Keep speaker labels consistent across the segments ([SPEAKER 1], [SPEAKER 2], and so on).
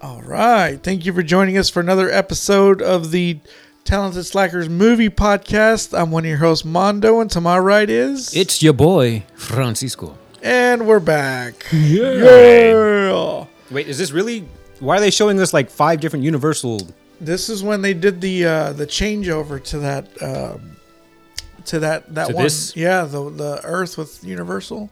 [SPEAKER 1] All right. Thank you for joining us for another episode of the Talented Slackers Movie Podcast. I'm one of your hosts, Mondo, and to my right is.
[SPEAKER 2] It's your boy, Francisco.
[SPEAKER 1] And we're back. Yeah.
[SPEAKER 2] Wait, is this really? Why are they showing us like five different Universal?
[SPEAKER 1] This is when they did the uh, the changeover to that um, to that that
[SPEAKER 2] To
[SPEAKER 1] one.
[SPEAKER 2] this?
[SPEAKER 1] Yeah, the the Earth with Universal.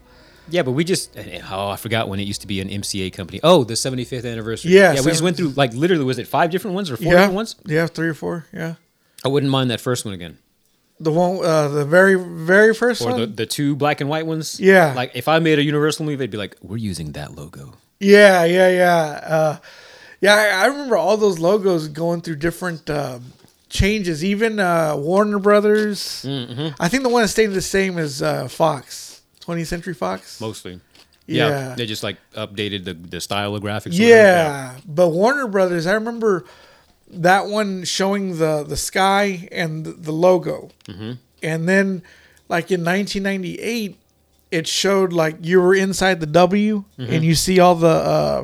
[SPEAKER 2] Yeah, but we just oh I forgot when it used to be an MCA company. Oh, the 75th anniversary.
[SPEAKER 1] Yeah,
[SPEAKER 2] yeah. We just
[SPEAKER 1] seven-
[SPEAKER 2] went through like literally was it five different ones or four
[SPEAKER 1] yeah,
[SPEAKER 2] different ones?
[SPEAKER 1] yeah, three or four. Yeah,
[SPEAKER 2] I wouldn't mind that first one again,
[SPEAKER 1] the one uh, the very very first
[SPEAKER 2] or
[SPEAKER 1] one.
[SPEAKER 2] the, the two black and white ones.
[SPEAKER 1] Yeah.
[SPEAKER 2] like if I made a Universal movie, they'd be like, we're using that logo.
[SPEAKER 1] Yeah, yeah, yeah. Uh, yeah, I, I remember all those logos going through different uh, changes. Even uh, Warner Brothers. I think the one that stayed the same is uh, Fox, 20th Century Fox.
[SPEAKER 2] Mostly.
[SPEAKER 1] Yeah.
[SPEAKER 2] They just like updated the, the style of graphics. or whatever.
[SPEAKER 1] yeah, but Warner Brothers, I remember that one showing the the sky and the, the logo, and then like in 1998, it showed like you were inside the W and you see all the. Uh,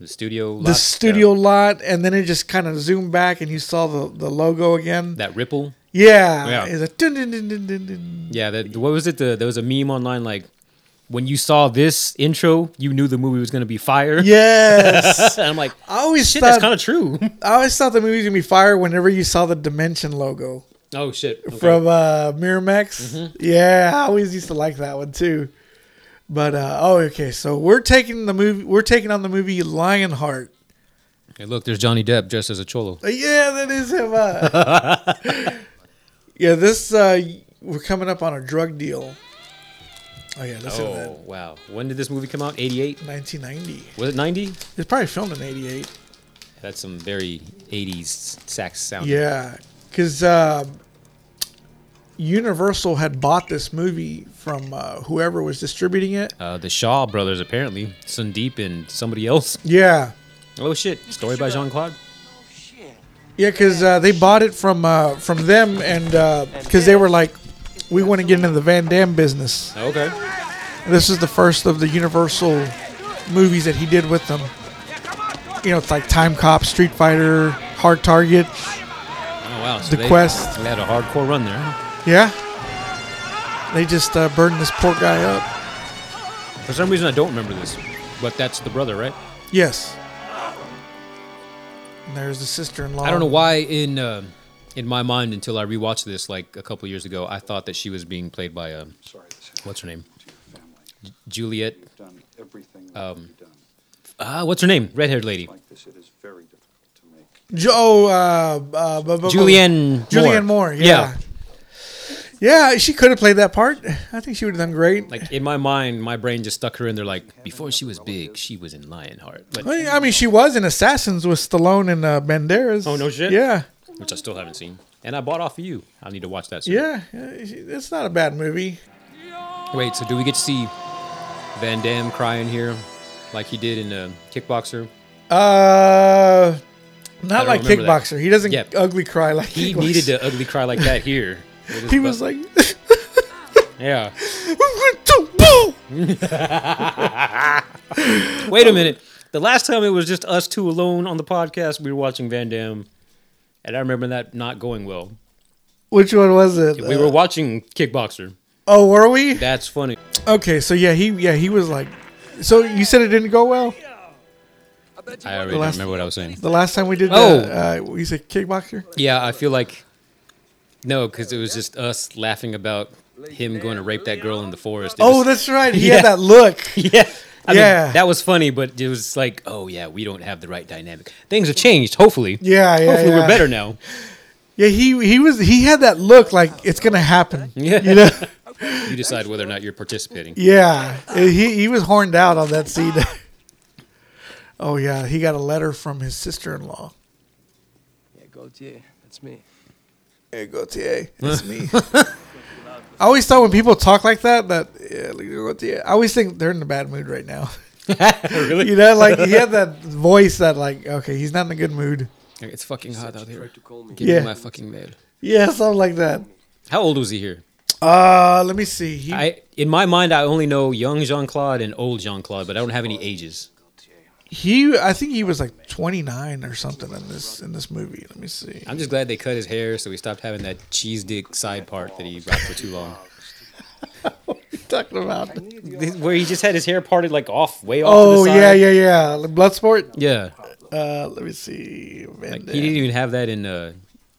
[SPEAKER 2] The studio.
[SPEAKER 1] the studio lot, and then it just kind of zoomed back, and you saw the, the logo again.
[SPEAKER 2] That ripple.
[SPEAKER 1] yeah,
[SPEAKER 2] Yeah.
[SPEAKER 1] It's a dun, dun, dun, dun, dun, dun.
[SPEAKER 2] Yeah. That, what was it? The, there was a meme online like, when you saw this intro, you knew the movie was going to be fire.
[SPEAKER 1] Yes, I
[SPEAKER 2] And I'm like,
[SPEAKER 1] always
[SPEAKER 2] shit, that's
[SPEAKER 1] thought
[SPEAKER 2] kind of true.
[SPEAKER 1] I always thought the movie was gonna be fire whenever you saw the Dimension logo
[SPEAKER 2] oh shit. Okay. Mm-hmm.
[SPEAKER 1] from uh, Miramax. Yeah, I always used to like that one too. But uh, oh, okay. So we're taking the movie. We're taking on the movie Lionheart.
[SPEAKER 2] Hey, look, there's Johnny Depp dressed as a cholo.
[SPEAKER 1] Uh, Yeah, that is him. Uh. yeah, this uh, we're coming up on a drug deal. Oh yeah, listen to that.
[SPEAKER 2] Oh wow. When did this movie come out? 88.
[SPEAKER 1] 1990.
[SPEAKER 2] Was it 90?
[SPEAKER 1] It's probably filmed in 88.
[SPEAKER 2] That's some very 80s sax sound.
[SPEAKER 1] Yeah, because uh, Universal had bought this movie from uh, whoever was distributing it.
[SPEAKER 2] Uh, the Shaw brothers apparently. Sundeep and somebody else.
[SPEAKER 1] Yeah,
[SPEAKER 2] Oh shit. Story by Jean Claude.
[SPEAKER 1] yeah, because uh, they bought it from uh, from them, and because they were like, we want to get into the Van Damme business.
[SPEAKER 2] Okay. Oh,
[SPEAKER 1] This is the first of the Universal movies that he did with them. You know, it's like Time Cop, Street Fighter, Hard Target.
[SPEAKER 2] Oh wow. So
[SPEAKER 1] The
[SPEAKER 2] they-
[SPEAKER 1] Quest.
[SPEAKER 2] They had a hardcore run there.
[SPEAKER 1] Yeah, they just uh, burned this poor guy up.
[SPEAKER 2] For some reason, I don't remember this, but that's the brother, right?
[SPEAKER 1] Yes. And there's the sister-in-law.
[SPEAKER 2] I don't know why in uh, in my mind until I rewatched this like a couple years ago, I thought that she was being played by uh,
[SPEAKER 3] Sorry, this happened
[SPEAKER 2] what's her name,
[SPEAKER 3] to your family.
[SPEAKER 2] Juliet.
[SPEAKER 3] You've done everything that
[SPEAKER 2] Um,
[SPEAKER 3] you've done.
[SPEAKER 2] Ah, what's her name? Redhead lady.
[SPEAKER 3] Like this, it is very difficult to make.
[SPEAKER 1] Joe. Uh, uh, bu- bu- bu-
[SPEAKER 2] Julianne.
[SPEAKER 1] Julianne Moore. Yeah. yeah. she could have played that part. I think she would have done great.
[SPEAKER 2] Like in my mind, my brain just stuck her in there. Like before she was big, she was in Lionheart, but
[SPEAKER 1] Well, I mean, she was in Assassins with Stallone and uh, Banderas.
[SPEAKER 2] Oh, no shit?
[SPEAKER 1] Yeah.
[SPEAKER 2] which I still haven't seen. And I bought off of you. I need to watch that. Soon.
[SPEAKER 1] Yeah, it's not a bad movie.
[SPEAKER 2] Wait. So do we get to see Van Damme crying here, like he did in uh, Kickboxer?
[SPEAKER 1] Uh, not
[SPEAKER 2] don't
[SPEAKER 1] like
[SPEAKER 2] remember that.
[SPEAKER 1] Kickboxer. He doesn't
[SPEAKER 2] Yeah.
[SPEAKER 1] ugly cry like
[SPEAKER 2] He
[SPEAKER 1] Kickboxer.
[SPEAKER 2] needed to ugly cry like that here. with his
[SPEAKER 1] He was like,
[SPEAKER 2] butt. yeah.
[SPEAKER 1] "Boom!"
[SPEAKER 2] Wait a minute. The last time it was just us two alone on the podcast, we were watching Van Damme. And I remember that not going well.
[SPEAKER 1] Which one was it?
[SPEAKER 2] We were watching Kickboxer.
[SPEAKER 1] oh, were we?
[SPEAKER 2] That's funny.
[SPEAKER 1] Okay, so yeah, he yeah he was like. So you said it didn't go well
[SPEAKER 2] I already
[SPEAKER 1] last-
[SPEAKER 2] remember what I was saying.
[SPEAKER 1] the last time we did.
[SPEAKER 2] Oh.
[SPEAKER 1] the, uh, you said Kickboxer.
[SPEAKER 2] Yeah, I feel like no, because it was just us laughing about him going to rape that girl in the forest. It
[SPEAKER 1] Oh,
[SPEAKER 2] was-
[SPEAKER 1] that's right. He
[SPEAKER 2] Yeah.
[SPEAKER 1] had that look.
[SPEAKER 2] yeah, I
[SPEAKER 1] Yeah.
[SPEAKER 2] Mean, that was funny, but it was like, oh yeah, we don't have the right dynamic. Things have changed. Hopefully,
[SPEAKER 1] Yeah, yeah.
[SPEAKER 2] hopefully
[SPEAKER 1] yeah.
[SPEAKER 2] we're better now.
[SPEAKER 1] Yeah, he he was he had that look like it's gonna happen.
[SPEAKER 2] Yeah,
[SPEAKER 1] You know?
[SPEAKER 2] you decide whether or not you're participating.
[SPEAKER 1] Yeah, eh, he he was horned out on that scene. oh yeah, he got a letter from his sister-in-law.
[SPEAKER 4] Yeah, Gaultier, that's me.
[SPEAKER 1] Hey, Gautier, it's me. I always thought when people talk like that that yeah, like, Gautier, I always think they're in a bad mood right now.
[SPEAKER 2] really?
[SPEAKER 1] You know, like he had that voice that like okay, he's not in a good mood.
[SPEAKER 2] It's fucking hot out here.
[SPEAKER 4] Tried to call me.
[SPEAKER 2] Give
[SPEAKER 1] Yeah.
[SPEAKER 2] me my fucking mail.
[SPEAKER 1] Yeah, something like that.
[SPEAKER 2] How old was he here?
[SPEAKER 1] Uh, let me see. He,
[SPEAKER 2] I in my mind I only know young Jean Claude and old Jean Claude, but I don't have any ages.
[SPEAKER 1] he I think he was like 29 or something in this in this movie. Let me see.
[SPEAKER 2] I'm just glad they cut his hair so he stopped having that cheese dick side part that he rocked for too long.
[SPEAKER 1] talking about.
[SPEAKER 2] This- Where he just had his hair parted like off, way off.
[SPEAKER 1] Oh
[SPEAKER 2] to the
[SPEAKER 1] yeah,
[SPEAKER 2] side.
[SPEAKER 1] yeah, yeah. Bloodsport.
[SPEAKER 2] yeah.
[SPEAKER 1] Uh, let me see. Van
[SPEAKER 2] Like, he
[SPEAKER 1] Damme.
[SPEAKER 2] didn't even have that in uh,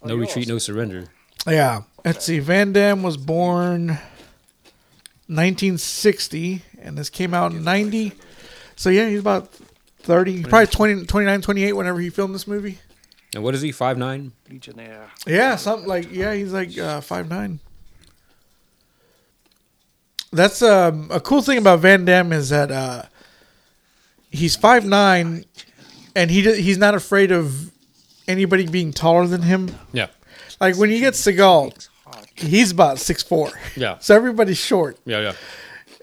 [SPEAKER 2] No Retreat, No Surrender.
[SPEAKER 1] Yeah. Let's see. Van Damme was born 1960, and this came out in 90. So, yeah, he's about 30, probably 20, 29, 28 whenever he filmed this movie.
[SPEAKER 2] And what is he? Five nine?
[SPEAKER 4] Legionnaire.
[SPEAKER 1] Yeah, something like, yeah, he's like uh, five nine. That's um, a cool thing about Van Damme is that uh, he's five nine, and he d- he's not afraid of anybody being taller than him.
[SPEAKER 2] Yeah.
[SPEAKER 1] Like when you get Seagal, he's about six four.
[SPEAKER 2] Yeah.
[SPEAKER 1] So everybody's short,
[SPEAKER 2] Yeah, yeah.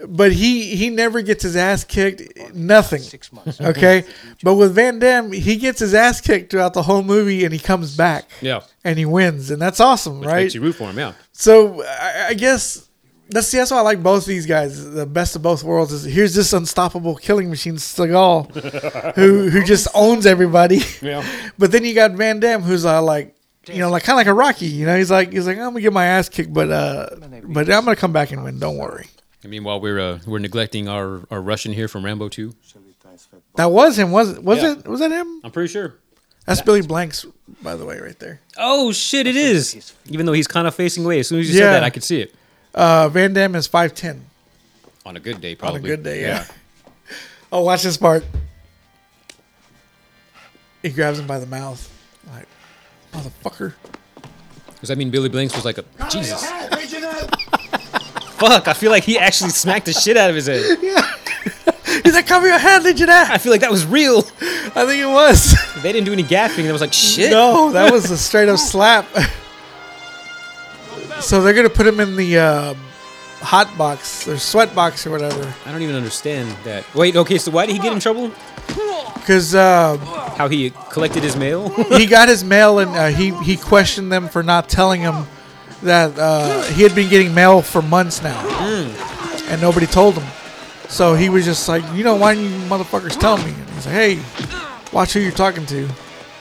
[SPEAKER 1] but he he never gets his ass kicked. Nothing.
[SPEAKER 4] Six months.
[SPEAKER 1] Okay. But with Van Damme, he gets his ass kicked throughout the whole movie, and he comes back.
[SPEAKER 2] Yeah.
[SPEAKER 1] And he wins, and that's awesome,
[SPEAKER 2] Which
[SPEAKER 1] right?
[SPEAKER 2] makes you root for him, yeah.
[SPEAKER 1] so I, I guess that's that's why I like both these guys. The best of both worlds is here's this unstoppable killing machine Seagal, who who just owns everybody.
[SPEAKER 2] Yeah.
[SPEAKER 1] But then you got Van Damme, who's uh, like, you know, like kind of like a Rocky. You know, he's like, he's like, I'm gonna get my ass kicked, but uh, but I'm gonna come back and win. Don't worry.
[SPEAKER 2] And meanwhile, we're uh, we're neglecting our, our Russian here from Rambo 2.
[SPEAKER 1] That was him, was it? Was
[SPEAKER 2] Yeah.
[SPEAKER 1] it? Was that him?
[SPEAKER 2] I'm pretty sure.
[SPEAKER 1] That's Billy Blanks, by the way, right there.
[SPEAKER 2] Oh, shit, it is. Even though he's kind of facing away. As soon as you
[SPEAKER 1] Yeah.
[SPEAKER 2] said that, I could see it.
[SPEAKER 1] Uh, Van Damme is five ten
[SPEAKER 2] On a good day,
[SPEAKER 1] on
[SPEAKER 2] probably.
[SPEAKER 1] a good day. Yeah. oh, watch this part. He grabs him by the mouth, like motherfucker.
[SPEAKER 2] Does that mean Billy Blanks was like a Jesus? Fuck! I feel like he actually smacked the shit out of his head.
[SPEAKER 1] He's like, cover your head,
[SPEAKER 2] I
[SPEAKER 1] Legionnaire.
[SPEAKER 2] feel like that was real.
[SPEAKER 1] I think it was.
[SPEAKER 2] They didn't do any gaffing. That was like shit.
[SPEAKER 1] No, that was a straight up slap. so they're gonna put him in the um hot box or sweat box or whatever,
[SPEAKER 2] I don't even understand that. Wait, okay. So why did he get in trouble?
[SPEAKER 1] because um
[SPEAKER 2] How he collected his mail?
[SPEAKER 1] he got his mail and uh, he he questioned them for not telling him that uh, he had been getting mail for months now, and nobody told him. So he was just like, you know, why didn't you motherfuckers tell me? And he's like, hey, watch who you're talking to.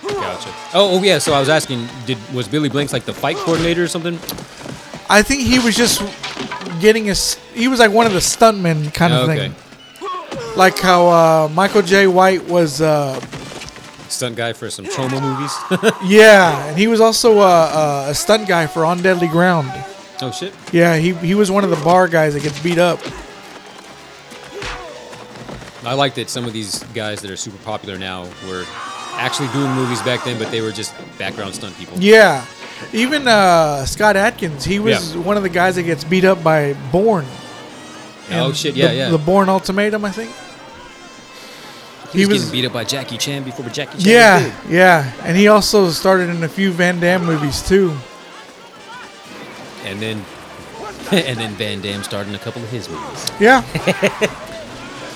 [SPEAKER 2] gotcha. Oh, oh yeah. So I was asking, did was Billy Blanks like the fight coordinator or something?
[SPEAKER 1] I think he was just getting his. He was like one of the stuntmen kind of
[SPEAKER 2] Okay.
[SPEAKER 1] thing. like how uh, Michael J. White was, uh,
[SPEAKER 2] Stunt guy for some trauma movies.
[SPEAKER 1] yeah, and he was also uh, uh, a stunt guy for On Deadly Ground.
[SPEAKER 2] oh shit.
[SPEAKER 1] Yeah, he he was one of the bar guys that gets beat up.
[SPEAKER 2] I like that some of these guys that are super popular now were actually doing movies back then, but they were just background stunt people.
[SPEAKER 1] Yeah, even uh, Scott Atkins, he was
[SPEAKER 2] Yeah.
[SPEAKER 1] one of the guys that gets beat up by Bourne.
[SPEAKER 2] Oh
[SPEAKER 1] And
[SPEAKER 2] shit. Yeah,
[SPEAKER 1] the,
[SPEAKER 2] yeah.
[SPEAKER 1] The Bourne Ultimatum, I think.
[SPEAKER 2] he was,
[SPEAKER 1] was-
[SPEAKER 2] getting beat up by Jackie Chan before Jackie Chan. was
[SPEAKER 1] Yeah,
[SPEAKER 2] big.
[SPEAKER 1] yeah, and he also started in a few Van Damme movies too.
[SPEAKER 2] And then, and then Van Damme starred in a couple of his movies.
[SPEAKER 1] Yeah,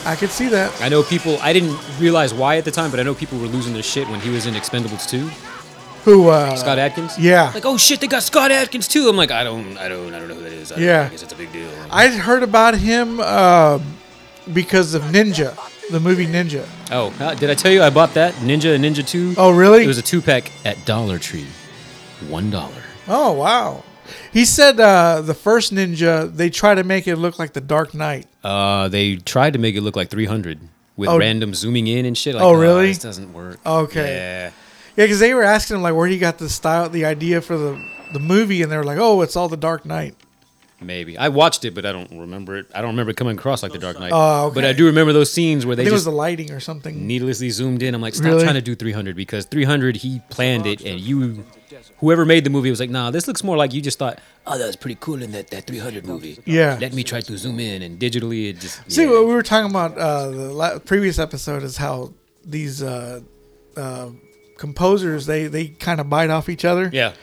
[SPEAKER 1] I could see that.
[SPEAKER 2] I know people. I didn't realize why at the time, but I know people were losing their shit when he was in Expendables 2.
[SPEAKER 1] Who? Uh,
[SPEAKER 2] Scott Adkins.
[SPEAKER 1] Yeah.
[SPEAKER 2] Like, oh shit, they got Scott Adkins too. I'm like, I don't, I don't, I don't know who that is. I don't-
[SPEAKER 1] Yeah.
[SPEAKER 2] I guess it's a big deal.
[SPEAKER 1] I'd heard about him um because of Ninja, the movie Ninja.
[SPEAKER 2] oh, uh, did I tell you I bought that Ninja and Ninja 2?
[SPEAKER 1] Oh, really?
[SPEAKER 2] It was a two pack at Dollar Tree, one dollar.
[SPEAKER 1] oh, wow. He said uh, the first Ninja, they try to make it look like the Dark Knight.
[SPEAKER 2] Uh, they tried to make it look like 300 with
[SPEAKER 1] Oh.
[SPEAKER 2] random zooming in and shit. Like,
[SPEAKER 1] Oh,
[SPEAKER 2] "Nah,
[SPEAKER 1] really?
[SPEAKER 2] This doesn't work.
[SPEAKER 1] Okay.
[SPEAKER 2] Yeah.
[SPEAKER 1] Yeah, because they were asking him like where he got the style, the idea for the the movie, and they were like, "Oh, it's all the Dark Knight."
[SPEAKER 2] Maybe I watched it, but I don't remember it. I don't remember it coming across like The Dark Knight.
[SPEAKER 1] Oh,
[SPEAKER 2] But
[SPEAKER 1] okay.
[SPEAKER 2] I do remember those scenes where
[SPEAKER 1] I
[SPEAKER 2] they
[SPEAKER 1] think it was
[SPEAKER 2] just
[SPEAKER 1] the lighting or something.
[SPEAKER 2] needlessly zoomed in. I'm like, stop
[SPEAKER 1] Really?
[SPEAKER 2] trying to do 300 because 300 he planned it, and you, whoever made the movie, was like, nah, this looks more like you just thought, oh, that was pretty cool in that, that 300 movie.
[SPEAKER 1] Yeah.
[SPEAKER 2] Let me try to zoom in, and digitally it just.
[SPEAKER 1] See,
[SPEAKER 2] yeah.
[SPEAKER 1] what we were talking about uh, the la- previous episode is how these uh, uh, composers they they kind of bite off each other.
[SPEAKER 2] yeah.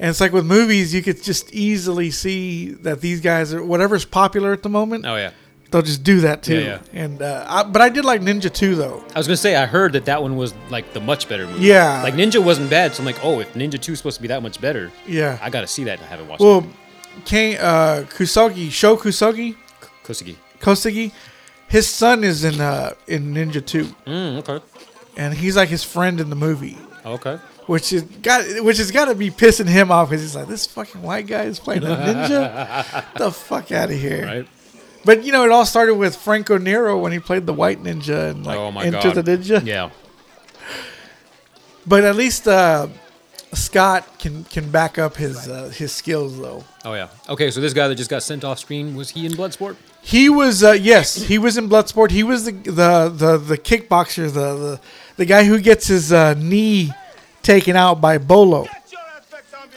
[SPEAKER 1] And it's like with movies, you could just easily see that these guys are whatever's popular at the moment.
[SPEAKER 2] Oh yeah.
[SPEAKER 1] They'll just do that too.
[SPEAKER 2] Yeah,
[SPEAKER 1] And uh, I, but I did like Ninja 2 though.
[SPEAKER 2] I was gonna say I heard that that one was like the much better movie.
[SPEAKER 1] Yeah.
[SPEAKER 2] Like Ninja wasn't bad, so I'm like, oh, if Ninja Two is supposed to be that much better,
[SPEAKER 1] Yeah.
[SPEAKER 2] I gotta see that. and I haven't watched
[SPEAKER 1] well, Kane, uh, Kusogi, Sho Kusogi,
[SPEAKER 2] it. Kosugi.
[SPEAKER 1] Kosugi, his son is in uh in Ninja Two,
[SPEAKER 2] Mm, okay.
[SPEAKER 1] and he's like his friend in the movie.
[SPEAKER 2] Okay.
[SPEAKER 1] Which is got, which has got to be pissing him off because he's like, this fucking white guy is playing a ninja. Get the fuck out of here!
[SPEAKER 2] Right.
[SPEAKER 1] But you know, it all started with Franco Nero when he played the white ninja and like
[SPEAKER 2] oh my
[SPEAKER 1] Enter
[SPEAKER 2] god.
[SPEAKER 1] the Ninja.
[SPEAKER 2] Yeah.
[SPEAKER 1] But at least uh, Scott can can back up his uh, his skills though.
[SPEAKER 2] Oh yeah. Okay, so this guy that just got sent off screen was he in Bloodsport?
[SPEAKER 1] He was uh, yes, he was in Bloodsport. He was the the the, the kickboxer, the, the the guy who gets his uh, knee taken out by Bolo.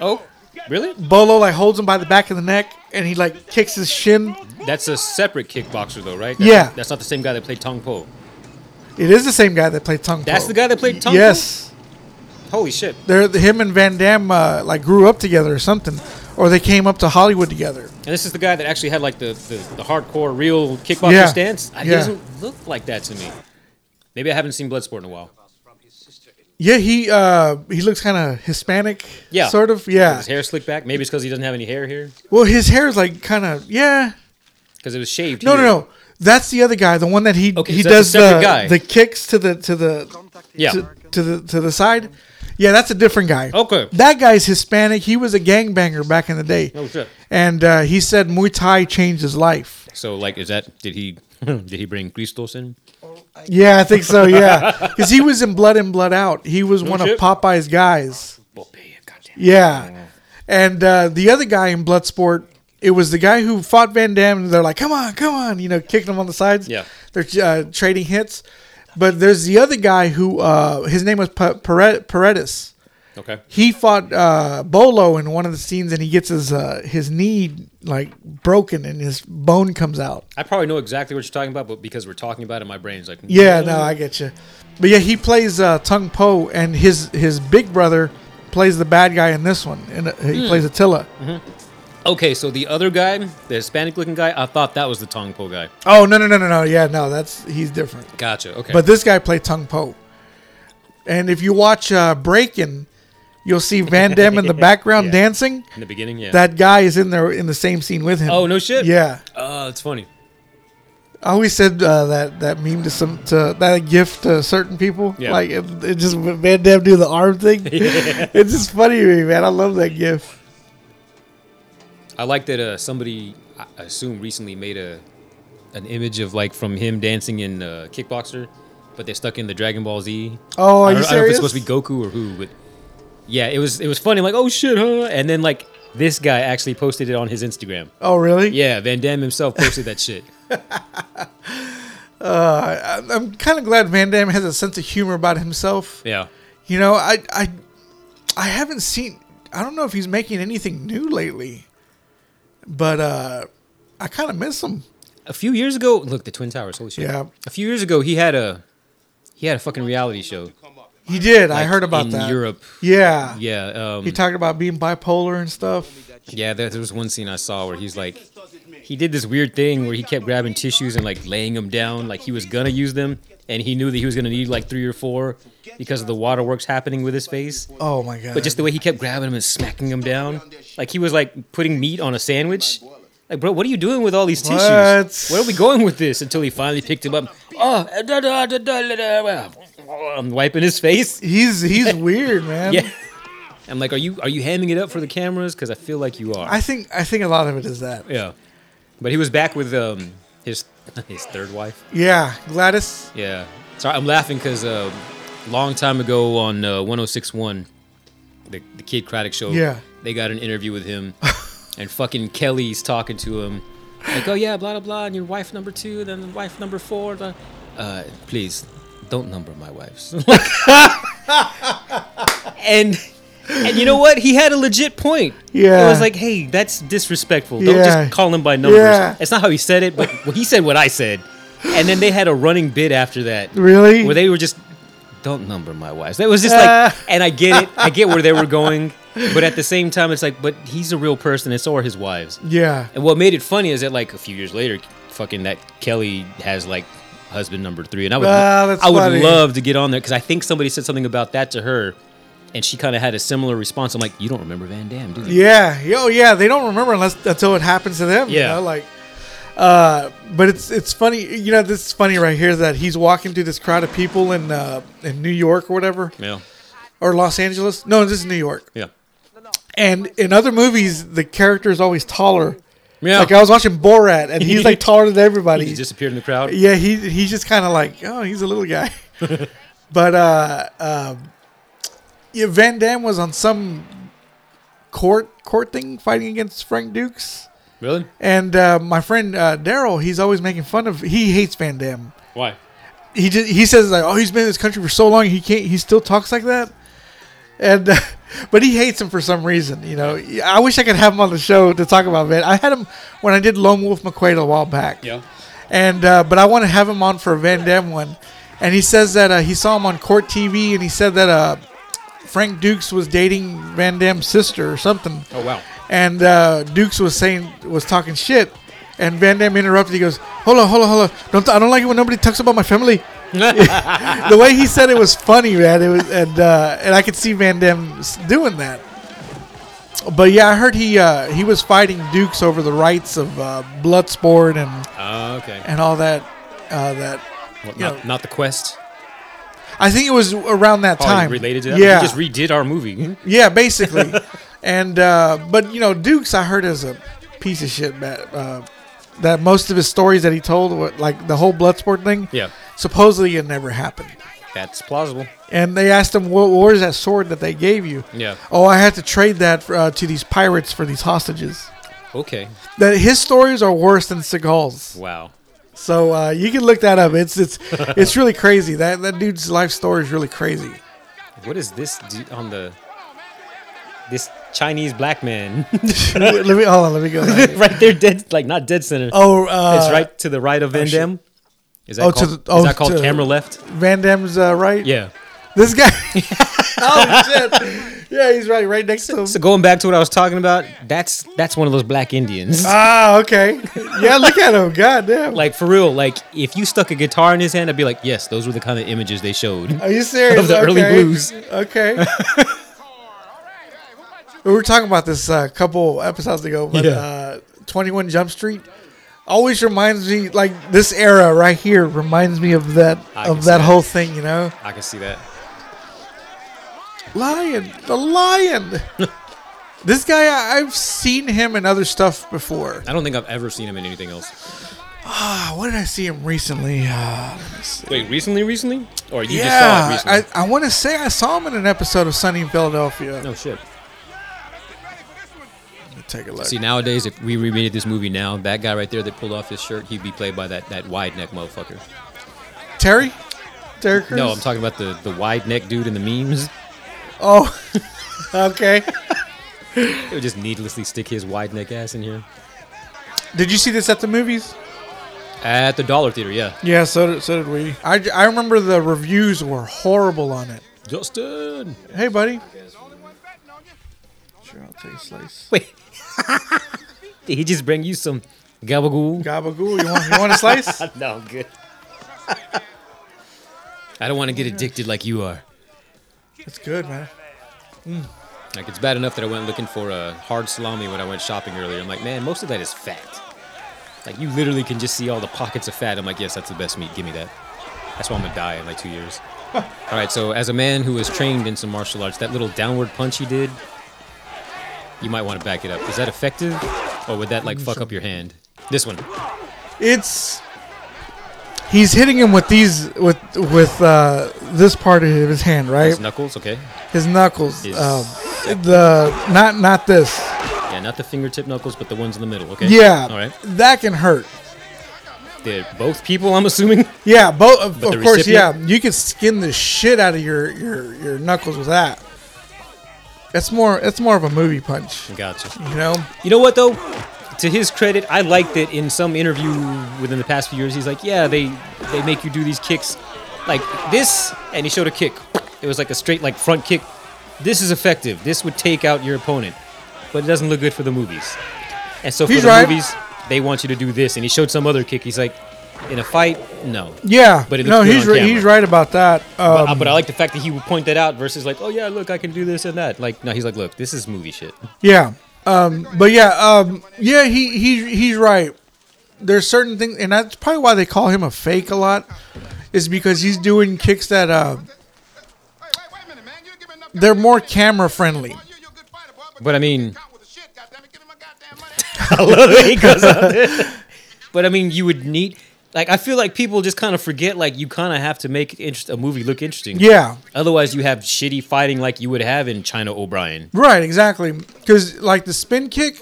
[SPEAKER 2] Oh, really?
[SPEAKER 1] Bolo like holds him by the back of the neck and he like kicks his shin.
[SPEAKER 2] That's a separate kickboxer though, right? That's
[SPEAKER 1] Yeah.
[SPEAKER 2] that's not the same guy that played Tong Po.
[SPEAKER 1] It is the same guy that played Tung
[SPEAKER 2] That's
[SPEAKER 1] Po.
[SPEAKER 2] the guy that played Tong
[SPEAKER 1] Oh. Yes.
[SPEAKER 2] Po. Holy shit.
[SPEAKER 1] They're him and Van Damme uh, like grew up together or something, or they came up to Hollywood together.
[SPEAKER 2] And this is the guy that actually had like the, the, the hardcore real kickboxer
[SPEAKER 1] Yeah.
[SPEAKER 2] stance. I- He
[SPEAKER 1] Yeah.
[SPEAKER 2] doesn't look like that to me. Maybe I haven't seen Bloodsport in a while.
[SPEAKER 1] Yeah, he uh, he looks kind of Hispanic.
[SPEAKER 2] Yeah.
[SPEAKER 1] sort of. Yeah.
[SPEAKER 2] His hair slicked back. Maybe it's because he doesn't have any hair here.
[SPEAKER 1] Well, his hair is like kind of yeah.
[SPEAKER 2] Because it was shaved.
[SPEAKER 1] No,
[SPEAKER 2] here.
[SPEAKER 1] no, no. That's the other guy, the one that he
[SPEAKER 2] Okay,
[SPEAKER 1] he
[SPEAKER 2] so that's
[SPEAKER 1] does
[SPEAKER 2] a
[SPEAKER 1] the
[SPEAKER 2] separate guy.
[SPEAKER 1] the kicks to the to the
[SPEAKER 2] Yeah. Oh.
[SPEAKER 1] to, to the to the side. Yeah, that's a different guy.
[SPEAKER 2] Okay.
[SPEAKER 1] That guy's Hispanic. He was a gangbanger back in the day.
[SPEAKER 2] Oh, shit.
[SPEAKER 1] And uh, he said Muay Thai changed his life.
[SPEAKER 2] So like, is that did he did he bring Christos in?
[SPEAKER 1] Yeah, I think so. Yeah, because he was in Blood in Blood Out. He was one
[SPEAKER 2] shit.
[SPEAKER 1] of Popeye's guys.
[SPEAKER 2] Popeye, goddamn.
[SPEAKER 1] Yeah. And uh, the other guy in Bloodsport, it was the guy who fought Van Damme. And they're like, come on, come on, you know, kicking him on the sides.
[SPEAKER 2] Yeah.
[SPEAKER 1] They're uh, trading hits. But there's the other guy who, uh, his name was Pa- Pare- Paredes.
[SPEAKER 2] Okay.
[SPEAKER 1] He fought uh, Bolo in one of the scenes and he gets his uh, his knee like broken and his bone comes out.
[SPEAKER 2] I probably know exactly what you're talking about, but because we're talking about it, my brain's like,
[SPEAKER 1] Yeah, no, I get you. But yeah, he plays uh, Tung Po and his, his big brother plays the bad guy in this one. And uh,
[SPEAKER 2] Hmm.
[SPEAKER 1] he plays Attila.
[SPEAKER 2] Mm-hmm. Okay, so the other guy, the Hispanic-looking guy, I thought that was the Tong Po guy.
[SPEAKER 1] Oh no no no no no yeah no that's he's different.
[SPEAKER 2] Gotcha. Okay.
[SPEAKER 1] But this guy played Tung Po, and if you watch uh, Breaking, you'll see Van Damme in the background
[SPEAKER 2] Yeah.
[SPEAKER 1] dancing.
[SPEAKER 2] in the beginning, yeah.
[SPEAKER 1] That guy is in there in the same scene with him.
[SPEAKER 2] oh no shit.
[SPEAKER 1] Yeah,
[SPEAKER 2] Oh, it's funny.
[SPEAKER 1] I always said uh, that that meme to some to that gift to certain people.
[SPEAKER 2] Yeah.
[SPEAKER 1] Like it, it just Van Damme do the arm thing. it's just funny to me, man. I love that gif.
[SPEAKER 2] I like that uh, somebody, I I assume, recently made a an image of like from him dancing in uh, kickboxer, but they stuck in the Dragon Ball Z.
[SPEAKER 1] Oh, are
[SPEAKER 2] I
[SPEAKER 1] you
[SPEAKER 2] don't, I don't know if it's
[SPEAKER 1] serious?
[SPEAKER 2] supposed to be Goku or who, but yeah, it was it was funny. Like, oh shit, huh? And then like this guy actually posted it on his Instagram.
[SPEAKER 1] Oh really?
[SPEAKER 2] Yeah, Van Damme himself posted that shit.
[SPEAKER 1] Uh, I, I'm kind of glad Van Damme has a sense of humor about himself.
[SPEAKER 2] Yeah.
[SPEAKER 1] You know, I I I haven't seen I don't know if he's making anything new lately. But uh I kind of miss him.
[SPEAKER 2] a few years ago look the twin towers holy shit
[SPEAKER 1] Yeah.
[SPEAKER 2] a few years ago he had a he had a fucking reality show
[SPEAKER 1] He did. I
[SPEAKER 2] like,
[SPEAKER 1] heard about
[SPEAKER 2] in
[SPEAKER 1] that.
[SPEAKER 2] europe
[SPEAKER 1] Yeah.
[SPEAKER 2] yeah um
[SPEAKER 1] He talked about being bipolar and stuff.
[SPEAKER 2] yeah there, there was one scene i saw where he's like he did this weird thing where he kept grabbing tissues and like laying them down like he was gonna use them and he knew that he was gonna need like three or four because of the waterworks happening with his face
[SPEAKER 1] Oh my god.
[SPEAKER 2] but just the way he kept grabbing them and smacking them down like he was like putting meat on a sandwich like bro what are you doing with all these tissues
[SPEAKER 1] What?
[SPEAKER 2] where are we going with this until he finally picked him up oh da, da, da, da, da, da. i'm wiping his face
[SPEAKER 1] he's he's weird, man.
[SPEAKER 2] yeah i'm like are you are you hamming it up for the cameras because i feel like you are
[SPEAKER 1] I think I think a lot of it is that.
[SPEAKER 2] yeah but he was back with um his his third wife
[SPEAKER 1] Yeah, Gladys.
[SPEAKER 2] Yeah. Sorry, I'm laughing because a long time ago on uh, 106.1, the, the Kid Craddock show,
[SPEAKER 1] Yeah.
[SPEAKER 2] they got an interview with him, and fucking Kelly's talking to him, like, oh yeah, blah, blah, blah, and your wife number two, then wife number four. Blah. Uh, please, don't number my wives. and... And you know what? He had a legit point.
[SPEAKER 1] Yeah.
[SPEAKER 2] It was like, hey, that's disrespectful. Don't
[SPEAKER 1] Yeah.
[SPEAKER 2] just call him by numbers.
[SPEAKER 1] Yeah.
[SPEAKER 2] It's not how he said it, but well, he said what I said. And then they had a running bid after that.
[SPEAKER 1] Really? Uh.
[SPEAKER 2] Where they were just, don't number my wives. That was just like, and I get it. I get where they were going. But at the same time, it's like, but he's a real person, and so are his wives.
[SPEAKER 1] Yeah.
[SPEAKER 2] And what made it funny is that, like, a few years later, fucking that Kelly has, like, husband number three. And I would,
[SPEAKER 1] Ah, that's
[SPEAKER 2] I would
[SPEAKER 1] funny.
[SPEAKER 2] love to get on there because I think somebody said something about that to her. And she kind of had a similar response. I'm like, you don't remember Van Damme, do you?
[SPEAKER 1] Yeah. Oh yeah, they don't remember unless until it happens to them. you
[SPEAKER 2] Yeah.
[SPEAKER 1] know, Like Uh, but it's it's funny, you know. This is funny right here that he's walking through this crowd of people in uh, in New York or whatever,
[SPEAKER 2] Yeah.
[SPEAKER 1] or Los Angeles. No, this is New York.
[SPEAKER 2] Yeah.
[SPEAKER 1] And in other movies, the character is always taller.
[SPEAKER 2] Yeah.
[SPEAKER 1] Like oh, I was watching Borat, and he's like taller than everybody.
[SPEAKER 2] Oh. He disappeared in the crowd.
[SPEAKER 1] Yeah, he he's just kind of like, oh, he's a little guy. but uh, um, yeah, Van Damme was on some court court thing fighting against Frank Dukes,
[SPEAKER 2] Really?
[SPEAKER 1] and uh, my friend uh, Daryl, he's always making fun of. He hates Van Damme.
[SPEAKER 2] Why?
[SPEAKER 1] He just he says like, oh, he's been in this country for so long, he can't. He still talks like that, and. Uh, but he hates him for some reason, you know. I wish I could have him on the show to talk about Van. I had him when I did Lone Wolf McQuaid a while back
[SPEAKER 2] Yeah.
[SPEAKER 1] and uh, but I want to have him on for a Van Damme one. And he says that uh, he saw him on Court TV, and he said that uh, Frank Dukes was dating Van Damme's sister or something.
[SPEAKER 2] Oh wow.
[SPEAKER 1] And uh, Dukes was saying was talking shit, and Van Damme interrupted. He goes, "Hold on, hold on, hold on! Don't I don't like it when nobody talks about my family." the way he said it was funny, man. It was, and uh, and I could see Van Damme s- doing that. But yeah, I heard he uh, he was fighting Dukes over the rights of uh, Bloodsport and
[SPEAKER 2] Oh, okay.
[SPEAKER 1] and all that. Uh, that
[SPEAKER 2] What,
[SPEAKER 1] you
[SPEAKER 2] not,
[SPEAKER 1] know.
[SPEAKER 2] not the quest.
[SPEAKER 1] I think it was around that
[SPEAKER 2] Probably
[SPEAKER 1] time.
[SPEAKER 2] related to that.
[SPEAKER 1] Yeah,
[SPEAKER 2] We just redid our movie.
[SPEAKER 1] yeah, basically. and uh, but you know, Dukes, I heard is a piece of shit. That uh, that most of his stories that he told, were, like the whole Bloodsport thing,
[SPEAKER 2] Yeah.
[SPEAKER 1] supposedly it never happened.
[SPEAKER 2] That's plausible.
[SPEAKER 1] And they asked him, "What what is that sword that they gave you?"
[SPEAKER 2] Yeah.
[SPEAKER 1] Oh, I had to trade that for, uh, to these pirates for these hostages.
[SPEAKER 2] Okay.
[SPEAKER 1] That his stories are worse than Seagal's.
[SPEAKER 2] Wow.
[SPEAKER 1] So uh, you can look that up. It's it's it's really crazy. That that dude's life story is really crazy.
[SPEAKER 2] What is this d- on the? This Chinese black man
[SPEAKER 1] let me hold on. Let me go. Back.
[SPEAKER 2] right there, dead like not dead center.
[SPEAKER 1] Oh, uh,
[SPEAKER 2] it's right to the right of Van Damme. Is that
[SPEAKER 1] Oh, to
[SPEAKER 2] called,
[SPEAKER 1] the- oh,
[SPEAKER 2] is that called
[SPEAKER 1] to-
[SPEAKER 2] camera left?
[SPEAKER 1] Van Damme's uh, right.
[SPEAKER 2] Yeah.
[SPEAKER 1] this guy. oh shit! Yeah, he's right, right next to him.
[SPEAKER 2] So going back to what I was talking about, that's that's one of those black Indians.
[SPEAKER 1] Ah, okay. Yeah, look at him. God damn.
[SPEAKER 2] like for real, like if you stuck a guitar in his hand, I'd be like, yes, those were the kind of images they showed.
[SPEAKER 1] are you serious?
[SPEAKER 2] of the early
[SPEAKER 1] Okay.
[SPEAKER 2] blues.
[SPEAKER 1] Okay. we were talking about this a couple episodes ago, but
[SPEAKER 2] Yeah.
[SPEAKER 1] uh, Twenty One Jump Street always reminds me, like this era right here reminds me of that
[SPEAKER 2] I can
[SPEAKER 1] of
[SPEAKER 2] see
[SPEAKER 1] that
[SPEAKER 2] that.
[SPEAKER 1] whole thing, you know.
[SPEAKER 2] I can see that.
[SPEAKER 1] Lion, the lion. this guy, I, I've seen him in other stuff before.
[SPEAKER 2] I don't think I've ever seen him in anything else.
[SPEAKER 1] Ah, what did I see him recently? Uh,
[SPEAKER 2] Wait, recently, recently, or you
[SPEAKER 1] yeah,
[SPEAKER 2] just saw it recently?
[SPEAKER 1] I, I want to say I saw him in an episode of Sunny in Philadelphia.
[SPEAKER 2] no shit.
[SPEAKER 1] Let me Take a look.
[SPEAKER 2] See, nowadays, if we remade this movie now, that guy right there that pulled off his shirt, he'd be played by that, that wide neck motherfucker.
[SPEAKER 1] Terry, Terry Crews.
[SPEAKER 2] No, I'm talking about the, the wide neck dude in the memes.
[SPEAKER 1] Oh, okay.
[SPEAKER 2] They would just needlessly stick his wide neck ass in here.
[SPEAKER 1] Did you see this at the movies?
[SPEAKER 2] At the Dollar Theater, yeah.
[SPEAKER 1] Yeah, so did, so did we. I, j- I remember the reviews were horrible on it.
[SPEAKER 2] Justin!
[SPEAKER 1] Hey, buddy. Sure, I'll take a slice.
[SPEAKER 2] Wait. Did he just bring you some gabagool?
[SPEAKER 1] Gabagool, you want you want a slice?
[SPEAKER 2] No, I'm good. I don't want to get addicted like you are.
[SPEAKER 1] It's good, man.
[SPEAKER 2] Like, it's bad enough that I went looking for a hard salami when I went shopping earlier. I'm like, man, most of that is fat. Like, you literally can just see all the pockets of fat. I'm like, yes, that's the best meat. Give me that. That's why I'm going to die in like two years. all right, so as a man who is trained in some martial arts, that little downward punch he did, you might want to back it up. Is that effective? Or would that, like, fuck up your hand? This one.
[SPEAKER 1] it's he's hitting him with these with with uh, this part of his hand, right?
[SPEAKER 2] His knuckles, okay.
[SPEAKER 1] His knuckles.
[SPEAKER 2] His-
[SPEAKER 1] um, the not not this.
[SPEAKER 2] Yeah, not the fingertip knuckles, but the ones in the middle, okay?
[SPEAKER 1] Yeah,
[SPEAKER 2] All right.
[SPEAKER 1] that can hurt.
[SPEAKER 2] They're both people, I'm assuming.
[SPEAKER 1] Yeah, both of,
[SPEAKER 2] But
[SPEAKER 1] of
[SPEAKER 2] the
[SPEAKER 1] course.
[SPEAKER 2] recipient?
[SPEAKER 1] Yeah, you can skin the shit out of your your your knuckles with that. That's more. That's more of a movie punch,
[SPEAKER 2] Gotcha.
[SPEAKER 1] you know.
[SPEAKER 2] You know what though? To his credit, I like that in some interview within the past few years, he's like, "Yeah, they they make you do these kicks, like this," and he showed a kick. It was like a straight like front kick. This is effective. This would take out your opponent, but it doesn't look good for the movies. And so for
[SPEAKER 1] He's
[SPEAKER 2] the
[SPEAKER 1] right.
[SPEAKER 2] movies, they want you to do this, and he showed some other kick. He's like, "In a fight, no."
[SPEAKER 1] Yeah,
[SPEAKER 2] But it
[SPEAKER 1] no,
[SPEAKER 2] looks good
[SPEAKER 1] he's
[SPEAKER 2] on
[SPEAKER 1] right,
[SPEAKER 2] camera.
[SPEAKER 1] he's right about that.
[SPEAKER 2] But,
[SPEAKER 1] Um,
[SPEAKER 2] but I like the fact that he would point that out versus like, "Oh yeah, look, I can do this and that." Like, no, he's like, "Look, this is movie shit."
[SPEAKER 1] Yeah. Um, but yeah, um, yeah, he, he he's right. there's certain things, and that's probably why they call him a fake a lot, is because he's doing kicks that uh, they're more camera friendly.
[SPEAKER 2] But I mean- I love it. He goes out there. But I mean, you would need like I feel like people just kind of forget like you kind of have to make interest, a movie look interesting.
[SPEAKER 1] Yeah,
[SPEAKER 2] Otherwise, you have shitty fighting like you would have in China O'Brien.
[SPEAKER 1] right, exactly. Because like the spin kick,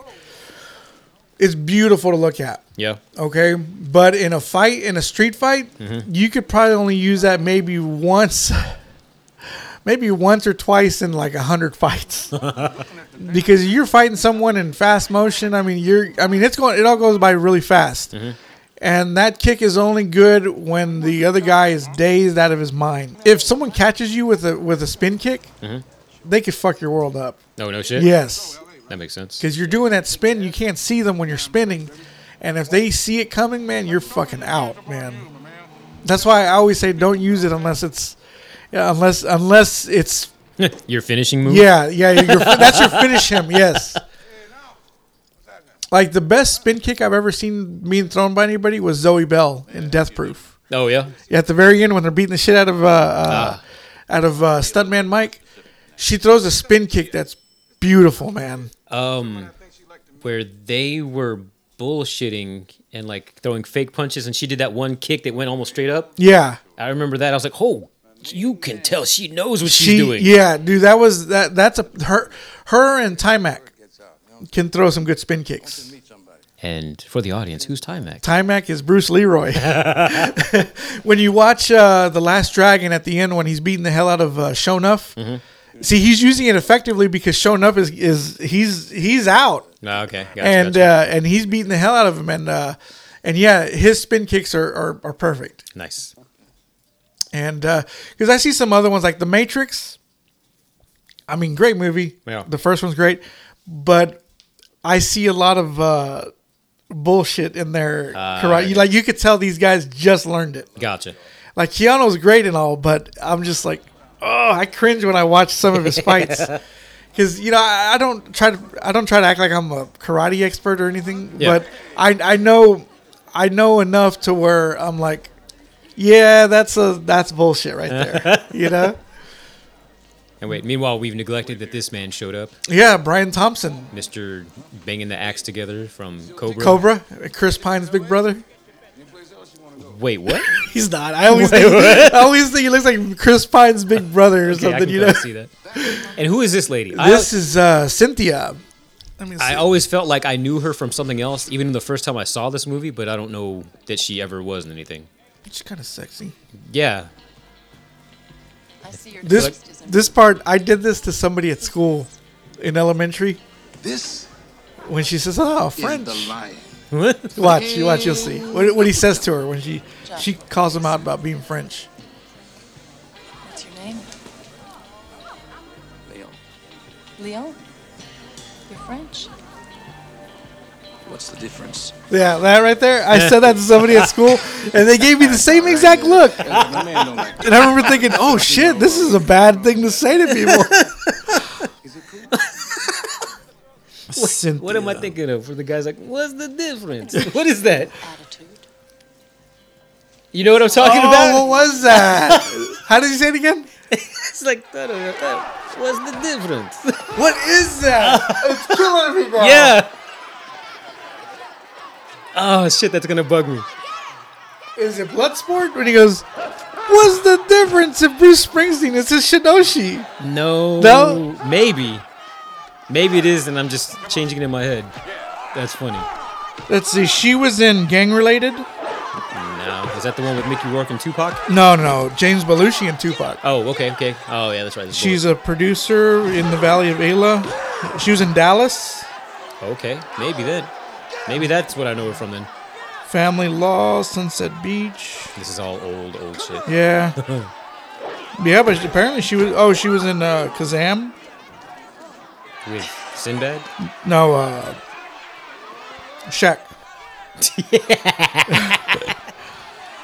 [SPEAKER 1] it's beautiful to look at.
[SPEAKER 2] Yeah.
[SPEAKER 1] Okay, but in a fight, in a street fight, you could probably only use that maybe once, maybe once or twice in like a hundred fights, because you're fighting someone in fast motion. I mean, you're, I mean, it's going, it all goes by really fast, and that kick is only good when the other guy is dazed out of his mind. If someone catches you with a with a spin kick, they could fuck your world up.
[SPEAKER 2] No, no shit.
[SPEAKER 1] Yes
[SPEAKER 2] That makes sense.
[SPEAKER 1] because you're doing that spin. You can't see them when you're spinning, and if they see it coming, man, you're fucking out, man. That's why I always say don't use it unless it's, yeah, unless unless it's
[SPEAKER 2] Your finishing move.
[SPEAKER 1] yeah yeah you're, that's your finish him yes. Like the best spin kick I've ever seen being thrown by anybody was Zoe Bell in Death Proof.
[SPEAKER 2] Oh yeah.
[SPEAKER 1] Yeah, at the very end when they're beating the shit out of uh, uh, out of uh, stuntman Mike, she throws a spin kick that's beautiful, man.
[SPEAKER 2] Um, where they were bullshitting and like throwing fake punches, and she did that one kick that went almost straight up.
[SPEAKER 1] Yeah.
[SPEAKER 2] I remember that. I was like, oh, you can tell she knows what
[SPEAKER 1] She-
[SPEAKER 2] she's doing.
[SPEAKER 1] Yeah, dude, that was that. That's a her. Her and Timac can throw some good spin kicks.
[SPEAKER 2] And for the audience, who's Timac?
[SPEAKER 1] Timac is Bruce Leroy. when you watch uh, the Last Dragon at the end, when he's beating the hell out of uh, Shonuff,
[SPEAKER 2] Mm-hmm.
[SPEAKER 1] see he's using it effectively because Shonuff is is he's he's out
[SPEAKER 2] No, Ah, okay. Gotcha,
[SPEAKER 1] and
[SPEAKER 2] gotcha.
[SPEAKER 1] Uh, and he's beating the hell out of him and uh, and yeah, his spin kicks are are, are perfect.
[SPEAKER 2] nice.
[SPEAKER 1] And because I see some other ones like The Matrix. I mean, great movie.
[SPEAKER 2] Yeah.
[SPEAKER 1] The first one's great, but I see a lot of uh, bullshit in their karate. Like you could tell these guys just learned it.
[SPEAKER 2] Gotcha.
[SPEAKER 1] Like Keanu's great and all, but I'm just like, oh, I cringe when I watch some of his fights. Because you know, I, I don't try to, I don't try to act like I'm a karate expert or anything,
[SPEAKER 2] Yeah.
[SPEAKER 1] but I, I know, I know enough to where I'm like, yeah, that's a, that's bullshit right there. you know?
[SPEAKER 2] And wait, meanwhile, we've neglected that this man showed up,
[SPEAKER 1] Yeah, Brian Thompson,
[SPEAKER 2] Mr. Banging the Axe Together from Cobra.
[SPEAKER 1] Cobra, Chris Pine's big brother.
[SPEAKER 2] Wait, what?
[SPEAKER 1] He's not. I always, think, I always think he looks like Chris Pine's big brother or
[SPEAKER 2] Okay, I
[SPEAKER 1] something.
[SPEAKER 2] can
[SPEAKER 1] You
[SPEAKER 2] kinda
[SPEAKER 1] know?
[SPEAKER 2] see that. And who is this lady? I-
[SPEAKER 1] This is uh, Cynthia. Let me see.
[SPEAKER 2] I always felt like I knew her from something else, even the first time I saw this movie, but I don't know that she ever was in anything.
[SPEAKER 1] She's kind of sexy.
[SPEAKER 2] Yeah.
[SPEAKER 5] I see your
[SPEAKER 1] This
[SPEAKER 5] text is in-
[SPEAKER 1] this part, I did this to somebody at school, in elementary,
[SPEAKER 6] This
[SPEAKER 1] when she says, "Oh,
[SPEAKER 6] is
[SPEAKER 1] French."
[SPEAKER 6] the lion.
[SPEAKER 1] Watch, you watch, you'll see what, what he says to her when she she calls him out about being French.
[SPEAKER 5] What's your name?
[SPEAKER 4] Leon,
[SPEAKER 5] Leon? You're French?
[SPEAKER 4] what's the difference?
[SPEAKER 1] Yeah, that right there. I said that to somebody at school, and they gave me the same exact look.
[SPEAKER 6] My man don't like
[SPEAKER 1] And I remember thinking, "Oh shit, this is a bad thing to say to people." Cynthia.
[SPEAKER 2] What am I thinking of? Where the guy's like, what's the difference? what is that?
[SPEAKER 5] Attitude?
[SPEAKER 2] You know what I'm talking about?
[SPEAKER 1] Oh, what was that? How did you say it again?
[SPEAKER 2] It's like, I don't know, I- what's the difference?
[SPEAKER 1] What is that? It's killing me now.
[SPEAKER 2] yeah.
[SPEAKER 1] Ah.
[SPEAKER 2] Oh, shit, that's going to bug me.
[SPEAKER 1] Is it Bloodsport? When he goes, What's the difference if Bruce Springsteen is his Shinoshi?
[SPEAKER 2] No.
[SPEAKER 1] No?
[SPEAKER 2] Maybe. Maybe it is, and I'm just changing it in my head. That's funny.
[SPEAKER 1] Let's see, she was in Gang Related?
[SPEAKER 2] No. Is that the one with Mickey Rourke and Tupac?
[SPEAKER 1] No, no, James Belushi and Tupac.
[SPEAKER 2] Oh, okay, okay. Oh, yeah, that's right. that's
[SPEAKER 1] She's a producer in the Valley of Ayla. She was in Dallas,
[SPEAKER 2] Bull- Okay, maybe then. Maybe that's what I know her from then.
[SPEAKER 1] Family Law, Sunset Beach.
[SPEAKER 2] This is all old, old shit.
[SPEAKER 1] Yeah. yeah, but apparently she was, oh, she was in uh, Kazam?
[SPEAKER 2] With Sinbad?
[SPEAKER 1] No, uh, Shaq.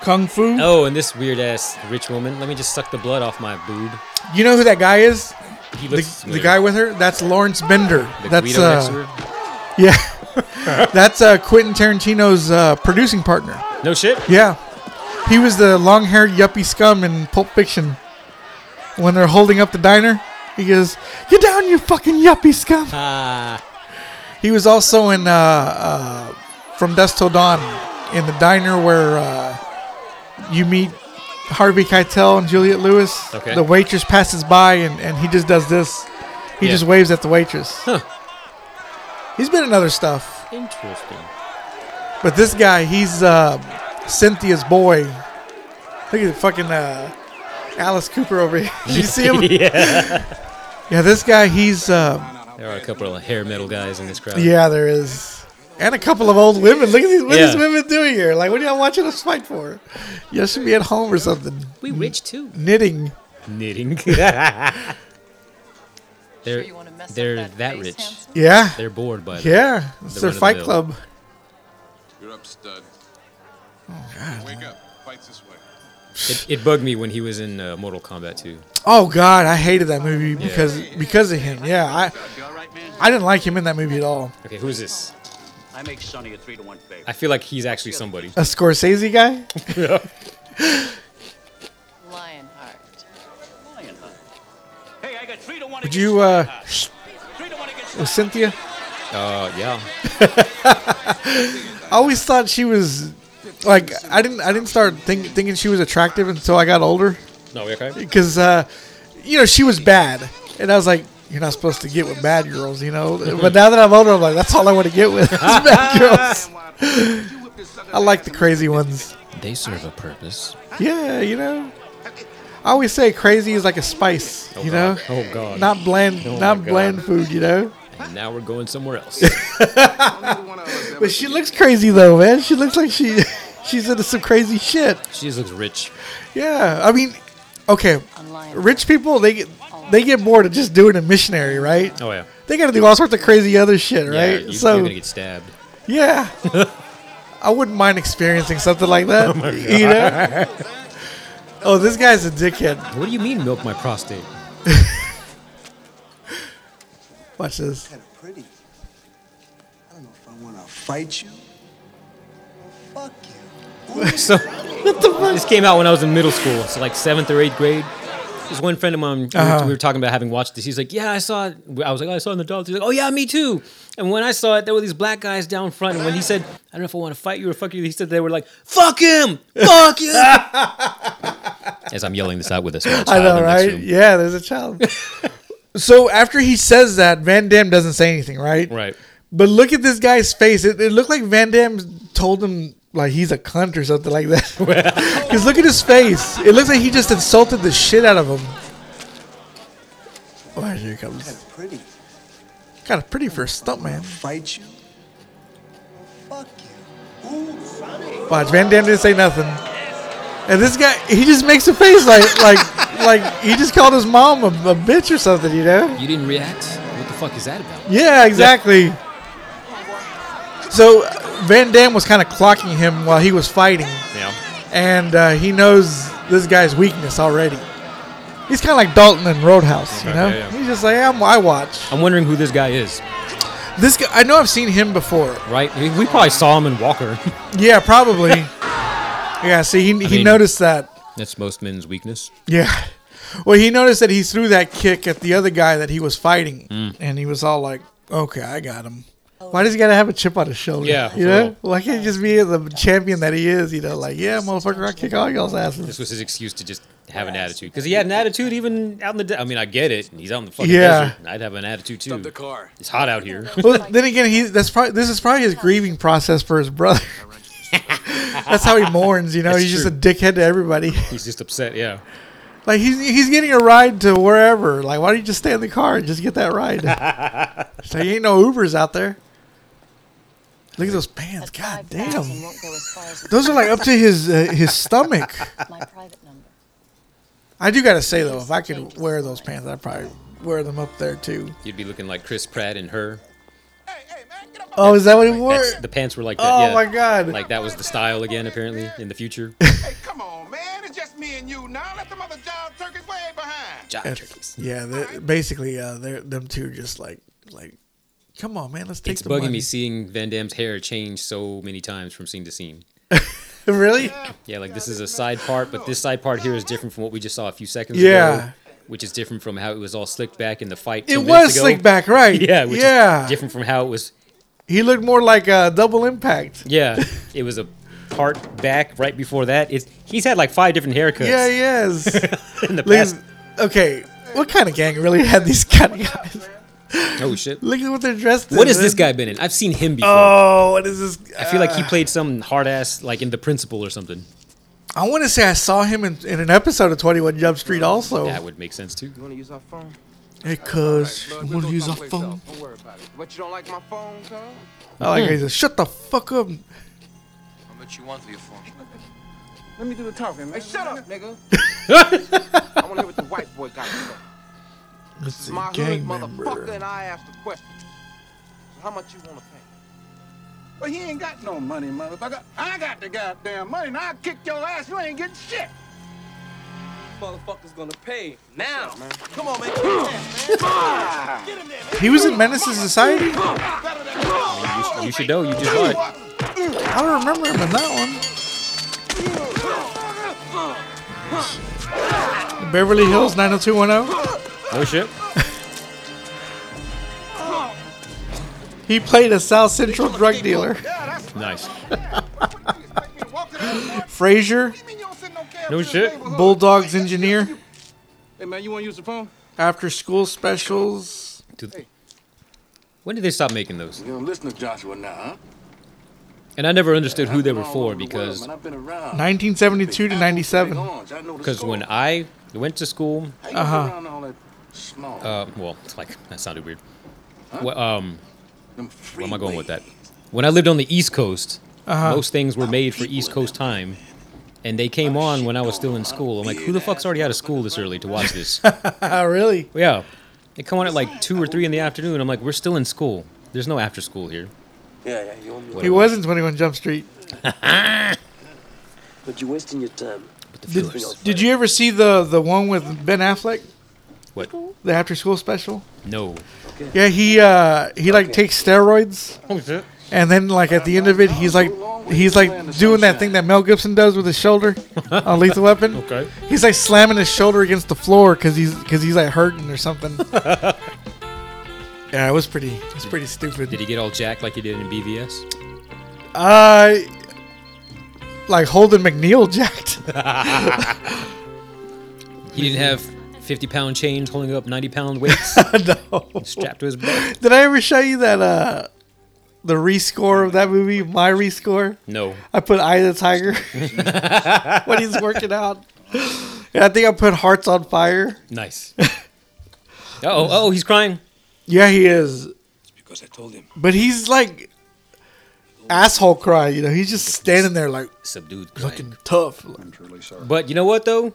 [SPEAKER 1] Kung Fu.
[SPEAKER 2] Oh, and this weird ass rich woman. Let me just suck the blood off my boob.
[SPEAKER 1] You know who that guy is?
[SPEAKER 2] He looks
[SPEAKER 1] The, the guy with her? That's uh, Lawrence Bender.
[SPEAKER 2] the
[SPEAKER 1] That's
[SPEAKER 2] Guido next to
[SPEAKER 1] uh,
[SPEAKER 2] her.
[SPEAKER 1] yeah. That's uh, Quentin Tarantino's uh, producing partner.
[SPEAKER 2] No shit.
[SPEAKER 1] Yeah, he was the long-haired yuppie scum in Pulp Fiction. When they're holding up the diner, he goes, "Get down, you fucking yuppie scum."
[SPEAKER 2] Ah,
[SPEAKER 1] He was also in uh, uh, From Dusk Till Dawn in the diner where uh, you meet Harvey Keitel and Juliet Lewis.
[SPEAKER 2] Okay.
[SPEAKER 1] The waitress passes by and, and he just does this. He
[SPEAKER 2] Yeah.
[SPEAKER 1] just waves at the waitress. He's been in other stuff,
[SPEAKER 2] Interesting.
[SPEAKER 1] but this guy, he's uh, Cynthia's boy. Look at the fucking uh, Alice Cooper over here. you see him?
[SPEAKER 2] yeah.
[SPEAKER 1] yeah, this guy, he's uh,
[SPEAKER 2] There are a couple of hair metal guys in this crowd.
[SPEAKER 1] Yeah, there is. And a couple of old women. Look at these, what
[SPEAKER 2] Yeah.
[SPEAKER 1] these women doing here. Like, what are y'all watching us fight for? Y'all should be at home or something.
[SPEAKER 2] We rich too.
[SPEAKER 1] Knitting.
[SPEAKER 2] Knitting. they're
[SPEAKER 5] Sure you wanna mess up
[SPEAKER 2] they're
[SPEAKER 5] that
[SPEAKER 2] that
[SPEAKER 5] face,
[SPEAKER 2] rich.
[SPEAKER 5] handsome?
[SPEAKER 1] Yeah.
[SPEAKER 2] They're bored by that.
[SPEAKER 1] Yeah. It's
[SPEAKER 2] The
[SPEAKER 1] their
[SPEAKER 2] run of the
[SPEAKER 1] fight
[SPEAKER 2] mill.
[SPEAKER 1] club.
[SPEAKER 6] You're up, stud. Wake up. Fights this way.
[SPEAKER 2] It, it bugged me when he was in uh, Mortal Kombat too.
[SPEAKER 1] Oh, God. I hated that movie because because of him. Yeah. I,
[SPEAKER 7] You all right, man?
[SPEAKER 1] I didn't like him in that movie at all.
[SPEAKER 2] Okay, who's this?
[SPEAKER 7] I make Sonny a three to one favor.
[SPEAKER 2] I feel like he's actually somebody.
[SPEAKER 1] A Scorsese guy?
[SPEAKER 5] Lionheart.
[SPEAKER 7] Lionheart. Hey, I got three to one.
[SPEAKER 1] Would
[SPEAKER 7] against
[SPEAKER 1] you, uh,
[SPEAKER 7] Lionheart. Three to one against
[SPEAKER 1] with
[SPEAKER 7] Lionheart.
[SPEAKER 1] Cynthia?
[SPEAKER 2] Uh, yeah.
[SPEAKER 1] I always thought she was. Like I didn't, I didn't start think, thinking she was attractive until I got older,
[SPEAKER 2] No, we okay.
[SPEAKER 1] because uh, you know she was bad, and I was like, you're not supposed to get with bad girls, you know. But now that I'm older, I'm like, that's all I want to get with is bad girls. I like the crazy ones.
[SPEAKER 2] They serve a purpose.
[SPEAKER 1] Yeah, you know. I always say crazy is like a spice, you know.
[SPEAKER 2] Oh god.
[SPEAKER 1] Not bland,
[SPEAKER 2] my
[SPEAKER 1] not
[SPEAKER 2] God.
[SPEAKER 1] bland food, you know.
[SPEAKER 2] And now we're going somewhere else.
[SPEAKER 1] But she looks crazy though, man. She looks like she she's into some crazy shit.
[SPEAKER 2] she just looks rich.
[SPEAKER 1] Yeah, I mean, okay,
[SPEAKER 5] On Lionheart.
[SPEAKER 1] rich people they get they get bored of just doing a missionary, right?
[SPEAKER 2] Oh yeah.
[SPEAKER 1] They got to do all sorts of crazy other shit,
[SPEAKER 2] Yeah,
[SPEAKER 1] right?
[SPEAKER 2] you,
[SPEAKER 1] so
[SPEAKER 2] you're gonna get stabbed.
[SPEAKER 1] yeah, I wouldn't mind experiencing something like
[SPEAKER 2] Oh
[SPEAKER 1] that. You know? oh, this guy's a dickhead.
[SPEAKER 2] What do you mean milk my prostate?
[SPEAKER 1] Watch this.
[SPEAKER 8] kind of pretty. I don't know if I want to fight you or fuck you.
[SPEAKER 2] So This came out when I was in middle school, so like seventh or eighth grade. There's one friend of mine. we were- We were talking about having watched this. He's like, "Yeah, I saw it." I was like, "I saw it in the dolls." He's like, "Oh yeah, me too." And when I saw it, there were these black guys down front. And when he said, "I don't know if I want to fight you or fuck you," he said they were like, "Fuck him, fuck you." As I'm yelling this out with a small child
[SPEAKER 1] I know,
[SPEAKER 2] in the next
[SPEAKER 1] right?
[SPEAKER 2] room.
[SPEAKER 1] Yeah, there's a child. so after he says that, Van Damme doesn't say anything, right?
[SPEAKER 2] Right.
[SPEAKER 1] But look at this guy's face. It, it looked like Van Damme told him like he's a cunt or something like that. Because look at his face. It looks like he just insulted the shit out of him. Oh, here he
[SPEAKER 8] Kind
[SPEAKER 1] comes.
[SPEAKER 8] of pretty.
[SPEAKER 1] Kind of pretty for a stuntman.
[SPEAKER 8] Fight you or fuck you.
[SPEAKER 1] Watch, Van Damme didn't say nothing. And this guy, he just makes a face like, like, like he just called his mom a, a bitch or something, you know?
[SPEAKER 2] You didn't react. What the fuck is that about?
[SPEAKER 1] Yeah, exactly. So Van Damme was kind of clocking him while he was fighting.
[SPEAKER 2] Yeah.
[SPEAKER 1] and uh, he knows this guy's weakness already. He's kind of like Dalton in Roadhouse, you
[SPEAKER 2] Okay,
[SPEAKER 1] know.
[SPEAKER 2] yeah, yeah.
[SPEAKER 1] He's just like I'm, I watch
[SPEAKER 2] I'm wondering who this guy is.
[SPEAKER 1] this guy. I know I've seen him before.
[SPEAKER 2] Right? We we probably saw him in Walker.
[SPEAKER 1] Yeah, probably. yeah, see, he, he
[SPEAKER 2] mean-
[SPEAKER 1] noticed that.
[SPEAKER 2] That's most men's weakness.
[SPEAKER 1] Yeah. Well, he noticed that he threw that kick at the other guy that he was fighting,
[SPEAKER 2] Mm.
[SPEAKER 1] and he was all like, "Okay, I got him." Why does he gotta have a chip on his shoulder?
[SPEAKER 2] Yeah,
[SPEAKER 1] you
[SPEAKER 2] for
[SPEAKER 1] know,
[SPEAKER 2] real.
[SPEAKER 1] why can't he just be the champion that he is? You know, like, yeah, motherfucker, I kick all y'all's asses.
[SPEAKER 2] This was his excuse to just have an attitude because he had an attitude even out in the. De- I mean, I get it. He's out in the fucking
[SPEAKER 1] Yeah.
[SPEAKER 2] desert. I'd have an attitude too.
[SPEAKER 6] Stop the car.
[SPEAKER 2] It's hot out here.
[SPEAKER 1] well, oh, then again, he that's probably this is probably his grieving process for his brother. that's how he mourns. You know,
[SPEAKER 2] That's
[SPEAKER 1] he's
[SPEAKER 2] true.
[SPEAKER 1] just a dickhead to everybody.
[SPEAKER 2] He's just upset. Yeah.
[SPEAKER 1] Like he's he's getting a ride to wherever. Like, why don't you just stay in the car and just get that ride? so ain't no Ubers out there. Look at those pants. God
[SPEAKER 5] Five thousand
[SPEAKER 1] damn.
[SPEAKER 5] won't go as far as the-
[SPEAKER 1] Those are like up to his uh, his stomach.
[SPEAKER 5] my private number.
[SPEAKER 1] I do gotta say though, if I could wear those pants, I'd probably wear them up there too.
[SPEAKER 2] You'd be looking like Chris Pratt and her.
[SPEAKER 1] Oh, is that what he wore?
[SPEAKER 2] That's, the pants were like that.
[SPEAKER 1] Oh
[SPEAKER 2] yeah.
[SPEAKER 1] my god.
[SPEAKER 2] Like that was the style again, apparently, in the future.
[SPEAKER 6] Hey, come on, man. It's just me and you now. Let the mother job turkeys way behind.
[SPEAKER 2] Job
[SPEAKER 1] It's-
[SPEAKER 2] turkeys.
[SPEAKER 1] Yeah, they're, basically, uh, they're them two just like like Come on, man. Let's take
[SPEAKER 2] It's
[SPEAKER 1] the
[SPEAKER 2] bugging
[SPEAKER 1] money.
[SPEAKER 2] me seeing Van Damme's hair change so many times from scene to scene.
[SPEAKER 1] really?
[SPEAKER 2] Yeah, like this is a side part, but this side part here is different from what we just saw a few seconds
[SPEAKER 1] Yeah.
[SPEAKER 2] ago. Which is different from how it was all slicked back in the fight.
[SPEAKER 1] It
[SPEAKER 2] 10 minutes
[SPEAKER 1] was
[SPEAKER 2] ago.
[SPEAKER 1] slick back, right?
[SPEAKER 2] Yeah, which
[SPEAKER 1] yeah.
[SPEAKER 2] is different from how it was.
[SPEAKER 1] He looked more like a double impact.
[SPEAKER 2] Yeah, it was a part back right before that. It's he's had like five different haircuts
[SPEAKER 1] Yeah, he is.
[SPEAKER 2] in the
[SPEAKER 1] Look
[SPEAKER 2] past.
[SPEAKER 1] at- okay, what kind of gang really had these kind of guys?
[SPEAKER 2] Oh shit!
[SPEAKER 1] Look at what they're dressed in.
[SPEAKER 2] What has this
[SPEAKER 1] man.
[SPEAKER 2] guy been in? I've seen him before.
[SPEAKER 1] Oh, what is this?
[SPEAKER 2] I feel like he played some hard ass like in The Principal or something.
[SPEAKER 1] I want to say I saw him in, in an episode of 21 Jump Street also.
[SPEAKER 2] That would make sense too.
[SPEAKER 6] You want to use our phone?
[SPEAKER 1] Hey, cuz, I'm going to use a phone. Oh,
[SPEAKER 6] Don't worry about it. What, you don't like my phone, huh?
[SPEAKER 1] I like how he says, shut the fuck up.
[SPEAKER 4] How much you want for your phone?
[SPEAKER 9] Let me do the talking, man.
[SPEAKER 6] Hey, shut up, nigga. I want to hear what the white boy got to say.
[SPEAKER 1] It's
[SPEAKER 6] My
[SPEAKER 1] a
[SPEAKER 6] hood,
[SPEAKER 1] gang
[SPEAKER 6] motherfucker,
[SPEAKER 1] member.
[SPEAKER 6] and I asked a question. So how much you want to pay?
[SPEAKER 3] Well, he ain't got no money, motherfucker. I got the goddamn money, and I'll kick your ass. You ain't getting shit.
[SPEAKER 6] Motherfucker's gonna pay now. Come on, man.
[SPEAKER 1] He was in Menace's Society?
[SPEAKER 2] You, sh- you should know. You just saw it.
[SPEAKER 1] I don't remember him in that one. Beverly Hills 90210?
[SPEAKER 2] No shit.
[SPEAKER 1] He played a South Central drug dealer.
[SPEAKER 2] Nice.
[SPEAKER 1] Frasier,
[SPEAKER 2] No shit.
[SPEAKER 1] Bulldogs engineer,
[SPEAKER 6] Hey, man, you want to use the phone?
[SPEAKER 1] after school specials.
[SPEAKER 2] Do- When did they stop making those?
[SPEAKER 4] You don't listen to Joshua now, huh?
[SPEAKER 2] And I never understood who they were for because
[SPEAKER 4] I've been around.
[SPEAKER 1] 1972 to 97.
[SPEAKER 2] because when I went to school,
[SPEAKER 1] Uh-huh.
[SPEAKER 2] uh, well, it's like that sounded weird. Well, um, where am I going with that? When I lived on the East Coast, most things were made for East Coast time, and they came on when I was still in school. I'm like, who the fuck's already out of school this early to watch this?
[SPEAKER 1] Oh, really?
[SPEAKER 2] yeah, they come on at like two or three in the afternoon. I'm like, we're still in school. There's no after school here.
[SPEAKER 4] Yeah, yeah, you want me
[SPEAKER 1] He was in 21 Jump Street.
[SPEAKER 4] But you're wasting your time.
[SPEAKER 2] The
[SPEAKER 1] Did,
[SPEAKER 2] fillers.
[SPEAKER 1] did you ever see the, the one with Ben Affleck?
[SPEAKER 2] What?
[SPEAKER 1] The after school special?
[SPEAKER 2] No.
[SPEAKER 1] Yeah, he uh he like takes steroids and then like at the end of it he's like he's like doing that thing that Mel Gibson does with his shoulder on Lethal Weapon.
[SPEAKER 2] Okay.
[SPEAKER 1] He's like slamming his shoulder against the floor cuz he's cuz he's like hurting or something. yeah, it was pretty it was pretty stupid.
[SPEAKER 2] Did he get all jacked like he did in BVS?
[SPEAKER 1] Uh, like Holden McNeil jacked.
[SPEAKER 2] He didn't have 50 pound chains holding up 90 pound weights
[SPEAKER 1] no.
[SPEAKER 2] strapped to his butt.
[SPEAKER 1] Did I ever show you that uh the rescore of that movie, my rescore?
[SPEAKER 2] No.
[SPEAKER 1] I put Eye of the Tiger when he's working out. And I think I put Hearts on Fire.
[SPEAKER 2] Nice. Oh, oh, he's crying.
[SPEAKER 1] Yeah, he is.
[SPEAKER 4] Because I told him.
[SPEAKER 1] But he's like asshole cry, you know. He's just standing there like
[SPEAKER 2] Subdued crying.
[SPEAKER 1] looking tough.
[SPEAKER 3] I'm truly sorry.
[SPEAKER 2] But you know what though?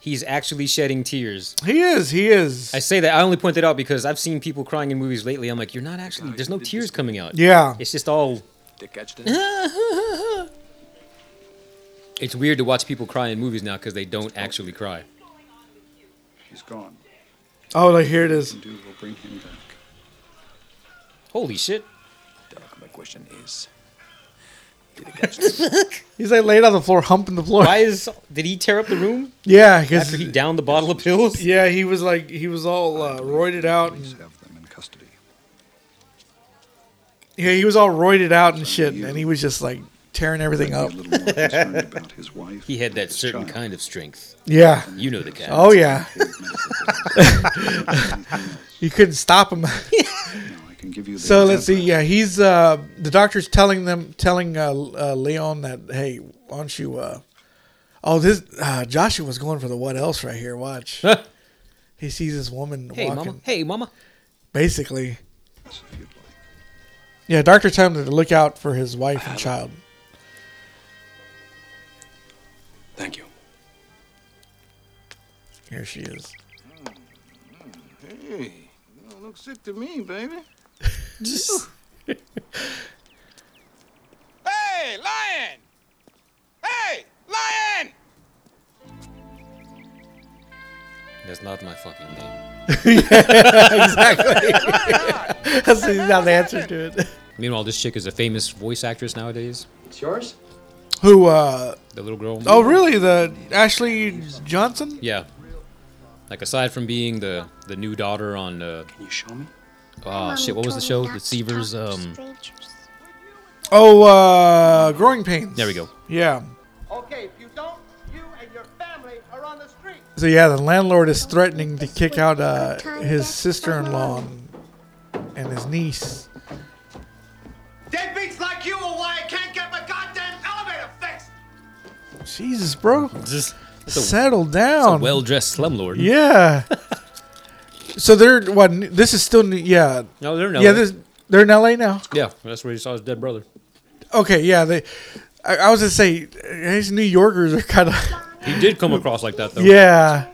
[SPEAKER 2] He's actually shedding tears.
[SPEAKER 1] He is, he is.
[SPEAKER 2] I say that I only point that out because I've seen people crying in movies lately. I'm like, you're not actually. There's no tears coming out.
[SPEAKER 1] yeah.
[SPEAKER 2] It's just all.
[SPEAKER 4] They catch that?
[SPEAKER 2] It's weird to watch people cry in movies now because they don't actually cry.
[SPEAKER 3] He's gone.
[SPEAKER 1] Oh, like here it is.
[SPEAKER 3] Dude will bring him back.
[SPEAKER 2] Holy shit!
[SPEAKER 4] Doc, my question is.
[SPEAKER 1] He's like laid on the floor, humping the floor.
[SPEAKER 2] Why is? Did he tear up the room
[SPEAKER 1] Yeah, because
[SPEAKER 2] after he downed the bottle of pills?
[SPEAKER 1] yeah, he was like he was all uh, roided out.
[SPEAKER 3] Please
[SPEAKER 1] And,
[SPEAKER 3] have them in custody.
[SPEAKER 1] yeah, he was all roided out and shit, and he was just like tearing everything
[SPEAKER 3] Be a
[SPEAKER 1] up.
[SPEAKER 3] little more concerned about his wife.
[SPEAKER 2] Oh. He had that
[SPEAKER 3] his
[SPEAKER 2] certain
[SPEAKER 3] child.
[SPEAKER 2] kind of strength.
[SPEAKER 1] Yeah.
[SPEAKER 2] You know the kind.
[SPEAKER 1] Oh yeah,
[SPEAKER 3] Paid medical bills. Anything else.
[SPEAKER 1] you couldn't stop him.
[SPEAKER 3] Now I can give you the
[SPEAKER 1] So let's see.
[SPEAKER 3] example.
[SPEAKER 1] Yeah, he's uh, the doctor's telling them, telling uh, uh, Leon that hey, why don't you? Uh, oh, this uh, Joshua's going for the what else right here. Watch. he sees this woman
[SPEAKER 2] Hey,
[SPEAKER 1] walking.
[SPEAKER 2] mama. Hey, mama.
[SPEAKER 1] Basically,
[SPEAKER 3] If you'd like.
[SPEAKER 1] yeah. Doctor telling him to look out for his wife and child.
[SPEAKER 4] Thank you.
[SPEAKER 1] Here she is.
[SPEAKER 4] Hey, you don't look sick to me, baby.
[SPEAKER 10] Hey, lion! Hey, lion!
[SPEAKER 11] That's not my fucking name.
[SPEAKER 1] exactly. That's not the answer to it.
[SPEAKER 11] Meanwhile, this chick is a famous voice actress nowadays.
[SPEAKER 4] It's yours?
[SPEAKER 1] Who? uh
[SPEAKER 11] The little girl.
[SPEAKER 1] Oh, really? The Ashley Johnson?
[SPEAKER 11] Yeah. Like aside from being the the new daughter on uh,
[SPEAKER 4] Can you show me?
[SPEAKER 11] oh shit, what was the show? The Seavers. Um,
[SPEAKER 1] Oh, uh growing pains.
[SPEAKER 11] there we go.
[SPEAKER 1] Yeah.
[SPEAKER 3] Okay, if you don't, you and your family are on the street.
[SPEAKER 1] So yeah, the landlord is threatening to kick out uh, his sister-in-law and, and his niece.
[SPEAKER 3] Deadbeats like you are why I can't get my goddamn elevator fixed.
[SPEAKER 1] Jesus, bro,
[SPEAKER 11] Just
[SPEAKER 1] settle down.
[SPEAKER 11] well dressed slumlord.
[SPEAKER 1] yeah. so they're what? This is still New- yeah.
[SPEAKER 11] No, they're not.
[SPEAKER 1] Yeah, this they're in L.A. now.
[SPEAKER 11] yeah, that's where he saw his dead brother.
[SPEAKER 1] Okay, yeah. They, I, I was gonna say these New Yorkers are kind of
[SPEAKER 11] He did come across like that though.
[SPEAKER 1] yeah.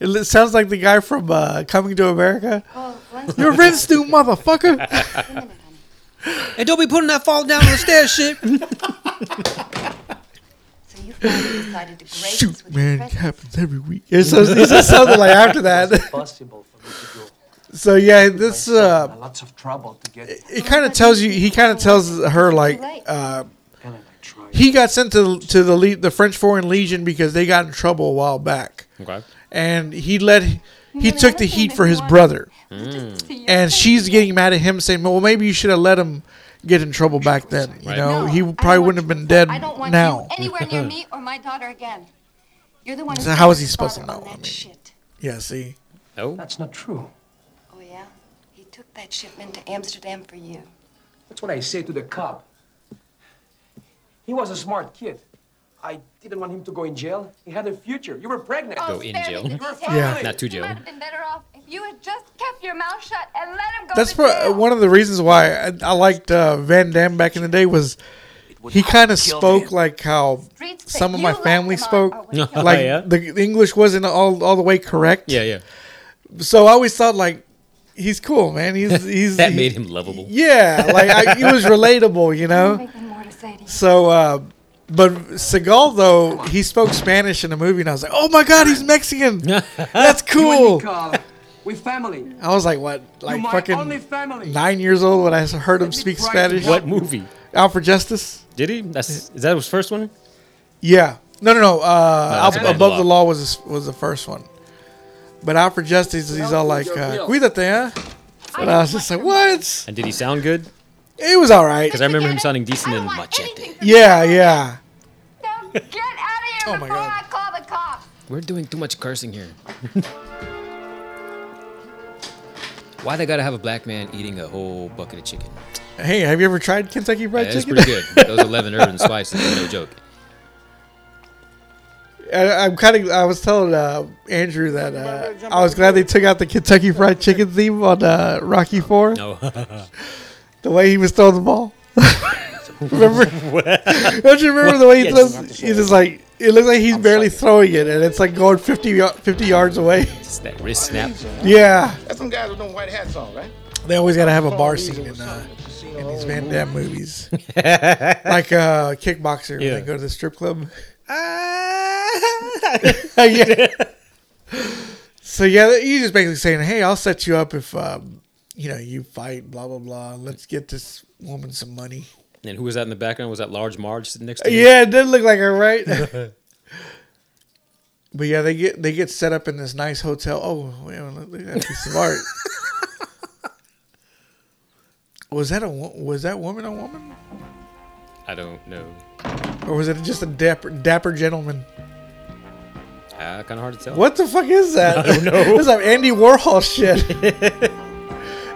[SPEAKER 1] It li- sounds like the guy from uh, Coming to America.
[SPEAKER 2] Oh, wait
[SPEAKER 1] Your rent's due, motherfucker.
[SPEAKER 2] a minute, honey.
[SPEAKER 11] And don't be putting that fall down on the stairs, shit.
[SPEAKER 2] So you finally decided to grace us
[SPEAKER 1] Shoot,
[SPEAKER 2] with your
[SPEAKER 1] man, it
[SPEAKER 2] presence.
[SPEAKER 1] happens every week. It's just, it's just something like after that.
[SPEAKER 4] Possible for me to
[SPEAKER 1] So yeah, this
[SPEAKER 4] go.
[SPEAKER 1] uh,
[SPEAKER 4] Lots of trouble to get it.
[SPEAKER 1] it kind of tells you. He kind of tells her like uh,
[SPEAKER 4] Can I try?
[SPEAKER 1] he got sent to to the Le- the French Foreign Legion because they got in trouble a while back,
[SPEAKER 11] Okay.
[SPEAKER 1] and he let he took the heat for his brother, Mm. and she's getting mad at him saying, "Well, maybe you should have let him get in trouble back then. You
[SPEAKER 11] Right.
[SPEAKER 1] know, he
[SPEAKER 5] I don't
[SPEAKER 1] probably
[SPEAKER 5] want
[SPEAKER 1] wouldn't have
[SPEAKER 5] you-
[SPEAKER 1] been dead
[SPEAKER 5] I don't want
[SPEAKER 1] now."
[SPEAKER 5] you anywhere near me or my daughter again. You're the one. who
[SPEAKER 1] So how is he
[SPEAKER 5] started
[SPEAKER 1] supposed to know?
[SPEAKER 5] on that
[SPEAKER 1] I mean-
[SPEAKER 5] shit.
[SPEAKER 1] Yeah, see,
[SPEAKER 11] Oh,
[SPEAKER 4] That's not true.
[SPEAKER 5] Oh yeah, he took that shipment to Amsterdam for you.
[SPEAKER 4] That's what I say to the cop. He was a smart kid. I didn't want him to go in jail. He had a future. You were pregnant.
[SPEAKER 5] Oh,
[SPEAKER 11] in
[SPEAKER 5] spare me
[SPEAKER 11] jail.
[SPEAKER 5] the
[SPEAKER 11] Yeah.
[SPEAKER 5] details.
[SPEAKER 11] not too
[SPEAKER 5] You might
[SPEAKER 11] jail.
[SPEAKER 5] have been better off if you had just kept your mouth shut and let him go.
[SPEAKER 1] that's
[SPEAKER 5] to
[SPEAKER 1] pro-
[SPEAKER 5] jail.
[SPEAKER 1] one of the reasons why I, I liked uh, Van Damme back in the day was he kind of spoke like how
[SPEAKER 5] Streets that
[SPEAKER 1] some of my
[SPEAKER 5] you left
[SPEAKER 1] family
[SPEAKER 5] him on
[SPEAKER 1] spoke.
[SPEAKER 5] are what
[SPEAKER 11] Oh,
[SPEAKER 5] killed
[SPEAKER 1] like
[SPEAKER 11] yeah?
[SPEAKER 1] the, the English wasn't all all the way correct.
[SPEAKER 11] yeah, yeah.
[SPEAKER 1] So I always thought like he's cool, man. He's he's
[SPEAKER 11] That
[SPEAKER 1] he-
[SPEAKER 11] made him lovable.
[SPEAKER 1] Yeah, like I, he was relatable, you
[SPEAKER 5] you.
[SPEAKER 1] know.
[SPEAKER 5] Nothing more to say to you.
[SPEAKER 1] So, uh, but Seagal though he spoke Spanish in the movie, and I was like, oh my god, he's Mexican. That's cool.
[SPEAKER 4] Carl, we family.
[SPEAKER 1] I was like, what, like
[SPEAKER 4] my only
[SPEAKER 1] fucking
[SPEAKER 4] family.
[SPEAKER 1] nine years old when I heard him
[SPEAKER 4] me
[SPEAKER 1] speak
[SPEAKER 4] try to
[SPEAKER 1] Spanish.
[SPEAKER 11] What movie?
[SPEAKER 1] Out for Justice?
[SPEAKER 11] Did he? That's is that his first one?
[SPEAKER 1] Yeah. No, no, no. Uh,
[SPEAKER 11] that's
[SPEAKER 1] Ab-
[SPEAKER 11] Above
[SPEAKER 1] above
[SPEAKER 11] the
[SPEAKER 1] the
[SPEAKER 11] Law.
[SPEAKER 1] law was was the first one. But out for justice, he's all like, uh, "Cuídate," huh? And I was just like, "What?"
[SPEAKER 11] And did he sound good?
[SPEAKER 1] It was all right.
[SPEAKER 11] Because I remember him
[SPEAKER 5] Forget it.
[SPEAKER 11] sounding
[SPEAKER 5] I
[SPEAKER 11] decent
[SPEAKER 5] don't
[SPEAKER 11] in
[SPEAKER 5] want
[SPEAKER 11] Machete.
[SPEAKER 5] anything from
[SPEAKER 1] Yeah, yeah.
[SPEAKER 5] you. Now get out of here
[SPEAKER 1] Oh, my
[SPEAKER 5] before
[SPEAKER 1] God.
[SPEAKER 5] I call the cops.
[SPEAKER 11] We're doing too much cursing here. Why they gotta have a black man eating a whole bucket of chicken?
[SPEAKER 1] Hey, have you ever tried Kentucky Fried
[SPEAKER 11] That's
[SPEAKER 1] Chicken?
[SPEAKER 11] pretty good. Those eleven urban spices, no joke.
[SPEAKER 1] I, I'm kind of. I was telling uh, Andrew that uh, I was glad they took out the Kentucky Fried Chicken theme on uh, Rocky Four.
[SPEAKER 11] No,
[SPEAKER 1] The way he was throwing the ball. remember? Don't you remember the way he
[SPEAKER 11] Yeah,
[SPEAKER 1] throws? He's just like. It looks like he's barely throwing it, and it's like going 50, y- 50 yards away.
[SPEAKER 11] it's that wrist snap.
[SPEAKER 1] yeah.
[SPEAKER 3] That's some guys with them white hats on, right?
[SPEAKER 1] They always gotta have a bar scene in, uh, in these Van Damme movies, like uh, Kickboxer when
[SPEAKER 11] Yeah.
[SPEAKER 1] they go to the strip club.
[SPEAKER 11] Ah.
[SPEAKER 1] yeah. So yeah, he's just basically saying, "Hey, I'll set you up if um, you know you fight, blah blah blah. Let's get this woman some money."
[SPEAKER 11] and who was that in the background? Was that Large Marge sitting next to you?
[SPEAKER 1] Yeah, it did look like her, right? but yeah, they get they get set up in this nice hotel. Oh, man, look look at that piece of art. Was that a wo- was that woman a woman?
[SPEAKER 11] I don't know.
[SPEAKER 1] Or was it just a dapper, dapper gentleman?
[SPEAKER 11] Ah, kind of hard to tell.
[SPEAKER 1] What the fuck is that? I don't know. it's like Andy Warhol shit.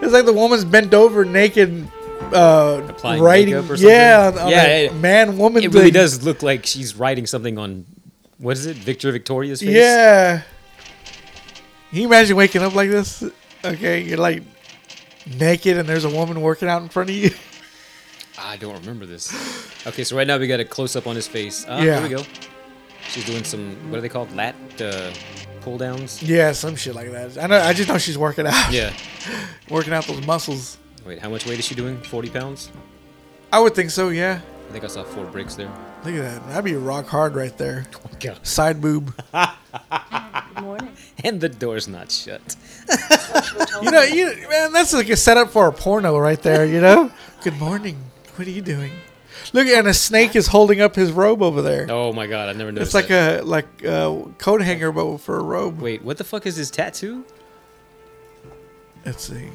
[SPEAKER 1] it's like the woman's bent over naked, uh,
[SPEAKER 11] Applying
[SPEAKER 1] writing.
[SPEAKER 11] makeup or
[SPEAKER 1] yeah,
[SPEAKER 11] something?
[SPEAKER 1] on, on
[SPEAKER 11] Yeah,
[SPEAKER 1] a
[SPEAKER 11] it-
[SPEAKER 1] man woman.
[SPEAKER 11] It really
[SPEAKER 1] thing.
[SPEAKER 11] does look like she's writing something on. What is it? Victor Victoria's face.
[SPEAKER 1] Yeah. Can you imagine waking up like this? Okay, you're like naked, and there's a woman working out in front of you.
[SPEAKER 11] Ah, I don't remember this. Okay, so right now we got a close up on his face. Ah,
[SPEAKER 1] Yeah.
[SPEAKER 11] Here we go. She's doing some. What are they called? Lat uh, pull downs.
[SPEAKER 1] yeah, some shit like that. I know. I just know she's working out.
[SPEAKER 11] Yeah.
[SPEAKER 1] working out those muscles.
[SPEAKER 11] Wait, how much weight is she doing? Forty pounds.
[SPEAKER 1] I would think so. Yeah.
[SPEAKER 11] I think I saw four bricks there.
[SPEAKER 1] Look at that. That'd be rock hard right there.
[SPEAKER 11] God.
[SPEAKER 1] Side boob.
[SPEAKER 2] Good morning.
[SPEAKER 11] and the door's not shut.
[SPEAKER 1] You know, you man, that's like a setup for a porno right there. You know. Good morning. What are you doing? Look, and a snake is holding up his robe over there.
[SPEAKER 11] Oh my god, I never noticed.
[SPEAKER 1] It's like
[SPEAKER 11] that.
[SPEAKER 1] a like a coat hanger, but for a robe.
[SPEAKER 11] wait. What the fuck is his tattoo?
[SPEAKER 1] Let's see.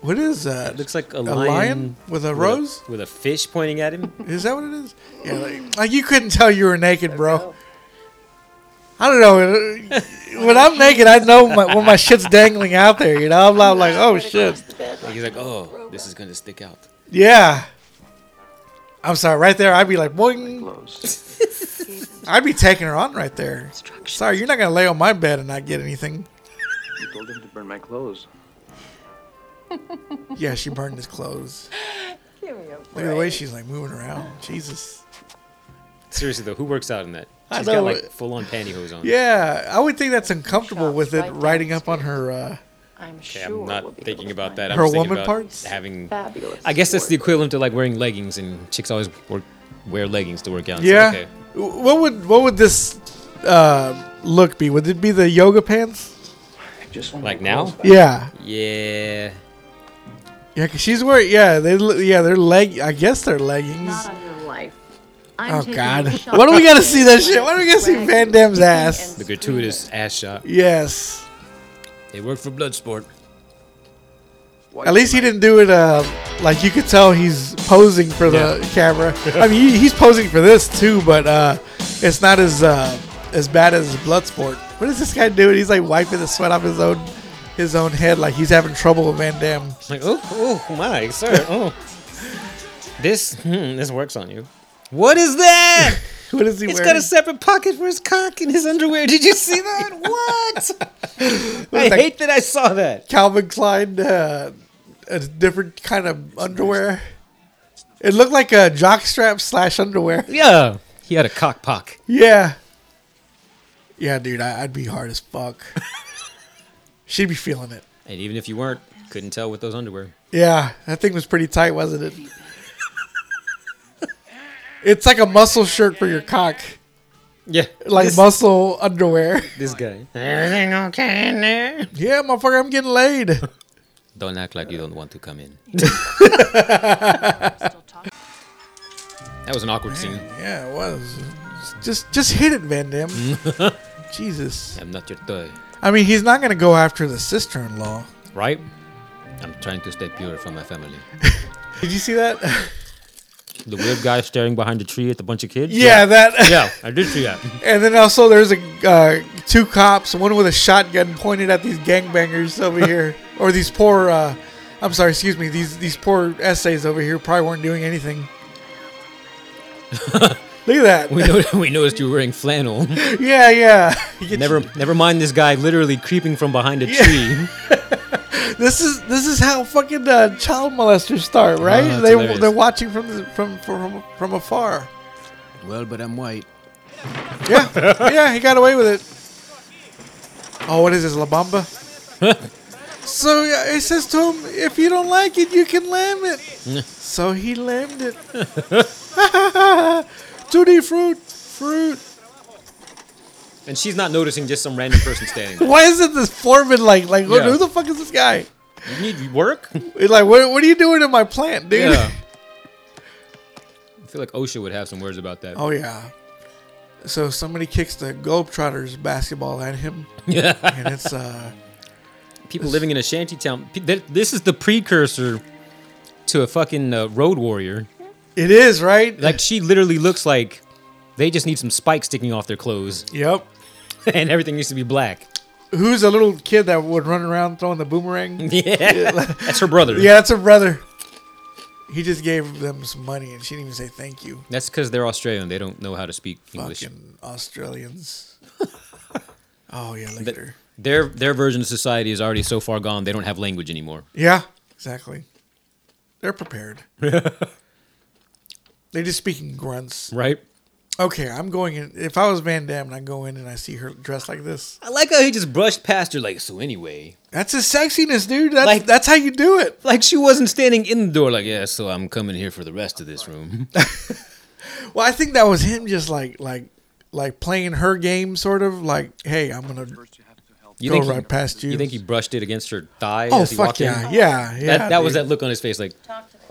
[SPEAKER 1] What is that?
[SPEAKER 11] It looks like a,
[SPEAKER 1] a
[SPEAKER 11] lion,
[SPEAKER 1] with a rose.
[SPEAKER 11] with a fish pointing at him.
[SPEAKER 1] Is that what it is? Yeah, like, like you couldn't tell you were naked, bro. I don't know. When I'm naked, I know my, when my shit's dangling out there. You know, I'm, I'm like, oh shit.
[SPEAKER 11] Like, he's like, oh, this is gonna stick out.
[SPEAKER 1] Yeah. I'm sorry. Right there, I'd be like, boing. I'd be taking her on right there. Sorry, you're not gonna lay on my bed and not get anything.
[SPEAKER 12] You told him to burn my clothes.
[SPEAKER 1] Yeah, she burned his clothes.
[SPEAKER 5] Give me a
[SPEAKER 1] Look at the way she's like moving around. Jesus.
[SPEAKER 11] Seriously though, who works out in that?
[SPEAKER 1] I
[SPEAKER 11] She's
[SPEAKER 1] know
[SPEAKER 11] got like
[SPEAKER 1] it.
[SPEAKER 11] full on pantyhose on.
[SPEAKER 1] Yeah, I would think that's uncomfortable
[SPEAKER 5] Shots
[SPEAKER 1] with it
[SPEAKER 5] right
[SPEAKER 1] riding up on her. Uh,
[SPEAKER 5] I'm
[SPEAKER 11] Okay,
[SPEAKER 5] sure.
[SPEAKER 11] I'm
[SPEAKER 5] we'll
[SPEAKER 11] not
[SPEAKER 5] be
[SPEAKER 11] thinking
[SPEAKER 5] able to
[SPEAKER 11] about
[SPEAKER 5] find
[SPEAKER 11] that.
[SPEAKER 5] a
[SPEAKER 11] I'm
[SPEAKER 1] Her
[SPEAKER 11] just thinking
[SPEAKER 1] woman
[SPEAKER 11] about
[SPEAKER 1] parts?
[SPEAKER 11] having.
[SPEAKER 5] Fabulous.
[SPEAKER 11] I guess that's the
[SPEAKER 5] wardrobe.
[SPEAKER 11] equivalent to like wearing leggings, and chicks always work, wear leggings to work out. It's
[SPEAKER 1] yeah.
[SPEAKER 11] like, okay.
[SPEAKER 1] W- What would what would this uh, look be? Would it be the yoga pants?
[SPEAKER 4] Just want
[SPEAKER 11] Like now?
[SPEAKER 1] Yeah.
[SPEAKER 11] Yeah.
[SPEAKER 1] Yeah, 'cause she's wearing. Yeah, they. l- Yeah, they're leg. I guess they're leggings.
[SPEAKER 5] Not on your life. I'm
[SPEAKER 1] Oh
[SPEAKER 5] taking
[SPEAKER 1] God!
[SPEAKER 5] a shot.
[SPEAKER 1] Why do we gotta see that shit? Why do we gotta see Van Damme's ass?
[SPEAKER 11] The gratuitous ass shot.
[SPEAKER 1] Yes.
[SPEAKER 11] They work for Bloodsport.
[SPEAKER 1] At least he didn't do it. Uh, like you could tell he's posing for the camera. I mean, he, he's posing for this too, but uh, it's not as uh, as bad as Bloodsport. What is this guy doing? He's like wiping the sweat off his own his own head, like he's having trouble with Van Damme.
[SPEAKER 11] Like, oh, oh my, sir. Oh. this, hmm, this works on you. What is that?
[SPEAKER 1] What is he
[SPEAKER 11] It's
[SPEAKER 1] wearing?
[SPEAKER 11] got a separate pocket for his cock in his underwear. Did you see that? What? I
[SPEAKER 1] like-
[SPEAKER 11] hate that I saw that.
[SPEAKER 1] Calvin Klein, uh, a different kind of underwear. It looked like a jockstrap slash underwear.
[SPEAKER 11] Yeah. He had a cock pock.
[SPEAKER 1] Yeah. Yeah, dude, I, I'd be hard as fuck. She'd be feeling it.
[SPEAKER 11] And even if you weren't, couldn't tell with those underwear.
[SPEAKER 1] Yeah, that thing was pretty tight, wasn't it? it's like a muscle shirt for your cock,
[SPEAKER 11] Yeah.
[SPEAKER 1] like
[SPEAKER 11] this,
[SPEAKER 1] muscle underwear.
[SPEAKER 11] this guy. Everything okay in there?
[SPEAKER 1] yeah, motherfucker, I'm getting laid.
[SPEAKER 11] Don't act like you don't want to come in. that was an awkward scene.
[SPEAKER 1] Yeah, it was. Just, just hit it, Van Damme. Jesus.
[SPEAKER 11] I'm not your toy.
[SPEAKER 1] I mean, he's not gonna go after the sister-in-law.
[SPEAKER 11] Right? I'm trying to stay pure from my family.
[SPEAKER 1] Did you see that?
[SPEAKER 11] The weird guy staring behind the tree at the bunch of kids?
[SPEAKER 1] yeah, that.
[SPEAKER 11] Yeah, I did see that.
[SPEAKER 1] And then also, there's a uh, two cops, one with a shotgun pointed at these gangbangers over here, or these poor. Uh, I'm sorry, excuse me. These these poor essays over here probably weren't doing anything. Look at
[SPEAKER 11] We,
[SPEAKER 1] that.
[SPEAKER 11] know, we noticed you were wearing flannel.
[SPEAKER 1] Yeah, yeah. You get-
[SPEAKER 11] Never never mind this guy literally creeping from behind a tree.
[SPEAKER 1] This is this is how fucking uh, child molesters start, right?
[SPEAKER 11] Oh, that's
[SPEAKER 1] they
[SPEAKER 11] hilarious.
[SPEAKER 1] they're watching from the, from from from afar.
[SPEAKER 11] Well, but I'm white.
[SPEAKER 1] Yeah, yeah, he got away with it. Oh, what is this, La Bamba? so yeah, it says to him, if you don't like it, you can lamb it. so he lammed it. Tutti fruit, fruit.
[SPEAKER 11] And she's not noticing just some random person standing there.
[SPEAKER 1] Why is it this foreman like, like,
[SPEAKER 11] Yeah.
[SPEAKER 1] who the fuck is this guy?
[SPEAKER 11] You need work?
[SPEAKER 1] It's like, what, what are you doing in my plant, dude?
[SPEAKER 11] Yeah. I feel like OSHA would have some words about that.
[SPEAKER 1] Oh yeah. So somebody kicks the Globetrotters basketball at him, and it's uh,
[SPEAKER 11] people living in a shanty town. Pe- th- This is the precursor to a fucking uh, road warrior.
[SPEAKER 1] it is right.
[SPEAKER 11] Like she literally looks like they just need some spikes sticking off their clothes,
[SPEAKER 1] yep.
[SPEAKER 11] and everything needs to be black.
[SPEAKER 1] Who's a little kid that would run around throwing the boomerang?
[SPEAKER 11] Yeah, that's her brother.
[SPEAKER 1] Yeah, that's her brother. He just gave them some money and she didn't even say thank you.
[SPEAKER 11] that's because they're Australian. They don't know how to speak English.
[SPEAKER 1] Fucking Australians. oh yeah, look at her.
[SPEAKER 11] Their their version of society is already so far gone. They don't have language anymore.
[SPEAKER 1] Yeah, exactly. They're prepared. They're just speaking grunts.
[SPEAKER 11] Right.
[SPEAKER 1] Okay, I'm going in. If I was Van Damme and I go in and I see her dressed like this,
[SPEAKER 11] I like how he just brushed past her. Like so. Anyway,
[SPEAKER 1] that's his sexiness, dude. That's,
[SPEAKER 11] Like-
[SPEAKER 1] that's how you do it.
[SPEAKER 11] like she wasn't standing in the door. Like yeah. So I'm coming here for the rest of this room.
[SPEAKER 1] Well, I think that was him just like like like playing her game, sort of like, hey, I'm gonna
[SPEAKER 12] First, you have to help
[SPEAKER 11] You
[SPEAKER 1] Go
[SPEAKER 11] think he-
[SPEAKER 1] right past you.
[SPEAKER 11] You think he brushed it against her thigh?
[SPEAKER 1] Oh
[SPEAKER 11] as he
[SPEAKER 1] fuck
[SPEAKER 11] walked in?
[SPEAKER 1] yeah, yeah, yeah.
[SPEAKER 11] that that was
[SPEAKER 1] dude.
[SPEAKER 11] that look on his face, like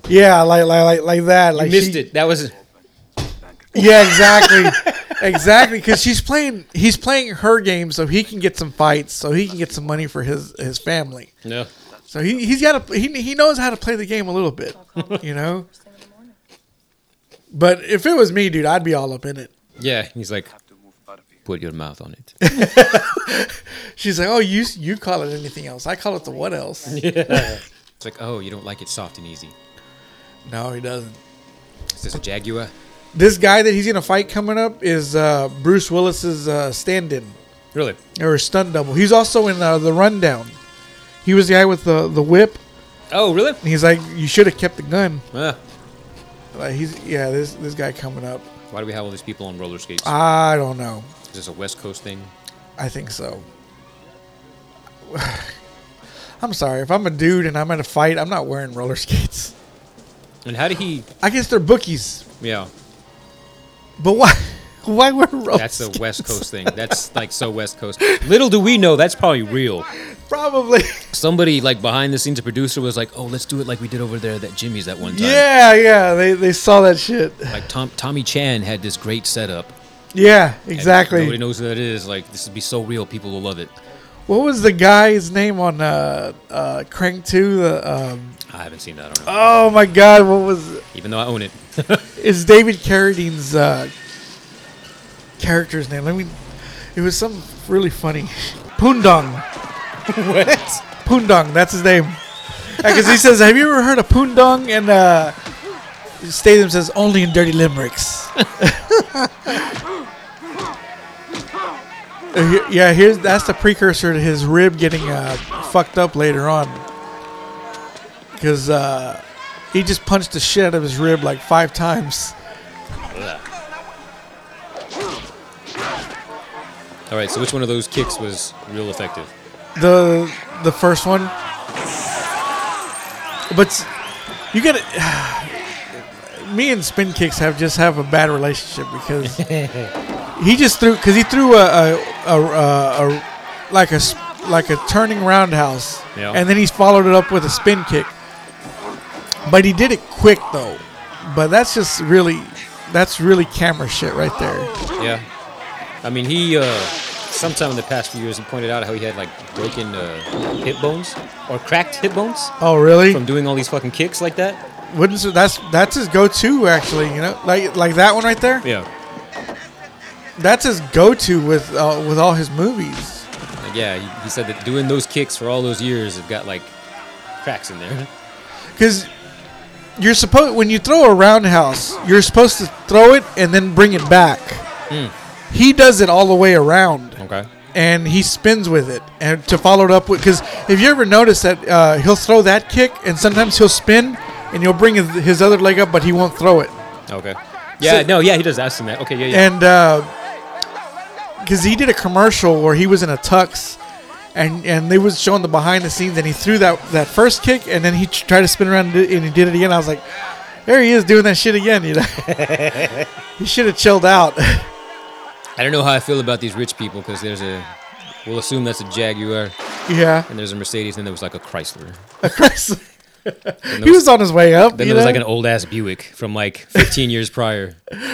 [SPEAKER 1] Yeah, like like like, like that. Like
[SPEAKER 11] missed
[SPEAKER 1] she-
[SPEAKER 11] it. That was
[SPEAKER 1] Yeah, exactly, exactly. Because she's playing, he's playing her game, so he can get some fights, so he can get some money for his his family.
[SPEAKER 11] no.
[SPEAKER 1] So he he's got to he he knows how to play the game a little bit, you know. But if it was me, dude, I'd be all up in it.
[SPEAKER 11] Yeah, he's like, put your mouth on it.
[SPEAKER 1] She's like, "Oh, you you call it anything else? I call it the what else?"
[SPEAKER 11] It's like, oh, you don't like it soft and easy.
[SPEAKER 1] No, he doesn't.
[SPEAKER 11] Is this a Jaguar?
[SPEAKER 1] This guy that he's gonna fight coming up is uh, Bruce Willis's uh, stand-in.
[SPEAKER 11] Really?
[SPEAKER 1] or a stunt double. He's also in uh, the rundown. He was the guy with the the whip.
[SPEAKER 11] Oh, really?
[SPEAKER 1] And he's like, you should have kept the gun.
[SPEAKER 11] Uh,
[SPEAKER 1] Like he's yeah, this this guy coming up.
[SPEAKER 11] why do we have all these people on roller skates?
[SPEAKER 1] I don't know.
[SPEAKER 11] Is this a West Coast thing?
[SPEAKER 1] I think so. I'm sorry if I'm a dude and I'm at a fight. I'm not wearing roller skates.
[SPEAKER 11] And how did he?
[SPEAKER 1] I guess they're bookies,
[SPEAKER 11] Yeah,
[SPEAKER 1] but why? Why wear roller?
[SPEAKER 11] that's a
[SPEAKER 1] skates?
[SPEAKER 11] West Coast thing. That's like so West Coast. Little do we know that's probably real.
[SPEAKER 1] probably.
[SPEAKER 11] Somebody like behind the scenes, a producer was like, "Oh, let's do it like we did over there at Jimmy's that one time."
[SPEAKER 1] Yeah, yeah. They they saw that shit.
[SPEAKER 11] Like Tom Tommy Chan had this great setup.
[SPEAKER 1] Yeah,
[SPEAKER 11] and
[SPEAKER 1] exactly.
[SPEAKER 11] Nobody knows who that is. Like this would be so real. People will love it.
[SPEAKER 1] What was the guy's name on uh, uh, Crank Two? The um,
[SPEAKER 11] I haven't seen that. I don't know.
[SPEAKER 1] Oh my God! What was
[SPEAKER 11] Even though I own it.
[SPEAKER 1] is David Carradine's uh, character's name? Let me. It was something really funny. Poondong. what? Poondong. That's his name. Because he says, "Have you ever heard of Poondong?" And uh, Statham says, "Only in dirty limericks." Uh, he- yeah, here's that's the precursor to his rib getting uh, fucked up later on. Because. Uh, he just punched the shit out of his rib like five times.
[SPEAKER 11] all right. So which one of those kicks was real effective?
[SPEAKER 1] The the first one. But s- you gotta me and spin kicks have just have a bad relationship because he just threw because he threw a a, a, a, a like a s- like a turning roundhouse
[SPEAKER 11] Yeah.
[SPEAKER 1] and then he's followed it up with a spin kick but he did it quick though but that's just really that's really camera shit right there
[SPEAKER 11] Yeah. I mean, he, uh, sometime in the past few years, he pointed out how he had, like, broken uh, hip bones or cracked hip bones
[SPEAKER 1] oh really
[SPEAKER 11] from doing all these fucking kicks like that.
[SPEAKER 1] Wouldn't so that's that's his go-to actually. You know, like like that one right there.
[SPEAKER 11] Yeah.
[SPEAKER 1] That's his go-to with uh, with all his movies.
[SPEAKER 11] Like, yeah, he, he said that doing those kicks for all those years have got, like, cracks in there.
[SPEAKER 1] Because you're supposed when you throw a roundhouse, you're supposed to throw it and then bring it back. He does it all the way around.
[SPEAKER 11] Okay.
[SPEAKER 1] and he spins with it and to follow it up with because if you ever notice that uh, he'll throw that kick and sometimes he'll spin and he'll bring his, his other leg up but he won't throw it
[SPEAKER 11] Okay. Yeah,
[SPEAKER 1] So-
[SPEAKER 11] no, yeah, he does ask him that. Okay, yeah, yeah.
[SPEAKER 1] and because he did a commercial where he was in a tux and and they was showing the behind the scenes and he threw that that first kick and then he tr- tried to spin around and, did- and he did it again i was like there he is doing that shit again you know he should have chilled out
[SPEAKER 11] I don't know how I feel about these rich people because there's a, we'll assume that's a Jaguar
[SPEAKER 1] yeah
[SPEAKER 11] and there's a Mercedes and there was, like, a Chrysler. And
[SPEAKER 1] he
[SPEAKER 11] there
[SPEAKER 1] was on his way up
[SPEAKER 11] Then
[SPEAKER 1] you
[SPEAKER 11] there was,
[SPEAKER 1] know?
[SPEAKER 11] like, an old ass Buick from, like, 15 years prior.
[SPEAKER 1] I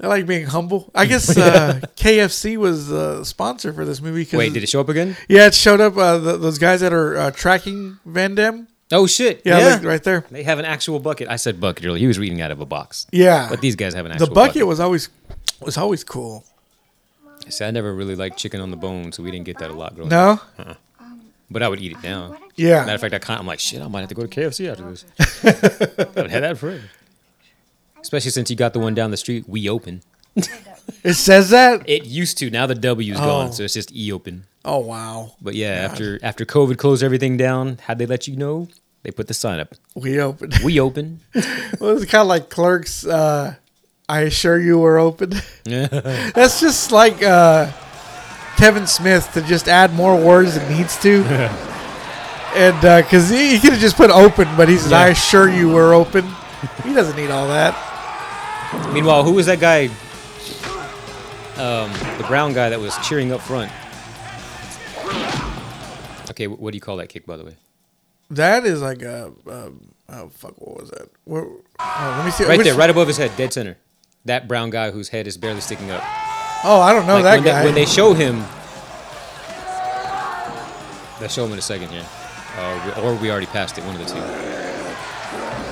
[SPEAKER 1] like being humble. I guess uh, KFC was the sponsor for this movie. 'cause-
[SPEAKER 11] Wait, did it show up again?
[SPEAKER 1] Yeah, it showed up. Uh, th those guys that are uh, tracking Van Damme.
[SPEAKER 11] Oh, shit.
[SPEAKER 1] Yeah, like, right there.
[SPEAKER 11] They have an actual bucket. I said bucket earlier. He was reading out of a box.
[SPEAKER 1] Yeah.
[SPEAKER 11] But these guys have an
[SPEAKER 1] the
[SPEAKER 11] actual
[SPEAKER 1] bucket, was always was always cool.
[SPEAKER 11] See, I never really liked chicken on the bone, so we didn't get that a lot growing up.
[SPEAKER 1] No.
[SPEAKER 11] But I would eat it now.
[SPEAKER 1] Yeah.
[SPEAKER 11] Matter of fact, I kind of, I'm like, shit, I might have to go to KFC after this. I haven't had that forever. Especially since you got the one down the street, We Open.
[SPEAKER 1] It says that.
[SPEAKER 11] It used to. Now the W's
[SPEAKER 1] Oh.
[SPEAKER 11] gone, so it's just E Open.
[SPEAKER 1] Oh wow.
[SPEAKER 11] But yeah, after after COVID closed everything down, how'd they let you know? They put the sign up.
[SPEAKER 1] We opened.
[SPEAKER 11] We Open.
[SPEAKER 1] well, it's kind of like Clerks. Uh, I assure you, we're open. That's just like uh, Kevin Smith to just add more words than needs to. And because he, he could have just put open, but he says, I
[SPEAKER 11] Yeah.
[SPEAKER 1] assure you we're open. He doesn't need all that.
[SPEAKER 11] Meanwhile, who was that guy? Um, the brown guy that was cheering up front. Okay, wh- what do you call that kick, by the way?
[SPEAKER 1] That is like a, um oh fuck, what was that? Where, oh, let me see.
[SPEAKER 11] Right
[SPEAKER 1] Which-
[SPEAKER 11] there, right above his head, dead center. That brown guy whose head is barely sticking up.
[SPEAKER 1] Oh, I don't know
[SPEAKER 11] Like,
[SPEAKER 1] that
[SPEAKER 11] when,
[SPEAKER 1] guy.
[SPEAKER 11] They, when they show him, they'll show him in a second here. Uh, we- or we already passed it, one of the two.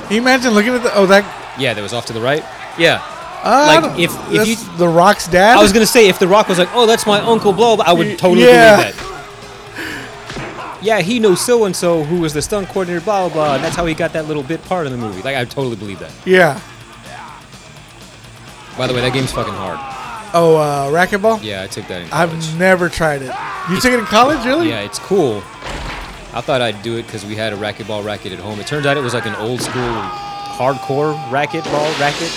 [SPEAKER 1] Can you imagine looking at the? Oh, that.
[SPEAKER 11] Yeah, that was off to the right. Yeah.
[SPEAKER 1] I
[SPEAKER 11] Like,
[SPEAKER 1] don't-
[SPEAKER 11] if- if
[SPEAKER 1] that's
[SPEAKER 11] you-
[SPEAKER 1] the Rock's dad.
[SPEAKER 11] I was going to say, if The Rock was like, oh, that's my Uncle Blow, I would totally
[SPEAKER 1] yeah.
[SPEAKER 11] believe that. Yeah, he knows so and so who was the stunt coordinator, blah, blah, blah. And that's how he got that little bit part in the movie. Like, I totally believe that.
[SPEAKER 1] Yeah.
[SPEAKER 11] By the way, that game's fucking hard.
[SPEAKER 1] Oh, uh, racquetball.
[SPEAKER 11] Yeah, I took that in college.
[SPEAKER 1] I've never tried it. You took it in college, really?
[SPEAKER 11] Yeah, it's cool. I thought I'd do it because we had a racquetball racket at home. It turns out it was like an old school hardcore racquetball racket.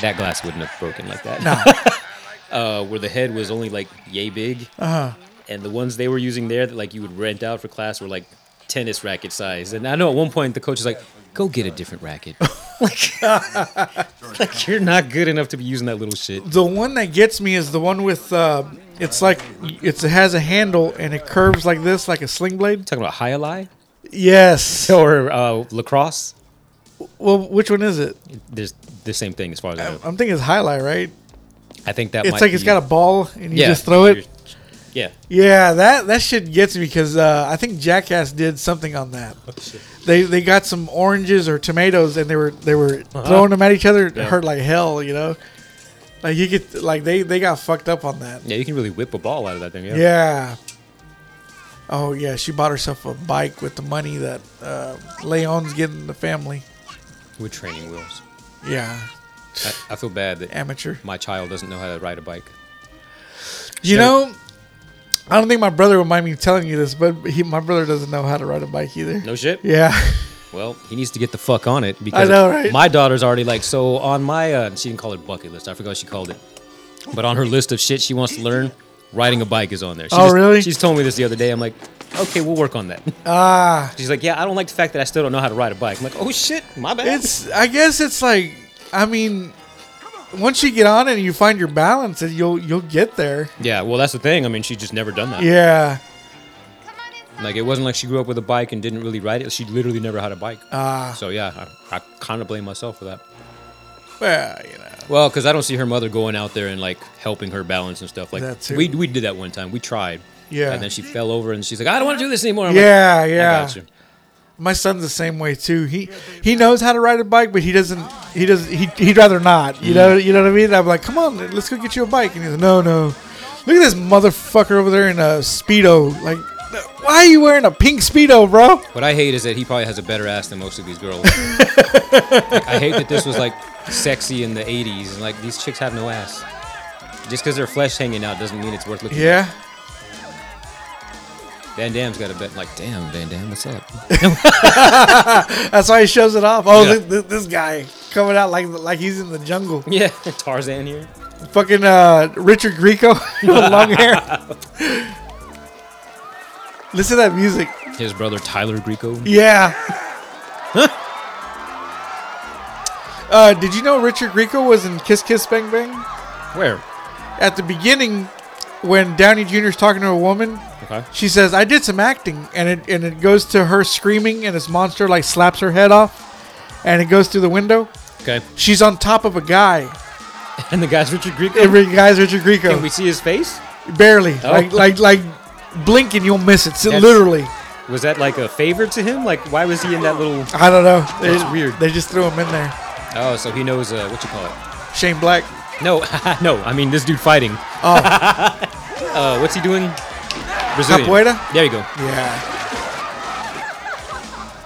[SPEAKER 11] That glass wouldn't have broken like that. uh, where the head was only like yay big. Uh-huh. And the ones they were using there that like you would rent out for class were like tennis racket size. And I know at one point the coach was like, go get a different racket. like, like, you're not good enough to be using that little shit.
[SPEAKER 1] The one that gets me is the one with. Uh, it's like it's, it has a handle and it curves like this, like a sling blade.
[SPEAKER 11] Talking about high ally
[SPEAKER 1] Yes.
[SPEAKER 11] or uh, lacrosse.
[SPEAKER 1] Well, which one is it?
[SPEAKER 11] There's the same thing as far as I know.
[SPEAKER 1] I'm thinking it's highlight, right?
[SPEAKER 11] I think that
[SPEAKER 1] It's
[SPEAKER 11] might
[SPEAKER 1] like
[SPEAKER 11] be,
[SPEAKER 1] it's got a ball and you just throw it.
[SPEAKER 11] Yeah.
[SPEAKER 1] Yeah, that that shit gets me because uh, I think Jackass did something on that.
[SPEAKER 11] Oh,
[SPEAKER 1] They they got some oranges or tomatoes and they were they were throwing them at each other. It
[SPEAKER 11] Uh-huh. Yeah.
[SPEAKER 1] hurt like hell, you know. Like you get like they they got fucked up on that.
[SPEAKER 11] Yeah, you can really whip a ball out of that thing. Yeah.
[SPEAKER 1] Yeah. Oh yeah, she bought herself a bike with the money that uh, Leon's getting the family.
[SPEAKER 11] With training wheels.
[SPEAKER 1] Yeah,
[SPEAKER 11] I, I feel bad that
[SPEAKER 1] amateur.
[SPEAKER 11] my child doesn't know how to ride a bike.
[SPEAKER 1] You
[SPEAKER 11] Yeah.
[SPEAKER 1] know, I don't think my brother would mind me telling you this, but he my brother doesn't know how to ride a bike either.
[SPEAKER 11] No shit.
[SPEAKER 1] Yeah.
[SPEAKER 11] Well, he needs to get the fuck on it because
[SPEAKER 1] know, right?
[SPEAKER 11] my daughter's already like so on my uh, she didn't call it bucket list. I forgot what she called it, but on her list of shit she wants to learn, riding a bike is on there. She
[SPEAKER 1] Oh, really?
[SPEAKER 11] She's told me this the other day. I'm like, okay, we'll work on that.
[SPEAKER 1] Ah.
[SPEAKER 11] She's like, yeah, I don't like the fact that I still don't know how to ride a bike. I'm like, oh shit, my bad.
[SPEAKER 1] It's. I guess it's like. I mean, once you get on it and you find your balance, and you'll you'll get there.
[SPEAKER 11] yeah. Well, that's the thing. I mean, she's just never done that.
[SPEAKER 1] Yeah.
[SPEAKER 11] Like it wasn't like she grew up with a bike and didn't really ride it. She literally never had a bike.
[SPEAKER 1] Ah.
[SPEAKER 11] So yeah, I, I kind of blame myself for that.
[SPEAKER 1] Well, you know.
[SPEAKER 11] Well, because I don't see her mother going out there and like helping her balance and stuff. Like
[SPEAKER 1] That too.
[SPEAKER 11] we we did that one time. We tried.
[SPEAKER 1] Yeah.
[SPEAKER 11] And then she fell over and she's like, I don't want to do this anymore. I'm Like,
[SPEAKER 1] Yeah,
[SPEAKER 11] I
[SPEAKER 1] yeah.
[SPEAKER 11] got you.
[SPEAKER 1] My son's the same way too. He he knows how to ride a bike, but he doesn't. He does. He he'd rather not.
[SPEAKER 11] Mm.
[SPEAKER 1] You know. You know what I mean? I'm like, come on, let's go get you a bike. And he's like, no, no. Look at this motherfucker over there in a speedo. Like, why are you wearing a pink speedo, bro?
[SPEAKER 11] What I hate is that he probably has a better ass than most of these girls. like, I hate that this was like sexy in the '80s and like these chicks have no ass. Just because their flesh hanging out doesn't mean it's worth looking. at.
[SPEAKER 1] Yeah.
[SPEAKER 11] Van Damme's got a bet. Like, damn, Van Damme, what's up?
[SPEAKER 1] That's why he shoves it off. Oh,
[SPEAKER 11] Yeah.
[SPEAKER 1] look, th- this guy coming out like like he's in the jungle.
[SPEAKER 11] yeah, Tarzan here.
[SPEAKER 1] fucking uh, Richard Grieco with long hair. Listen to that music.
[SPEAKER 11] His brother Tyler Greco.
[SPEAKER 1] Yeah. uh, did you know Richard Grieco was in Kiss Kiss Bang Bang?
[SPEAKER 11] Where?
[SPEAKER 1] At the beginning, when Downey Jr. is talking to a woman,
[SPEAKER 11] Okay.
[SPEAKER 1] she says, "I did some acting," and it and it goes to her screaming, and this monster like slaps her head off, and it goes through the window.
[SPEAKER 11] Okay.
[SPEAKER 1] She's on top of a guy.
[SPEAKER 11] And the guy's Richard Greco.
[SPEAKER 1] Every guy's Richard Grieco.
[SPEAKER 11] Can we see his face?
[SPEAKER 1] Barely.
[SPEAKER 11] Oh.
[SPEAKER 1] Like like like blink and you'll miss it. So
[SPEAKER 11] That's-
[SPEAKER 1] Literally.
[SPEAKER 11] Was that like a favor to him? Like, why was he in that little?
[SPEAKER 1] I don't know.
[SPEAKER 11] That's
[SPEAKER 1] They-
[SPEAKER 11] weird.
[SPEAKER 1] They just threw him in there.
[SPEAKER 11] Oh, so he knows uh, what you call it.
[SPEAKER 1] Shane Black.
[SPEAKER 11] No, no. I mean this dude fighting.
[SPEAKER 1] Oh.
[SPEAKER 11] uh, what's he doing? Brazilian.
[SPEAKER 1] Capoeira?
[SPEAKER 11] There you go.
[SPEAKER 1] Yeah.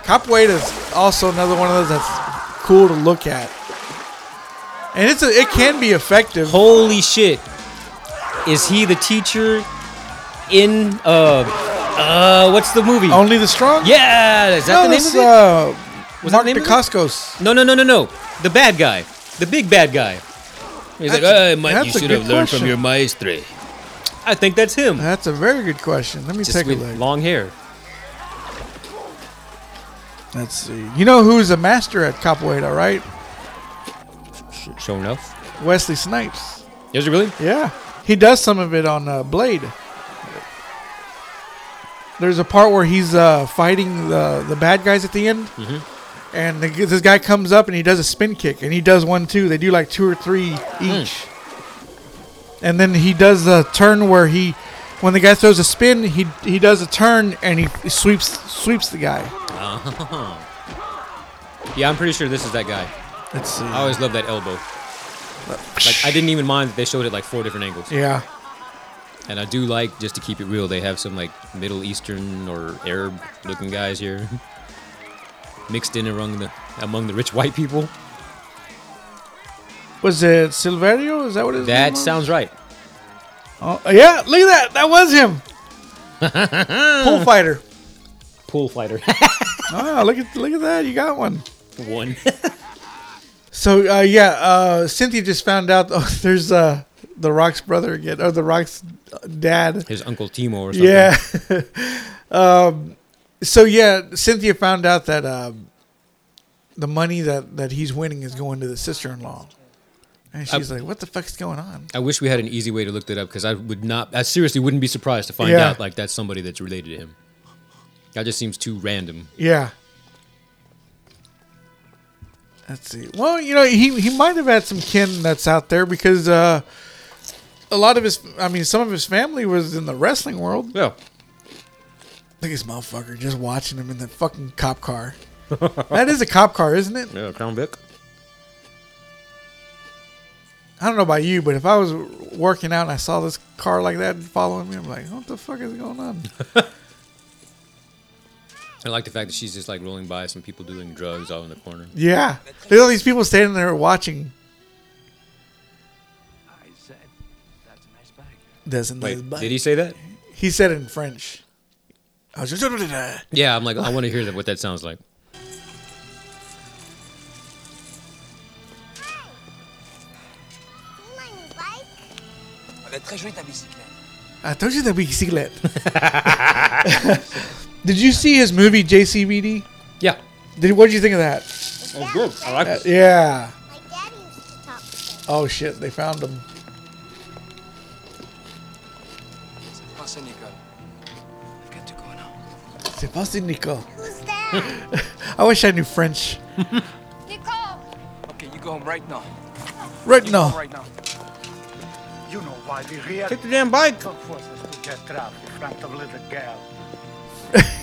[SPEAKER 1] Capoeira's also another one of those that's cool to look at. And it's a, it can be effective.
[SPEAKER 11] Holy shit! Is he the teacher in uh uh what's the movie?
[SPEAKER 1] Only the strong?
[SPEAKER 11] yeah, is that
[SPEAKER 1] Oh. No,
[SPEAKER 11] the name
[SPEAKER 1] this,
[SPEAKER 11] of it?
[SPEAKER 1] uh,
[SPEAKER 11] Was that
[SPEAKER 1] Mark
[SPEAKER 11] the name of it?
[SPEAKER 1] DeCoscos.
[SPEAKER 11] No, no, no, no, no. The bad guy. The big bad guy. He's like,
[SPEAKER 1] That's-
[SPEAKER 11] "Ah, Mike, you
[SPEAKER 1] that's a
[SPEAKER 11] should
[SPEAKER 1] good
[SPEAKER 11] have learned
[SPEAKER 1] question.
[SPEAKER 11] from your maestre. I think that's him.
[SPEAKER 1] That's a very good question. Let me
[SPEAKER 11] Just
[SPEAKER 1] take a
[SPEAKER 11] with
[SPEAKER 1] look.
[SPEAKER 11] long hair.
[SPEAKER 1] Let's see. You know who's a master at Capoeira, right?
[SPEAKER 11] Show enough.
[SPEAKER 1] Wesley Snipes.
[SPEAKER 11] Is it really?
[SPEAKER 1] Yeah. He does some of it on uh, Blade. There's a part where he's uh, fighting the the bad guys at the end, and the, this guy comes up and he does a spin kick, and he does one too. They do like two or three each, and then he does the turn where he, when the guy throws a spin, he he does a turn and he sweeps sweeps the guy.
[SPEAKER 11] Yeah, I'm pretty sure this is that guy.
[SPEAKER 1] Let's see.
[SPEAKER 11] I always love that elbow. Like I didn't even mind that they showed it like four different angles.
[SPEAKER 1] yeah,
[SPEAKER 11] And I do like just to keep it real, they have some like Middle Eastern or Arab looking guys here. Mixed in among the among the rich white people.
[SPEAKER 1] was it Silverio? Is that what his name
[SPEAKER 11] That
[SPEAKER 1] was?
[SPEAKER 11] sounds right.
[SPEAKER 1] Oh, yeah, look at that. That was him. Pole fighter.
[SPEAKER 11] Pool fighter.
[SPEAKER 1] Ah, look at look at that. You got one.
[SPEAKER 11] One.
[SPEAKER 1] So uh, yeah, uh, Cynthia just found out. Oh, there's uh, the Rock's brother again, or the Rock's dad.
[SPEAKER 11] His uncle Timo or something.
[SPEAKER 1] Yeah. um, so yeah, Cynthia found out that um, the money that that he's winning is going to the sister-in-law, and
[SPEAKER 11] Uh,
[SPEAKER 1] she's like, "What the fuck's going on?"
[SPEAKER 11] I wish we had an easy way to look that up because I would not. I seriously wouldn't be surprised to find
[SPEAKER 1] Yeah.
[SPEAKER 11] out like that's somebody that's related to him. That just seems too random.
[SPEAKER 1] Yeah. Let's see. Well, you know, he he might have had some kin that's out there because uh, a lot of his, I mean, some of his family was in the wrestling world.
[SPEAKER 11] Yeah.
[SPEAKER 1] Look at this motherfucker just watching him in the fucking cop car. that is a cop car, isn't it?
[SPEAKER 11] Yeah. Crown Vic.
[SPEAKER 1] I don't know about you, but if I was working out and I saw this car like that following me, I'm like, what the fuck is going on?
[SPEAKER 11] I like the fact that she's just like rolling by some people doing drugs all in the corner.
[SPEAKER 1] yeah. Look at all these people standing there watching.
[SPEAKER 4] I said, that's a nice bag.
[SPEAKER 1] Doesn't
[SPEAKER 11] Wait, did he say that?
[SPEAKER 1] He said in French. I was just.
[SPEAKER 11] Yeah, I'm like, I want to hear that, what that sounds like.
[SPEAKER 4] Elle est très jolie ta bicyclette.
[SPEAKER 1] I told you that we see that. Did you see his movie JCBD?
[SPEAKER 11] Yeah,
[SPEAKER 1] Did what did you think of that? Uh,
[SPEAKER 11] that's good. I like it.
[SPEAKER 1] Yeah.
[SPEAKER 5] My dad used to talk to me.
[SPEAKER 1] Oh shit, they found him.
[SPEAKER 4] C'est passé, Nicole. I've got to go now.
[SPEAKER 1] C'est pas si Nicole.
[SPEAKER 5] Who's there?
[SPEAKER 1] I wish I knew French.
[SPEAKER 5] Nicole!
[SPEAKER 4] Okay, you go home right now.
[SPEAKER 1] Right
[SPEAKER 4] You go home
[SPEAKER 1] now.
[SPEAKER 4] right now.
[SPEAKER 3] You know why we react
[SPEAKER 11] the damn bike.
[SPEAKER 3] for forces to get trapped in front of little girl.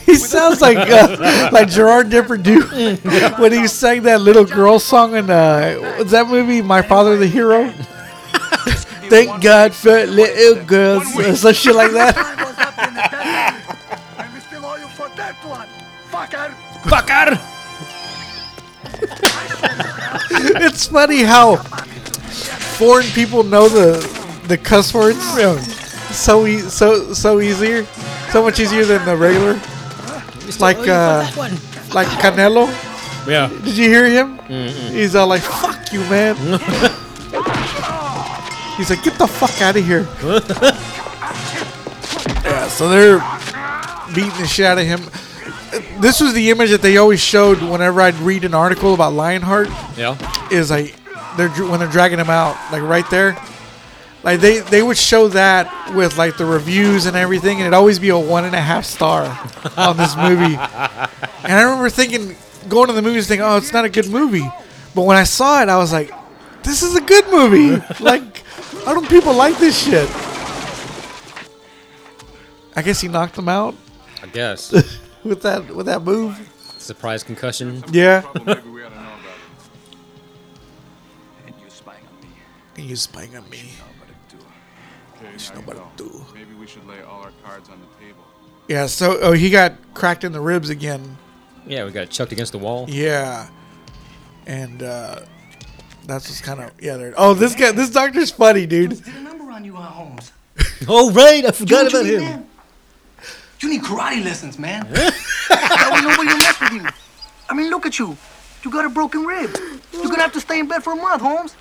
[SPEAKER 1] He sounds like uh, like Gerard Depardieu when he sang that little girl song in uh, was that movie My Father the Hero? Thank God for little girls, or some shit like that.
[SPEAKER 3] I was up in the deadline, and we still owe you for that one. Fucker!
[SPEAKER 11] Fucker!
[SPEAKER 1] It's funny how foreign people know the the cuss words you know, so e- so so easier, so much easier than the regular.
[SPEAKER 5] Oh,
[SPEAKER 1] Like uh, like Canelo.
[SPEAKER 11] Yeah.
[SPEAKER 1] Did you hear him? He's all like, "Fuck you, man." He's like, "Get the fuck out of here." yeah, so they're beating the shit out of him. This was the image that they always showed whenever I'd read an article about Lionheart
[SPEAKER 11] Yeah.
[SPEAKER 1] is like they're dr- when they're dragging him out, like right there. Like they they would show that with like the reviews and everything, and it'd always be a one and a half star on this movie. and I remember thinking, going to the movies, thinking, "Oh, it's not a good movie," but when I saw it, I was like, "This is a good movie." like, how do people like this shit? I guess he knocked him out
[SPEAKER 11] I guess.
[SPEAKER 1] with that with that move.
[SPEAKER 11] Surprise concussion.
[SPEAKER 1] Yeah.
[SPEAKER 6] Maybe we ought to know about it.
[SPEAKER 4] And you spying on me.
[SPEAKER 1] You spying on me.
[SPEAKER 4] But it do.
[SPEAKER 6] Okay,
[SPEAKER 1] There's
[SPEAKER 6] now you
[SPEAKER 1] nobody
[SPEAKER 6] know.
[SPEAKER 1] do.
[SPEAKER 6] Maybe we should lay all our cards on the table.
[SPEAKER 1] Yeah, so oh, he got cracked in the ribs again.
[SPEAKER 11] Yeah, we got chucked against the wall.
[SPEAKER 1] Yeah, and uh, that's what's kind of yeah. There. Oh, this guy, this doctor's funny, dude.
[SPEAKER 13] Did a number on you, uh, Holmes.
[SPEAKER 11] Oh, right. I forgot
[SPEAKER 13] Don't you need that? You need karate lessons, man. that way nobody will mess with you. I mean, look at you. You got a broken rib. You're gonna have to stay in bed for a month, Holmes.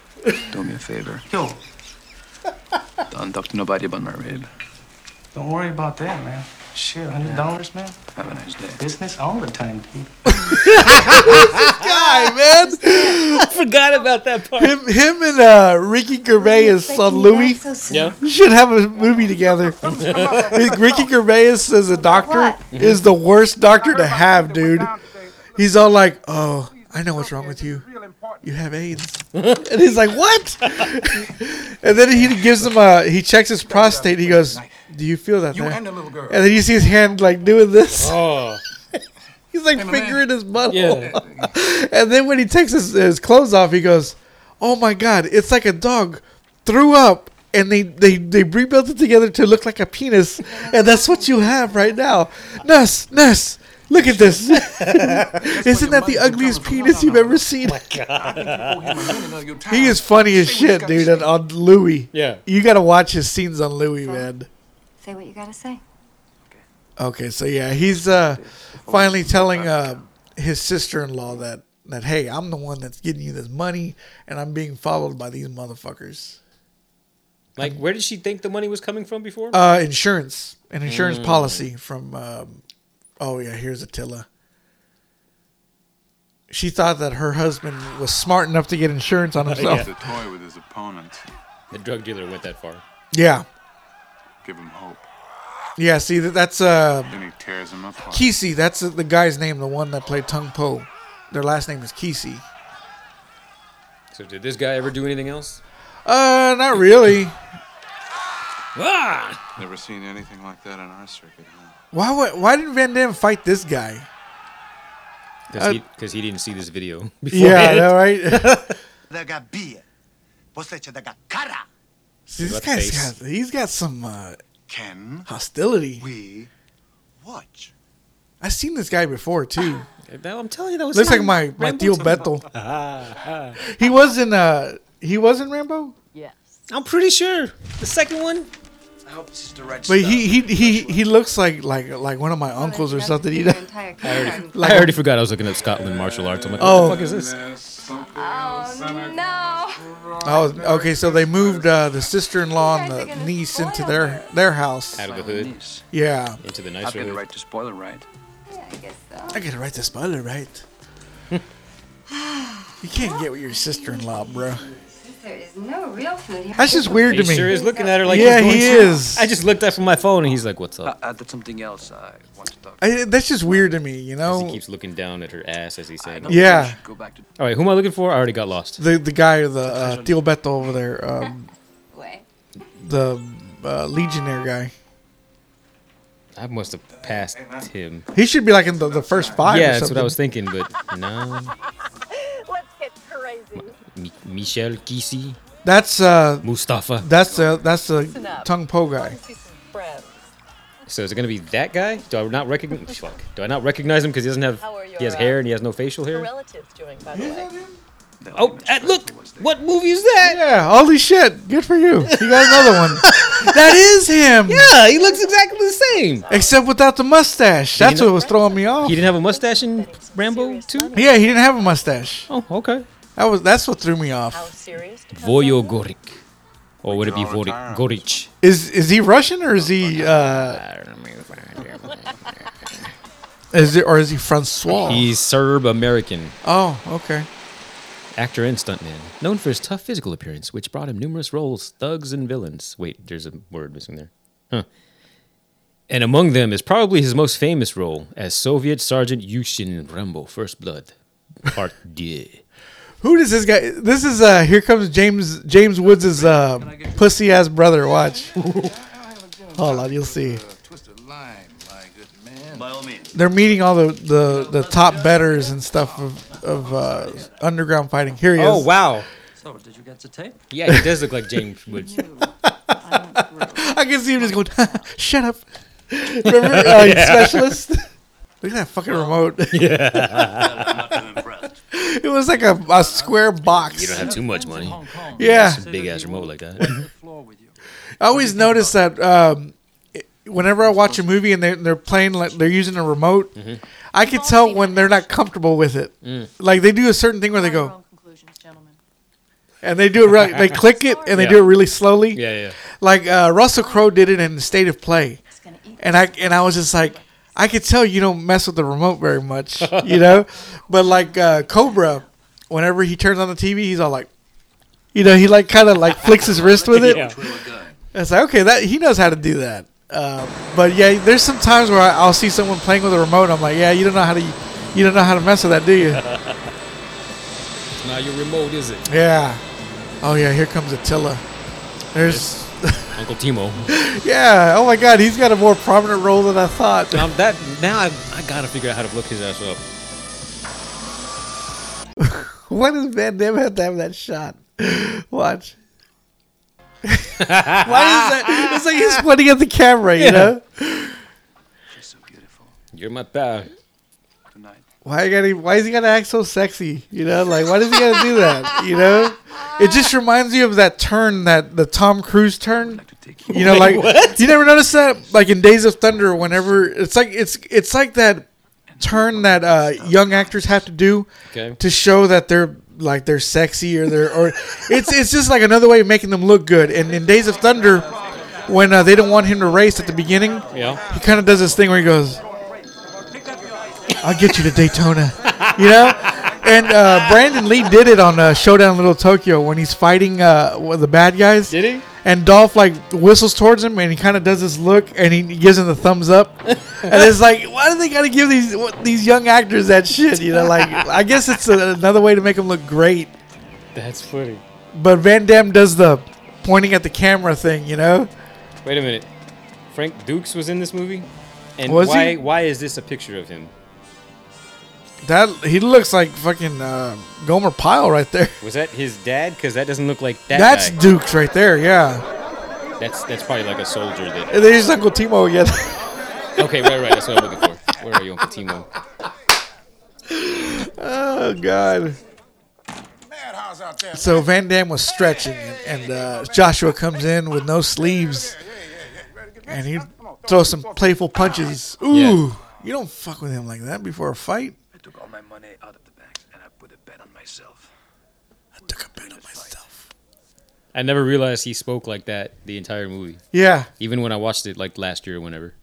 [SPEAKER 4] Do me a favor.
[SPEAKER 13] Yo,
[SPEAKER 4] Don't talk to nobody about my rib.
[SPEAKER 13] don't worry about that, man. Shit, hundred dollars, man. Have a nice day. Business all the time, dude.
[SPEAKER 1] guy, man. I
[SPEAKER 11] forgot about that part.
[SPEAKER 1] Him, him and uh, Ricky Gervais as son Louis
[SPEAKER 11] Yeah.
[SPEAKER 1] should have a movie together. Ricky Gervais as a doctor
[SPEAKER 11] What?
[SPEAKER 1] is the worst doctor to have, dude. He's all like, "Oh, I know what's wrong with you. You have AIDS," and he's like, "What?" and then he gives him a. He checks his prostate. He goes, "Do you feel that?"
[SPEAKER 13] You
[SPEAKER 1] there?"
[SPEAKER 13] and the little girl.
[SPEAKER 1] And then you see his hand like doing this.
[SPEAKER 11] Oh.
[SPEAKER 1] He's like
[SPEAKER 13] Hey, my man.
[SPEAKER 1] fingering his butthole. and then when he takes his, his clothes off, he goes, "Oh my god, it's like a dog threw up." And they, they, they rebuilt it together to look like a penis. And that's what you have right now. Nurse, nurse, look at this. Isn't that the ugliest penis you've ever seen?
[SPEAKER 11] Oh
[SPEAKER 1] He is funny as shit, dude, on, on Louis.
[SPEAKER 11] Yeah.
[SPEAKER 1] You got to watch his scenes on Louis, man.
[SPEAKER 5] Say what you gotta say.
[SPEAKER 1] Okay, so yeah, he's uh, finally telling uh, his sister-in-law that that hey, I'm the one that's getting you this money, and I'm being followed by these motherfuckers.
[SPEAKER 11] Like, where did she think the money was coming from before?
[SPEAKER 1] Uh, insurance, an insurance
[SPEAKER 11] Mm.
[SPEAKER 1] policy from. Um, oh yeah, here's Attila. She thought that her husband was smart enough to get insurance on himself.
[SPEAKER 6] He's a toy with his opponent.
[SPEAKER 11] The drug dealer went that far.
[SPEAKER 1] yeah.
[SPEAKER 6] Give him hope.
[SPEAKER 1] Yeah, see that that's uh
[SPEAKER 6] Then he tears him apart.
[SPEAKER 1] Kesey, that's the guy's name, the one that played Tung Po. Their last name is Kesey.
[SPEAKER 11] So, did this guy ever do anything else?
[SPEAKER 1] Uh not really.
[SPEAKER 11] Ah!
[SPEAKER 6] Never seen anything like that in our circuit, huh?
[SPEAKER 1] Why would, why didn't Van Damme fight this guy?
[SPEAKER 11] Because he, 'cause he didn't see this video before.
[SPEAKER 1] Yeah, I know, right? See, this
[SPEAKER 11] Left
[SPEAKER 1] guy's
[SPEAKER 11] face.
[SPEAKER 1] got, he's got some uh,
[SPEAKER 6] Ken,
[SPEAKER 1] hostility.
[SPEAKER 6] we watch. Ah.
[SPEAKER 1] I've seen this guy before too.
[SPEAKER 11] That- I'm telling you, that was
[SPEAKER 1] Looks like
[SPEAKER 11] not
[SPEAKER 1] my my
[SPEAKER 11] Rambo
[SPEAKER 1] Theo
[SPEAKER 11] talking about-
[SPEAKER 1] Bethel. He was in uh he was in Rambo,
[SPEAKER 11] I'm pretty sure. The second one?
[SPEAKER 4] I hope this is the right
[SPEAKER 1] but he he he he looks like like like one of my uncles or something. He does. Like-
[SPEAKER 11] I already forgot I was looking up Scotland martial arts. I'm like, what
[SPEAKER 1] Oh.
[SPEAKER 11] the fuck is this?
[SPEAKER 1] Oh, okay. So they moved uh, the sister-in-law and the niece into their their house.
[SPEAKER 11] Out of the hood,
[SPEAKER 1] Yeah,
[SPEAKER 11] into the
[SPEAKER 12] I've
[SPEAKER 11] nicer
[SPEAKER 12] got the
[SPEAKER 11] hood.
[SPEAKER 12] right to spoil it, right?
[SPEAKER 1] I gotta write the spoiler right. you can't get with your sister-in-law, bro.
[SPEAKER 5] There is no real food here.
[SPEAKER 1] That's just weird
[SPEAKER 11] He
[SPEAKER 1] to me.
[SPEAKER 11] sure is looking at her like
[SPEAKER 1] yeah,
[SPEAKER 11] he's going
[SPEAKER 1] he
[SPEAKER 11] to-
[SPEAKER 1] is.
[SPEAKER 11] I just looked up from my phone and he's like, "What's up?"
[SPEAKER 12] I, I did Uh, something else I want to talk.
[SPEAKER 1] I, that's just weird to me, you
[SPEAKER 11] 'Cause
[SPEAKER 1] know.
[SPEAKER 11] he keeps looking down at her ass as he's saying.
[SPEAKER 12] No,
[SPEAKER 11] it.
[SPEAKER 12] we
[SPEAKER 1] Yeah.
[SPEAKER 12] should Go back to
[SPEAKER 11] Oh. All right, who am I looking for? I already got lost.
[SPEAKER 1] The the guy, the uh, Theo Beto over there, um, the uh, Legionnaire guy.
[SPEAKER 11] I must have passed him.
[SPEAKER 1] He should be like in the, the first five.
[SPEAKER 11] Yeah,
[SPEAKER 1] or
[SPEAKER 11] that's what I was
[SPEAKER 1] something.
[SPEAKER 11] thinking, but no.
[SPEAKER 5] Let's get crazy.
[SPEAKER 11] Mi- Michel Kisi,
[SPEAKER 1] That's uh,
[SPEAKER 11] Mustafa.
[SPEAKER 1] that's the that's the Tung Po guy.
[SPEAKER 11] So is it gonna be that guy? Do I not recognize? Fuck. Do I not recognize him because he doesn't have?
[SPEAKER 14] How are
[SPEAKER 11] He has
[SPEAKER 14] your,
[SPEAKER 11] hair
[SPEAKER 14] uh,
[SPEAKER 11] and he has no facial hair.
[SPEAKER 14] relatives doing, by the way?
[SPEAKER 11] Oh, uh, look! What movie is that?
[SPEAKER 1] Yeah, holy shit! Good for you. You got another one. that is him.
[SPEAKER 11] Yeah, Ah, he looks exactly the same.
[SPEAKER 1] Except without the mustache. That's
[SPEAKER 11] know-
[SPEAKER 1] what was throwing me off.
[SPEAKER 11] He didn't have a mustache in Rambo too.
[SPEAKER 1] yeah, he didn't have a mustache.
[SPEAKER 11] Oh, okay.
[SPEAKER 1] That was that's what threw me
[SPEAKER 14] How
[SPEAKER 1] off.
[SPEAKER 14] serious?
[SPEAKER 11] Voyo Gorik, or would it be Vorik Gorich?
[SPEAKER 1] Is is he Russian or is he
[SPEAKER 11] Oh,
[SPEAKER 1] uh is it or is he Francois?
[SPEAKER 11] He's Serb American,
[SPEAKER 1] oh, okay.
[SPEAKER 11] actor and stuntman, known for his tough physical appearance, which brought him numerous roles, thugs and villains. Wait, there's a word missing there. Huh. And among them is probably his most famous role as Soviet Sergeant Yushin in Rambo First Blood, Part Deux.
[SPEAKER 1] Who does this guy this is uh here comes James James Woods' uh pussy ass brother, watch. Hold on, you'll see.
[SPEAKER 3] Twisted line, my good man.
[SPEAKER 7] By all means.
[SPEAKER 1] They're meeting all the, the, the top betters and stuff of, of uh, underground fighting. Here he is.
[SPEAKER 11] Oh, wow.
[SPEAKER 12] So, did you get the tape?
[SPEAKER 11] Yeah, he does look like James Woods.
[SPEAKER 1] I can see him just going, shut up. Remember, uh, specialist? Look at that fucking remote.
[SPEAKER 7] Not too impressed.
[SPEAKER 1] It was like a, a square box.
[SPEAKER 11] You don't have too much money.
[SPEAKER 1] yeah.
[SPEAKER 11] Big ass remote like that.
[SPEAKER 1] I always notice that um, it- whenever I watch a movie and they're, they're playing, like they're using a remote,
[SPEAKER 11] Mm-hmm.
[SPEAKER 1] I can tell when they're not comfortable with it.
[SPEAKER 11] Mm.
[SPEAKER 1] Like they do a certain thing where they go, and they do it right. They click it and they
[SPEAKER 11] Yeah.
[SPEAKER 1] do it really slowly.
[SPEAKER 11] Yeah, yeah.
[SPEAKER 1] Like uh, Russell Crowe did it in State of Play. and I and I was just like, I could tell you don't mess with the remote very much, you know. But like uh, Cobra, whenever he turns on the TV, he's all like, you know, he like kind of like flicks his wrist with it.
[SPEAKER 11] Yeah.
[SPEAKER 1] It's like okay, that he knows how to do that. Uh, but yeah, there's some times where I, I'll see someone playing with a remote. I'm like, yeah, you don't know how to, you don't know how to mess with that, do you?
[SPEAKER 11] It's not your remote, is it?
[SPEAKER 1] Yeah. Oh yeah, here comes Attila. There's.
[SPEAKER 11] Uncle Timo.
[SPEAKER 1] yeah. Oh my God, he's got a more prominent role than I thought.
[SPEAKER 11] Um, that now I, I gotta figure out how to look his ass up.
[SPEAKER 1] Why does Van Damme have to have that shot? Watch. Why is that? It's like he's pointing at the camera, you
[SPEAKER 11] Yeah.
[SPEAKER 1] know.
[SPEAKER 12] She's so beautiful.
[SPEAKER 11] You're my pal.
[SPEAKER 12] Tonight.
[SPEAKER 1] Why got Why is he gotta act so sexy? You know, like why does he gotta do that? You know, it just reminds you of that turn that the Tom Cruise turn. You know, like
[SPEAKER 11] Wait, what?
[SPEAKER 1] you never notice that. Like in Days of Thunder, whenever it's like it's it's like that turn that uh, young actors have to do
[SPEAKER 11] Okay.
[SPEAKER 1] to show that they're like they're sexy or they're or it's it's just like another way of making them look good. And in Days of Thunder, when uh, they don't want him to race at the beginning,
[SPEAKER 11] Yeah.
[SPEAKER 1] he kind of does this thing where he goes, "I'll get you to Daytona," you know. And uh, Brandon Lee did it on uh, Showdown in Little Tokyo when he's fighting uh, one of the bad guys.
[SPEAKER 11] Did he?
[SPEAKER 1] And Dolph like whistles towards him, and he kind of does this look, and he gives him the thumbs up. and it's like, why do they gotta give these what, these young actors that shit? You know, like I guess it's a, another way to make them look great.
[SPEAKER 11] That's funny.
[SPEAKER 1] But Van Damme does the pointing at the camera thing, you know.
[SPEAKER 11] Wait a minute. Frank Dukes was in this movie? And
[SPEAKER 1] Was
[SPEAKER 11] why
[SPEAKER 1] he?
[SPEAKER 11] why is this a picture of him?
[SPEAKER 1] That he looks like fucking uh, Gomer Pyle right there.
[SPEAKER 11] Was that his dad? Because that doesn't look like that.
[SPEAKER 1] That's
[SPEAKER 11] guy.
[SPEAKER 1] Dukes right there, yeah.
[SPEAKER 11] that's that's probably like a soldier that
[SPEAKER 1] And there's Uncle Timo again.
[SPEAKER 11] Okay, right, right, that's what I'm looking for. Where are you, Uncle Timo?
[SPEAKER 1] oh God.
[SPEAKER 3] Madhouse out there.
[SPEAKER 1] So Van Damme was stretching, and, and uh, Joshua comes in with no sleeves, and he throws some playful punches. Ooh, you don't fuck with him like that before a fight.
[SPEAKER 12] I took all my money out of the bank and I put a bet on myself.
[SPEAKER 1] I took a bit of myself.
[SPEAKER 11] I never realized he spoke like that the entire movie.
[SPEAKER 1] Yeah,
[SPEAKER 11] Even when I watched it like last year or whenever.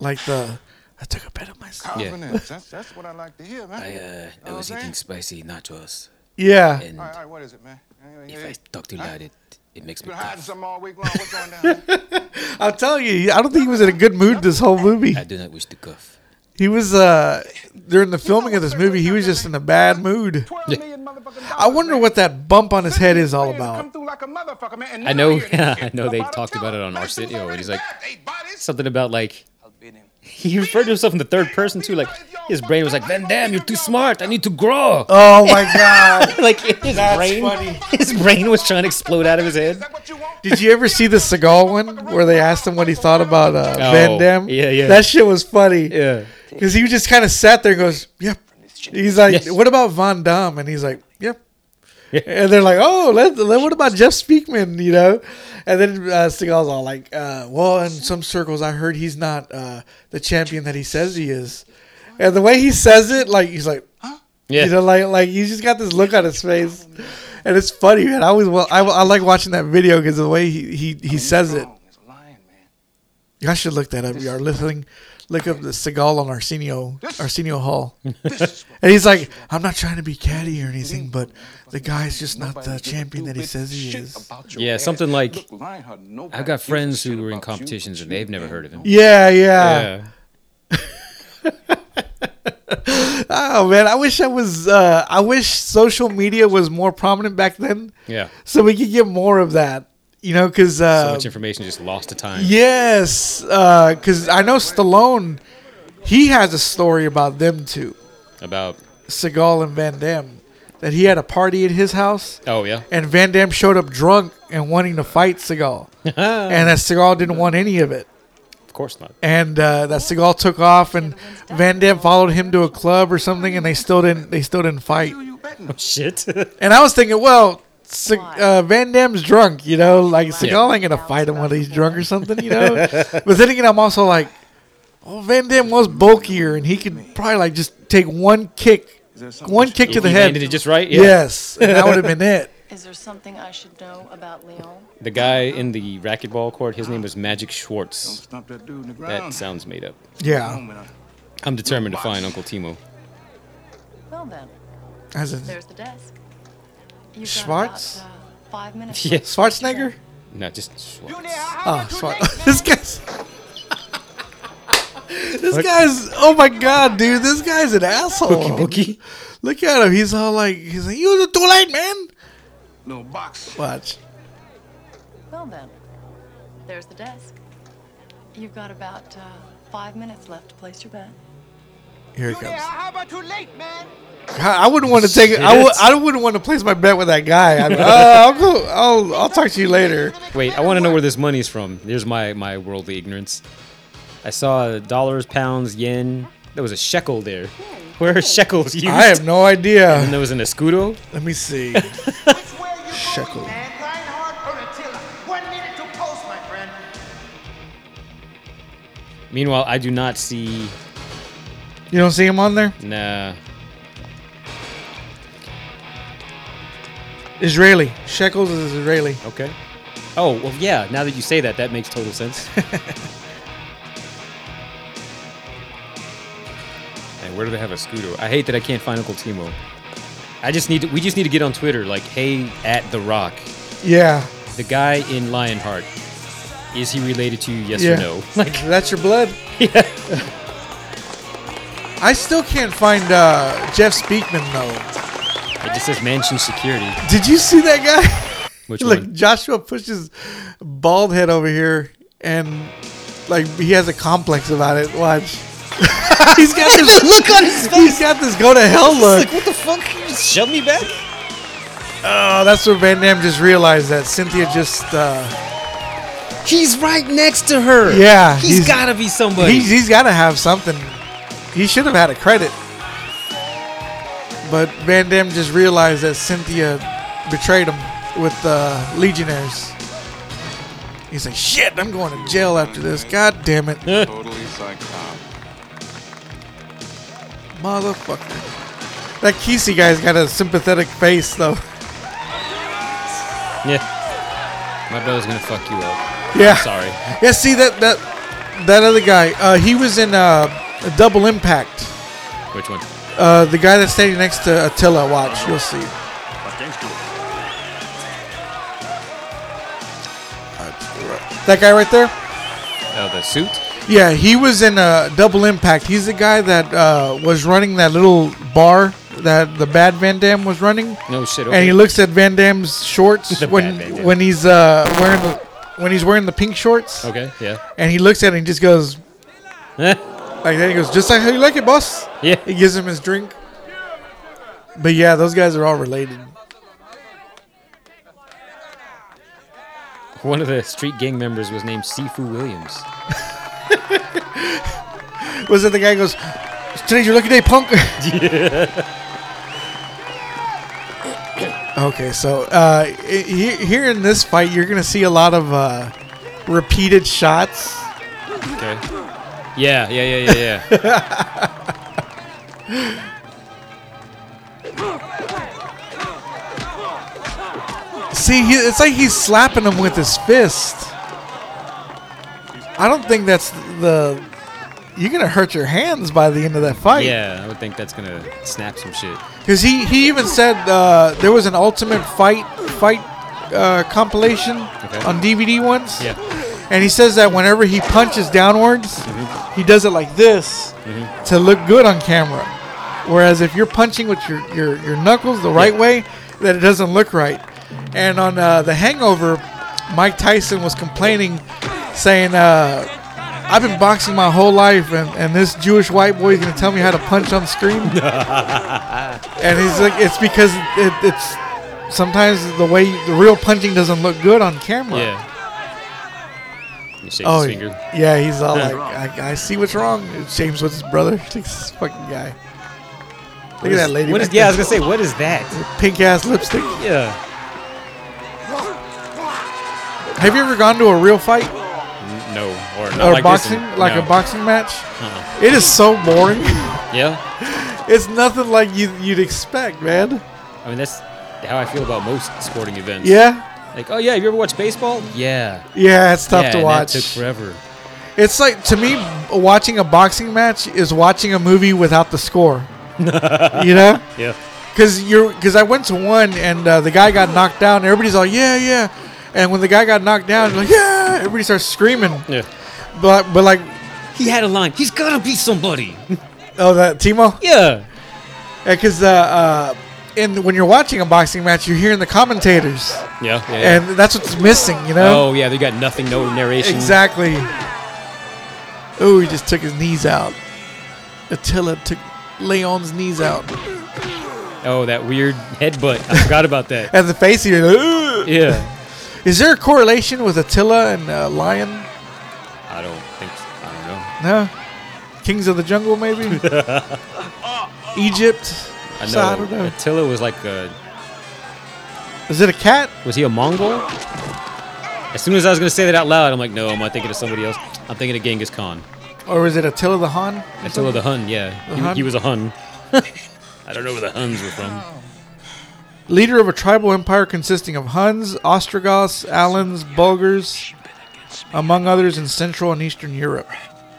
[SPEAKER 1] like the I took a bit of myself.
[SPEAKER 3] Confidence. That's, that's what I like to hear, man.
[SPEAKER 11] I uh,
[SPEAKER 3] was eating
[SPEAKER 11] spicy nachos
[SPEAKER 1] Yeah,
[SPEAKER 3] all right, all right, what is it, man? Anyway, hey,
[SPEAKER 11] talk too loud it, it makes
[SPEAKER 3] been hiding something all week long. What's going down? man?
[SPEAKER 1] I'm telling you, I don't think he was in a good mood this whole movie.
[SPEAKER 11] do not wish to cuff.
[SPEAKER 1] He was uh during the filming of this movie, he was just in a bad mood.
[SPEAKER 3] Twelve million motherfucking
[SPEAKER 1] I wonder
[SPEAKER 3] dollars,
[SPEAKER 1] what that bump on his head is all
[SPEAKER 3] man. Come
[SPEAKER 1] about.
[SPEAKER 3] through like a motherfucker, man, and
[SPEAKER 11] I know-
[SPEAKER 3] now you're in
[SPEAKER 11] I know they
[SPEAKER 3] about a
[SPEAKER 11] talked about it on
[SPEAKER 3] killer.
[SPEAKER 11] Arsenio,
[SPEAKER 3] Person's
[SPEAKER 11] and he's like-
[SPEAKER 3] already bagged eight bodies.
[SPEAKER 11] Something about like
[SPEAKER 12] I'll beat him.
[SPEAKER 11] he referred to himself in the third person too, like his brain was like, Van Damme, you're too smart, I need to grow.
[SPEAKER 1] Oh my god.
[SPEAKER 11] like his brain, his brain was trying to explode out of his
[SPEAKER 3] Is
[SPEAKER 11] head.
[SPEAKER 3] that what you want?
[SPEAKER 1] Did you ever see the Seagal one where they asked him what he thought about uh, Van Damme?
[SPEAKER 11] Oh, yeah, yeah.
[SPEAKER 1] That shit was funny.
[SPEAKER 11] Yeah.
[SPEAKER 1] Because he just kind of sat there and goes, yep. He's like,
[SPEAKER 11] Yes.
[SPEAKER 1] what about Van Damme? And he's like, yep. And they're like, oh, let, let- what about Jeff Speakman, you know? And then uh, Seagal's all like, uh, well, in some circles, I heard he's not uh, the champion that he says he is. And the way he says it, like, he's like,
[SPEAKER 11] Yeah.
[SPEAKER 1] you know, like like he's just got this look on his face, and it's funny, man. I always well, I, I like watching that video because the way he he, he says it.
[SPEAKER 12] He's a lion, man.
[SPEAKER 1] Y'all should look that up. You are listening. Look up the Seagal on Arsenio Arsenio Hall, and he's like, "I'm not trying to be catty or anything, but the guy's just not the champion that he says he is."
[SPEAKER 11] Yeah, something like,
[SPEAKER 12] Lionheart, nobody
[SPEAKER 11] I've got
[SPEAKER 12] gives a
[SPEAKER 11] friends
[SPEAKER 12] shit
[SPEAKER 11] who were in
[SPEAKER 12] about you,
[SPEAKER 11] competitions
[SPEAKER 12] but
[SPEAKER 11] and
[SPEAKER 12] you
[SPEAKER 11] they've never
[SPEAKER 12] and
[SPEAKER 11] heard of him.
[SPEAKER 1] Yeah, yeah.
[SPEAKER 11] Yeah.
[SPEAKER 1] Oh man, I wish I was. Uh, I wish social media was more prominent back then,
[SPEAKER 11] Yeah.
[SPEAKER 1] so we could get more of that. You know, because uh,
[SPEAKER 11] So much information just lost to time.
[SPEAKER 1] Yes, because I know Stallone, he has a story about them two,
[SPEAKER 11] About
[SPEAKER 1] Seagal and Van Damme, that he had a party at his house,
[SPEAKER 11] oh yeah.
[SPEAKER 1] and Van Damme showed up drunk and wanting to fight Seagal, and that Seagal didn't want any of it,
[SPEAKER 11] Of course not.
[SPEAKER 1] and uh, that Seagal took off, and Van Damme followed him to a club or something, and they still didn't they still didn't fight,
[SPEAKER 3] Who you betting?
[SPEAKER 11] Oh, Shit.
[SPEAKER 1] and I was thinking, well. Se- uh, Van Damme's drunk, you know. Like Seagal ain't gonna fight him when he's drunk or something, you know. but then again, I'm also like, well, Van Damme was bulkier, and he could probably like just take one kick, one kick to the
[SPEAKER 11] He
[SPEAKER 1] head.
[SPEAKER 11] landed it just right.
[SPEAKER 1] Yes, and that would have been it.
[SPEAKER 5] Is there something I should know about Leon?
[SPEAKER 11] The guy in the racquetball court, his name was Magic Schwartz.
[SPEAKER 3] Don't stomp that dude in the
[SPEAKER 11] That
[SPEAKER 3] ground.
[SPEAKER 11] sounds made up. Oh
[SPEAKER 1] Yeah.
[SPEAKER 11] I'm determined to find Uncle Timo.
[SPEAKER 5] Well then,
[SPEAKER 1] As a
[SPEAKER 5] there's the desk. You've got
[SPEAKER 1] Schwartz?
[SPEAKER 5] about, uh, five minutes.
[SPEAKER 11] Yeah.
[SPEAKER 1] Schwarzenegger?
[SPEAKER 11] No, just Schwartz.
[SPEAKER 1] Oh, Schwartz. this guy's. This guy's oh my god, dude! This guy's an asshole.
[SPEAKER 11] Bookie.
[SPEAKER 1] Look at him. He's all like, he's like, "You was too late, man."
[SPEAKER 3] Little box.
[SPEAKER 1] Watch.
[SPEAKER 5] Well then, there's the desk. You've got about uh, five minutes left to place your bet.
[SPEAKER 1] Here it comes.
[SPEAKER 3] How about too late, man?
[SPEAKER 1] God, I wouldn't want to take it. I would. I wouldn't want to place my bet with that guy. I'd, uh, I'll go. I'll. I'll talk to you later.
[SPEAKER 11] Wait, I want to know where this money's from. There's my my worldly ignorance. I saw dollars, pounds, yen. There was a shekel there. Where are shekels used?
[SPEAKER 1] I have no
[SPEAKER 11] And
[SPEAKER 1] idea.
[SPEAKER 11] there was an escudo.
[SPEAKER 1] Let me see. Shekel.
[SPEAKER 11] Meanwhile, I do not see.
[SPEAKER 1] You don't see him on there?
[SPEAKER 11] Nah.
[SPEAKER 1] Israeli shekels is Israeli.
[SPEAKER 11] Okay. Oh well, yeah. Now that you say that, that makes total sense. hey, where do they have a scooter? I hate that I can't find Uncle Timo. I just need to. We just need to get on Twitter, like, hey, at the Rock,
[SPEAKER 1] Yeah.
[SPEAKER 11] the guy in Lionheart. Is he related to you? Yes
[SPEAKER 1] yeah.
[SPEAKER 11] or no? Like,
[SPEAKER 1] that's your blood. I still can't find uh, Jeff Speakman though.
[SPEAKER 11] it just says mansion security.
[SPEAKER 1] Did you see that guy?
[SPEAKER 11] Which
[SPEAKER 1] Look,
[SPEAKER 11] one?
[SPEAKER 1] Joshua pushes bald head over here, and like he has a complex about it. Watch. he's got this look on his face. He's got this go to hell look.
[SPEAKER 11] Like, what the fuck? You just shove me back?
[SPEAKER 1] Oh, that's what Van Damme just realized that Cynthia just. Uh,
[SPEAKER 11] He's right next to her.
[SPEAKER 1] Yeah,
[SPEAKER 11] he's
[SPEAKER 1] he's-
[SPEAKER 11] gotta be somebody.
[SPEAKER 1] he's he's got to have something. He should have had a credit. But Van Damme just realized that Cynthia betrayed him with the Legionnaires. He's like, shit, I'm going to jail after this. God damn it.
[SPEAKER 6] Totally psychotic.
[SPEAKER 1] Motherfucker. That Kesey guy's got a sympathetic face, though.
[SPEAKER 11] yeah. My brother's gonna fuck you up.
[SPEAKER 1] Yeah.
[SPEAKER 11] Sorry.
[SPEAKER 1] Yeah, see, that, that, that other guy, uh, he was in uh, a double impact.
[SPEAKER 11] Which one?
[SPEAKER 1] Uh, the guy that's standing next to Attila, watch, you'll see. That guy right there?
[SPEAKER 11] Oh, the suit.
[SPEAKER 1] Yeah, he was in a double impact. He's the guy that uh, was running that little bar that the bad Van Dam was running,
[SPEAKER 11] No shit.
[SPEAKER 1] and
[SPEAKER 11] okay.
[SPEAKER 1] he looks at Van Dam's shorts
[SPEAKER 11] The bad
[SPEAKER 1] when
[SPEAKER 11] Van Dam.
[SPEAKER 1] when he's uh, wearing the when he's wearing the pink shorts,
[SPEAKER 11] Okay. Yeah.
[SPEAKER 1] and he looks at it and just goes
[SPEAKER 11] yeah.
[SPEAKER 1] like that. He goes just like how you like it, boss. He gives him his drink. But yeah, those guys are all related.
[SPEAKER 11] One of the street gang members was named Sifu Williams.
[SPEAKER 1] Was it the guy who goes, Today's your lucky day, punk? okay, so uh, he- here in this fight, you're going to see a lot of uh, repeated shots.
[SPEAKER 11] Okay. Yeah. Yeah. Yeah. Yeah. Yeah.
[SPEAKER 1] See, he, it's like he's slapping him with his fist. I don't think that's the. You're going to hurt your hands by the end of that fight.
[SPEAKER 11] yeah. I would think that's gonna snap some shit.
[SPEAKER 1] Because he, he even said uh, there was an Ultimate Fight fight uh, compilation
[SPEAKER 11] Okay.
[SPEAKER 1] on DVD once.
[SPEAKER 11] Yeah.
[SPEAKER 1] And he says that whenever he punches downwards, he does it like this to look good on camera. Whereas if you're punching with your, your, your knuckles the right way, that it doesn't look right. And on uh, The Hangover, Mike Tyson was complaining, saying, uh, I've been boxing my whole life, and, and this Jewish white boy is going to tell me how to punch on screen. and he's like, it's because it, it's sometimes the way the real punching doesn't look good on camera.
[SPEAKER 11] Yeah. You shake
[SPEAKER 1] Oh,
[SPEAKER 11] his finger.
[SPEAKER 1] yeah, he's all like, I, I see what's wrong. James with his brother. This fucking guy. Look at that lady.
[SPEAKER 11] What
[SPEAKER 1] back
[SPEAKER 11] is? Yeah. I was
[SPEAKER 1] there.
[SPEAKER 11] gonna say. What is that?
[SPEAKER 1] Pink ass lipstick.
[SPEAKER 11] Yeah.
[SPEAKER 1] Have you ever gone to a real fight
[SPEAKER 11] No. Or, not
[SPEAKER 1] or
[SPEAKER 11] like this
[SPEAKER 1] boxing,
[SPEAKER 11] one.
[SPEAKER 1] like
[SPEAKER 11] No. Uh-uh.
[SPEAKER 1] a boxing match? It is so boring.
[SPEAKER 11] Yeah.
[SPEAKER 1] it's nothing like you, you'd expect, man.
[SPEAKER 11] I mean, that's how I feel about most sporting events.
[SPEAKER 1] Yeah?
[SPEAKER 11] Like, oh yeah, have you ever watched baseball? Yeah.
[SPEAKER 1] Yeah, it's tough
[SPEAKER 11] Yeah,
[SPEAKER 1] to
[SPEAKER 11] and
[SPEAKER 1] watch.
[SPEAKER 11] That took forever.
[SPEAKER 1] It's like to me, watching a boxing match is watching a movie without the score. you know?
[SPEAKER 11] Yeah.
[SPEAKER 1] Because you're because I went to one and uh, the guy got knocked down. And everybody's like, yeah, yeah. And when the guy got knocked down, like, yeah, everybody starts screaming.
[SPEAKER 11] Yeah.
[SPEAKER 1] But but like,
[SPEAKER 11] He had a line. He's gotta beat somebody.
[SPEAKER 1] oh, that Timo.
[SPEAKER 11] yeah.
[SPEAKER 1] Because uh, uh, and when you're watching a boxing match, you're hearing the commentators,
[SPEAKER 11] Yeah. Yeah. yeah.
[SPEAKER 1] and uh, that's what's missing. You know?
[SPEAKER 11] oh yeah, they got nothing, no narration.
[SPEAKER 1] Exactly. Oh, he just took his knees out. Attila took Leon's knees out.
[SPEAKER 11] Oh, that weird headbutt. I forgot about that.
[SPEAKER 1] And the face, he did, "Ugh."
[SPEAKER 11] Yeah.
[SPEAKER 1] Is there a correlation with Attila and uh, Lion?
[SPEAKER 11] I don't think. I don't know.
[SPEAKER 1] No? Kings of the Jungle, maybe? Egypt?
[SPEAKER 11] I know,
[SPEAKER 1] So, I don't know.
[SPEAKER 11] Attila was like a.
[SPEAKER 1] Is it a cat?
[SPEAKER 11] Was he a Mongol? As soon as I was gonna say that out loud, I'm like, no, am I thinking of somebody else? I'm thinking of Genghis Khan.
[SPEAKER 1] Or is it Attila the Han?
[SPEAKER 11] Attila the Hun, yeah. He,
[SPEAKER 1] Hun?
[SPEAKER 11] he was a Hun. Oh. I don't know where the Huns were from.
[SPEAKER 1] Leader of a tribal empire consisting of Huns, Ostrogoths, Alans, Bulgars, among others in Central and Eastern Europe.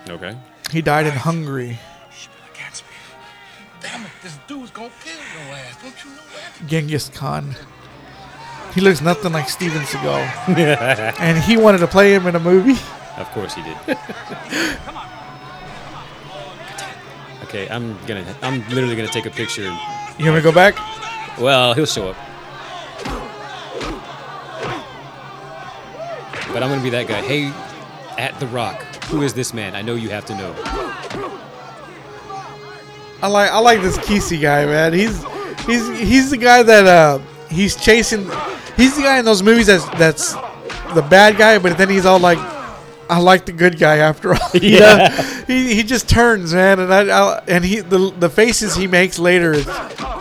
[SPEAKER 11] Okay.
[SPEAKER 1] He died in Hungary.
[SPEAKER 13] Damn it, this dude's gonna kill your ass. Don't you know that?
[SPEAKER 1] Genghis Khan. He looks nothing like Steven Seagal. and he wanted to play him in a movie.
[SPEAKER 11] Of course he did. Okay, I'm gonna. I'm literally gonna take a picture. and-
[SPEAKER 1] You want me to go back?
[SPEAKER 11] Well, he'll show up. But I'm gonna be that guy. Hey, at the Rock, who is this man? I know you have to know.
[SPEAKER 1] I like I like this Kesey guy, man. He's he's he's the guy that uh he's chasing he's the guy in those movies that's that's the bad guy, but then he's all like I like the good guy after all. You know?
[SPEAKER 11] Yeah.
[SPEAKER 1] He he just turns, man, and I, I and he the the faces he makes later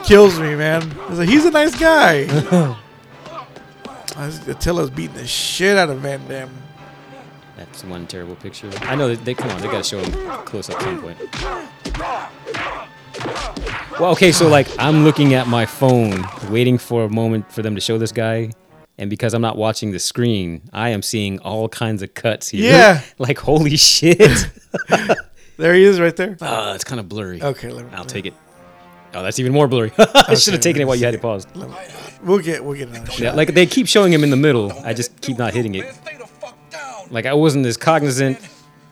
[SPEAKER 1] kills me, man. I was like, he's a nice guy. I was- Attila's beating the shit out of Van Damme.
[SPEAKER 11] That's one terrible picture. I know that they come on. They gotta show him close up at some point. Well, okay, so like I'm looking at my phone, waiting for a moment for them to show this guy, and because I'm not watching the screen, I am seeing all kinds of cuts here.
[SPEAKER 1] Yeah.
[SPEAKER 11] like holy shit.
[SPEAKER 1] There he is, right there.
[SPEAKER 11] Uh, it's kind of blurry.
[SPEAKER 1] Okay, let me-
[SPEAKER 11] I'll take it. Oh, that's even more blurry. I should have taken
[SPEAKER 1] let me
[SPEAKER 11] it while you
[SPEAKER 1] see
[SPEAKER 11] had
[SPEAKER 1] it.
[SPEAKER 11] it paused.
[SPEAKER 1] We'll get we'll get another shot.
[SPEAKER 11] Yeah, like they keep showing him in the middle. I just keep not hitting it. Like I wasn't as cognizant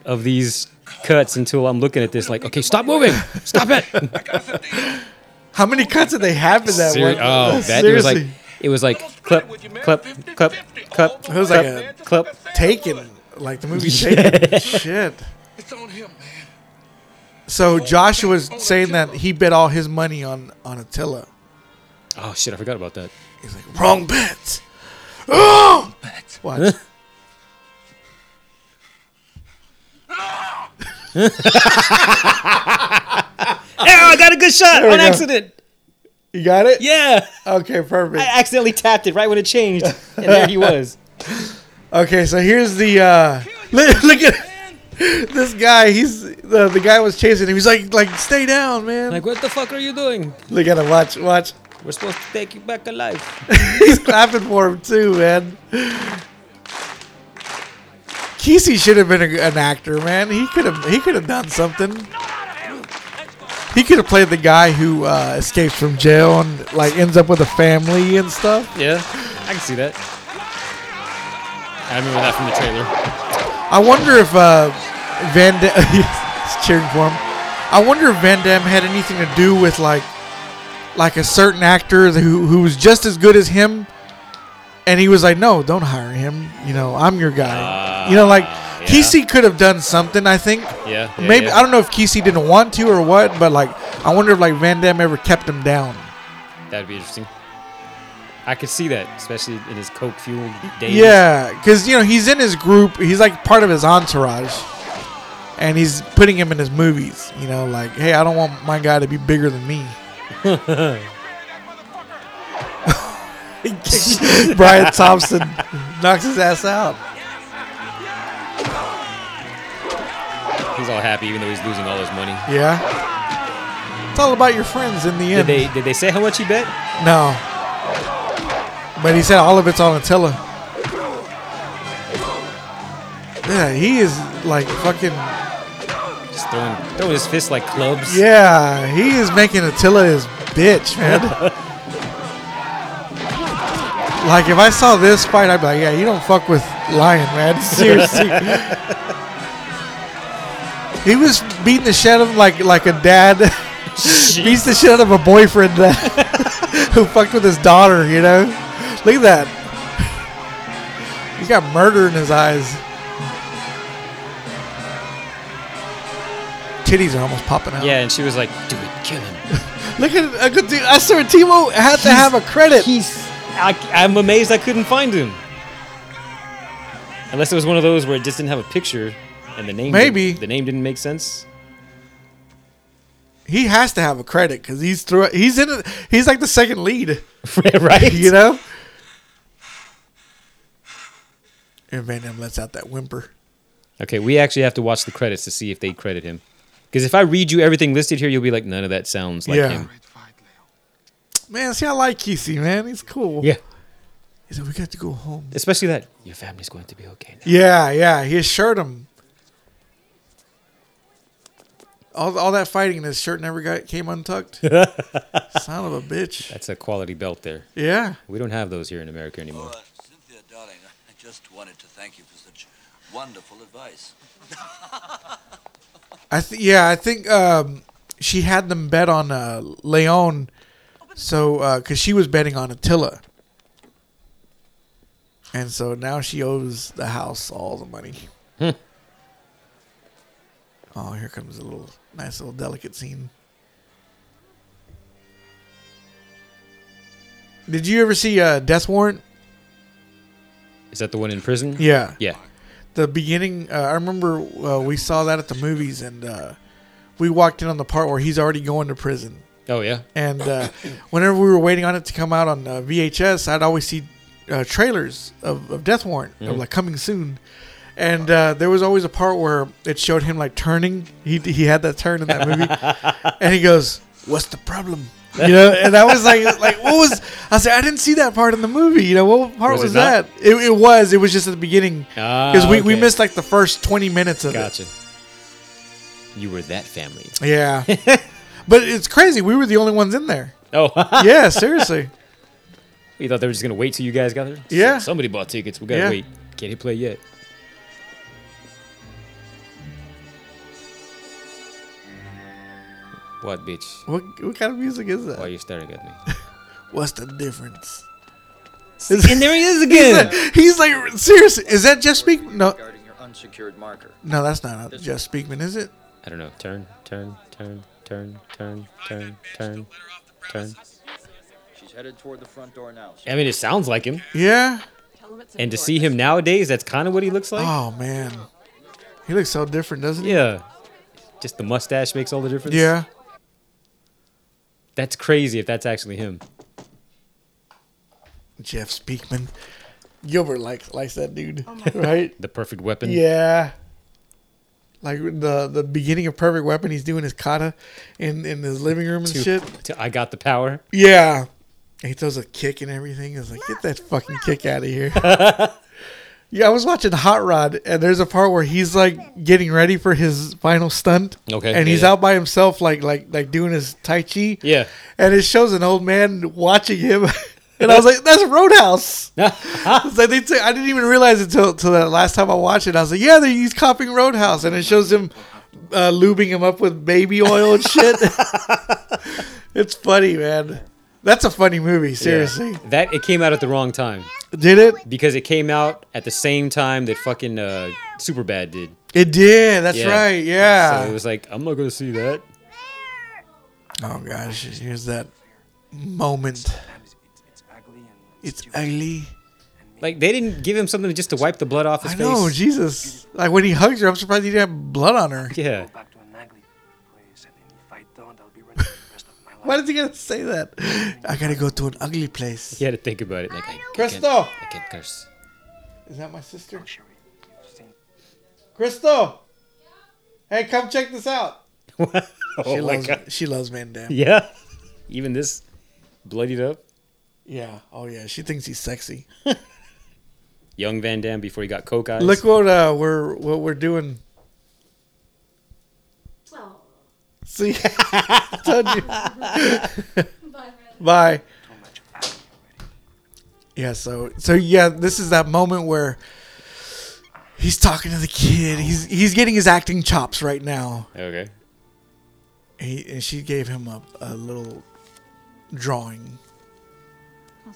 [SPEAKER 11] of these cuts until I'm looking at this. Like, okay, stop moving. Stop it.
[SPEAKER 1] How many cuts did they have in that
[SPEAKER 11] Seri-
[SPEAKER 1] one?
[SPEAKER 11] oh, that it was
[SPEAKER 1] Seriously.
[SPEAKER 11] like it was like clap, clap, clap, clap,
[SPEAKER 1] It was like a-
[SPEAKER 11] clap, clap.
[SPEAKER 1] Taken, like the movie Taken. Shit.
[SPEAKER 13] It's on him, man.
[SPEAKER 1] So Joshua's saying that he bet all his money on on Attila.
[SPEAKER 11] Oh shit, I forgot about that.
[SPEAKER 1] He's like, wrong bet. Oh! Watch.
[SPEAKER 11] Oh, I got a good shot
[SPEAKER 1] we
[SPEAKER 11] on
[SPEAKER 1] go.
[SPEAKER 11] accident.
[SPEAKER 1] You got it?
[SPEAKER 11] Yeah,
[SPEAKER 1] Okay, perfect.
[SPEAKER 11] I accidentally tapped it right when it changed, and there he was.
[SPEAKER 1] Okay, so here's the uh look, look at this guy. He's the the guy was chasing him. He's like like stay down, man.
[SPEAKER 11] Like, what the fuck are you doing?
[SPEAKER 1] look at him. Watch, watch.
[SPEAKER 11] We're supposed to take you back alive.
[SPEAKER 1] He's clapping for him too, man. Kesey should have been a, an actor, man. He could have he could have done something. He could have played the guy who uh, escapes from jail and like ends up with a family and stuff.
[SPEAKER 11] Yeah, I can see that. I remember that from the trailer.
[SPEAKER 1] I wonder if uh, Van Damme he's cheering for him. I wonder if Van Damme had anything to do with like like a certain actor who who was just as good as him, and he was like, "No, don't hire him. You know, I'm your guy." you know, like Kesey could have done something. I think.
[SPEAKER 11] Ah, Yeah, yeah,
[SPEAKER 1] Maybe
[SPEAKER 11] yeah.
[SPEAKER 1] I don't know if Kesey didn't want to or what, but like I wonder if like Van Damme ever kept him down.
[SPEAKER 11] That'd be interesting. I could see that, especially in his coke fueled days.
[SPEAKER 1] Yeah, because you know he's in his group. He's like part of his entourage, and he's putting him in his movies. You know, like, hey, I don't want my guy to be bigger than me. Brian Thompson knocks his ass out.
[SPEAKER 11] he's all happy even though he's losing all his money.
[SPEAKER 1] Yeah, it's all about your friends in the
[SPEAKER 11] Did
[SPEAKER 1] end.
[SPEAKER 11] they did they say how much he bet?
[SPEAKER 1] no, But he said all of it's on Attila. Yeah, he is like fucking.
[SPEAKER 11] Just throwing, throwing his fists like clubs.
[SPEAKER 1] Yeah, he is making Attila his bitch, man. like if I saw this fight, I'd be like, yeah, you don't fuck with Lion, man. Seriously. he was beating the shit out of him like like a dad beats the shit out of a boyfriend that who fucked with his daughter. You know, look at that. He's got murder in his eyes. Titties are almost popping out.
[SPEAKER 11] Yeah, and she was like, "Do it, kill him."
[SPEAKER 1] Look at I could do. I saw Timo had to have a credit.
[SPEAKER 11] He's. I, I'm amazed I couldn't find him. Unless it was one of those where it just didn't have a picture, and the name didn't-
[SPEAKER 1] Maybe.
[SPEAKER 11] the name didn't make sense.
[SPEAKER 1] He has to have a credit because he's through. He's in. it. He's like the second lead.
[SPEAKER 11] right?
[SPEAKER 1] You know. And Van Damme lets out that whimper.
[SPEAKER 11] Okay, we actually have to watch the credits to see if they credit him. Because if I read you everything listed here, you'll be like, none of that sounds like
[SPEAKER 1] Yeah.
[SPEAKER 11] him.
[SPEAKER 1] Man, see, I like Kesey, man. He's cool.
[SPEAKER 11] Yeah.
[SPEAKER 1] He said, we got to go home.
[SPEAKER 11] Especially that your family's going to be okay. Now.
[SPEAKER 1] Yeah, yeah. His shirt him. All, all that fighting, and his shirt never got came untucked. Son of a bitch.
[SPEAKER 11] That's a quality belt there.
[SPEAKER 1] Yeah.
[SPEAKER 11] We don't have those here in America anymore.
[SPEAKER 7] Oh, uh, Cynthia, darling, I just wanted to thank you for such wonderful advice.
[SPEAKER 1] I th- yeah, I think um, she had them bet on uh, Leon, so because she was betting on Attila, and so now she owes the house all the money. oh, here comes a little nice little delicate scene. Did you ever see uh, Death Warrant?
[SPEAKER 11] Is that the one in prison?
[SPEAKER 1] Yeah.
[SPEAKER 11] Yeah.
[SPEAKER 1] the beginning uh, i remember uh, we saw that at the movies and uh, we walked in on the part where he's already going to prison
[SPEAKER 11] Oh, yeah.
[SPEAKER 1] and uh, whenever we were waiting on it to come out on uh, vhs i'd always see uh, trailers of, of death warrant
[SPEAKER 11] Mm-hmm.
[SPEAKER 1] of like coming soon and uh, there was always a part where it showed him like turning he, he had that turn in that movie and he goes what's the problem you know and that was like like what was i said i didn't see that part in the movie you know what part
[SPEAKER 11] Was
[SPEAKER 1] was,
[SPEAKER 11] it
[SPEAKER 1] that
[SPEAKER 11] not?
[SPEAKER 1] it, it was it was just at the beginning
[SPEAKER 11] Ah,
[SPEAKER 1] because we, we
[SPEAKER 11] okay.
[SPEAKER 1] missed like the first 20 minutes of
[SPEAKER 11] Gotcha. You were that family.
[SPEAKER 1] it yeah but it's crazy we were the only ones in there
[SPEAKER 11] Oh,
[SPEAKER 1] yeah seriously
[SPEAKER 11] you thought they were just going to wait till you guys got there?
[SPEAKER 1] Yeah.
[SPEAKER 11] So- somebody bought tickets. We got to
[SPEAKER 1] Yeah.
[SPEAKER 11] wait. Can't he play yet? What, bitch?
[SPEAKER 1] what, what kind of music is
[SPEAKER 11] Why are
[SPEAKER 1] that
[SPEAKER 11] you staring at me?
[SPEAKER 1] what's the difference
[SPEAKER 11] and there he is again.
[SPEAKER 1] he's like seriously is that jeff speakman no
[SPEAKER 14] Regarding your unsecured marker.
[SPEAKER 1] no that's not jeff speakman is it
[SPEAKER 11] I don't know. Turn, turn, turn, turn, turn, turn, turn, turn.
[SPEAKER 14] She's headed toward the front door now.
[SPEAKER 11] I mean, it sounds like him.
[SPEAKER 1] yeah
[SPEAKER 11] And to see him nowadays, that's kind of what he looks like.
[SPEAKER 1] oh man he looks so different doesn't he
[SPEAKER 11] Yeah. Just the mustache makes all the difference.
[SPEAKER 1] yeah
[SPEAKER 11] That's crazy if that's actually him.
[SPEAKER 1] jeff speakman gilbert likes likes that dude right
[SPEAKER 11] The perfect weapon.
[SPEAKER 1] Yeah. Like the the beginning of Perfect Weapon, he's doing his kata in in his living room and
[SPEAKER 11] To-
[SPEAKER 1] shit.
[SPEAKER 11] to I got the power.
[SPEAKER 1] Yeah. And he throws a kick and everything. It's like, get that fucking kick out of here. yeah, I was watching Hot Rod, and there's a part where he's like getting ready for his final stunt.
[SPEAKER 11] Okay,
[SPEAKER 1] And
[SPEAKER 11] yeah,
[SPEAKER 1] he's
[SPEAKER 11] yeah.
[SPEAKER 1] out by himself, like like like doing his tai chi.
[SPEAKER 11] Yeah.
[SPEAKER 1] And it shows an old man watching him. And I was like, that's Roadhouse. It's like they took- I didn't even realize it till, till that last time I watched it. I was like, yeah, they he's copying Roadhouse. And it shows him uh, lubing him up with baby oil and shit. it's funny, man. That's a funny movie, seriously.
[SPEAKER 11] Yeah. That it came out at the wrong time
[SPEAKER 1] Did it?
[SPEAKER 11] because it came out at the same time that fucking uh, Superbad did.
[SPEAKER 1] It did. That's
[SPEAKER 11] Yeah. uh,
[SPEAKER 1] right. Yeah.
[SPEAKER 11] So it was like I'm not gonna see that.
[SPEAKER 1] oh, gosh. Here's that moment. It's ugly.
[SPEAKER 11] Like they didn't give him something just to wipe the blood off his
[SPEAKER 1] I know,
[SPEAKER 11] face.
[SPEAKER 1] Jesus. Like when he hugs her, I'm surprised he didn't have blood on her.
[SPEAKER 11] Yeah.
[SPEAKER 1] Why did he gotta say that? I gotta go to an ugly place.
[SPEAKER 11] He had to think about it. Like I,
[SPEAKER 1] Crystal!
[SPEAKER 11] I can't, I can't curse.
[SPEAKER 1] Is that my sister? Crystal! Hey, come check this out.
[SPEAKER 11] oh
[SPEAKER 1] she,
[SPEAKER 11] my
[SPEAKER 1] loves,
[SPEAKER 11] god.
[SPEAKER 1] she loves Van Damme.
[SPEAKER 11] Yeah. Even this bloodied up.
[SPEAKER 1] Yeah. Oh yeah. She thinks he's sexy.
[SPEAKER 11] Young Van Damme before he got coke eyes.
[SPEAKER 1] Look what uh, we're what we're doing. See, told you. Bye. Bye. Yeah. So so yeah, this is that moment where he's talking to the kid. He's he's getting his acting chops right now.
[SPEAKER 11] Okay.
[SPEAKER 1] He, and she gave him a, a little drawing.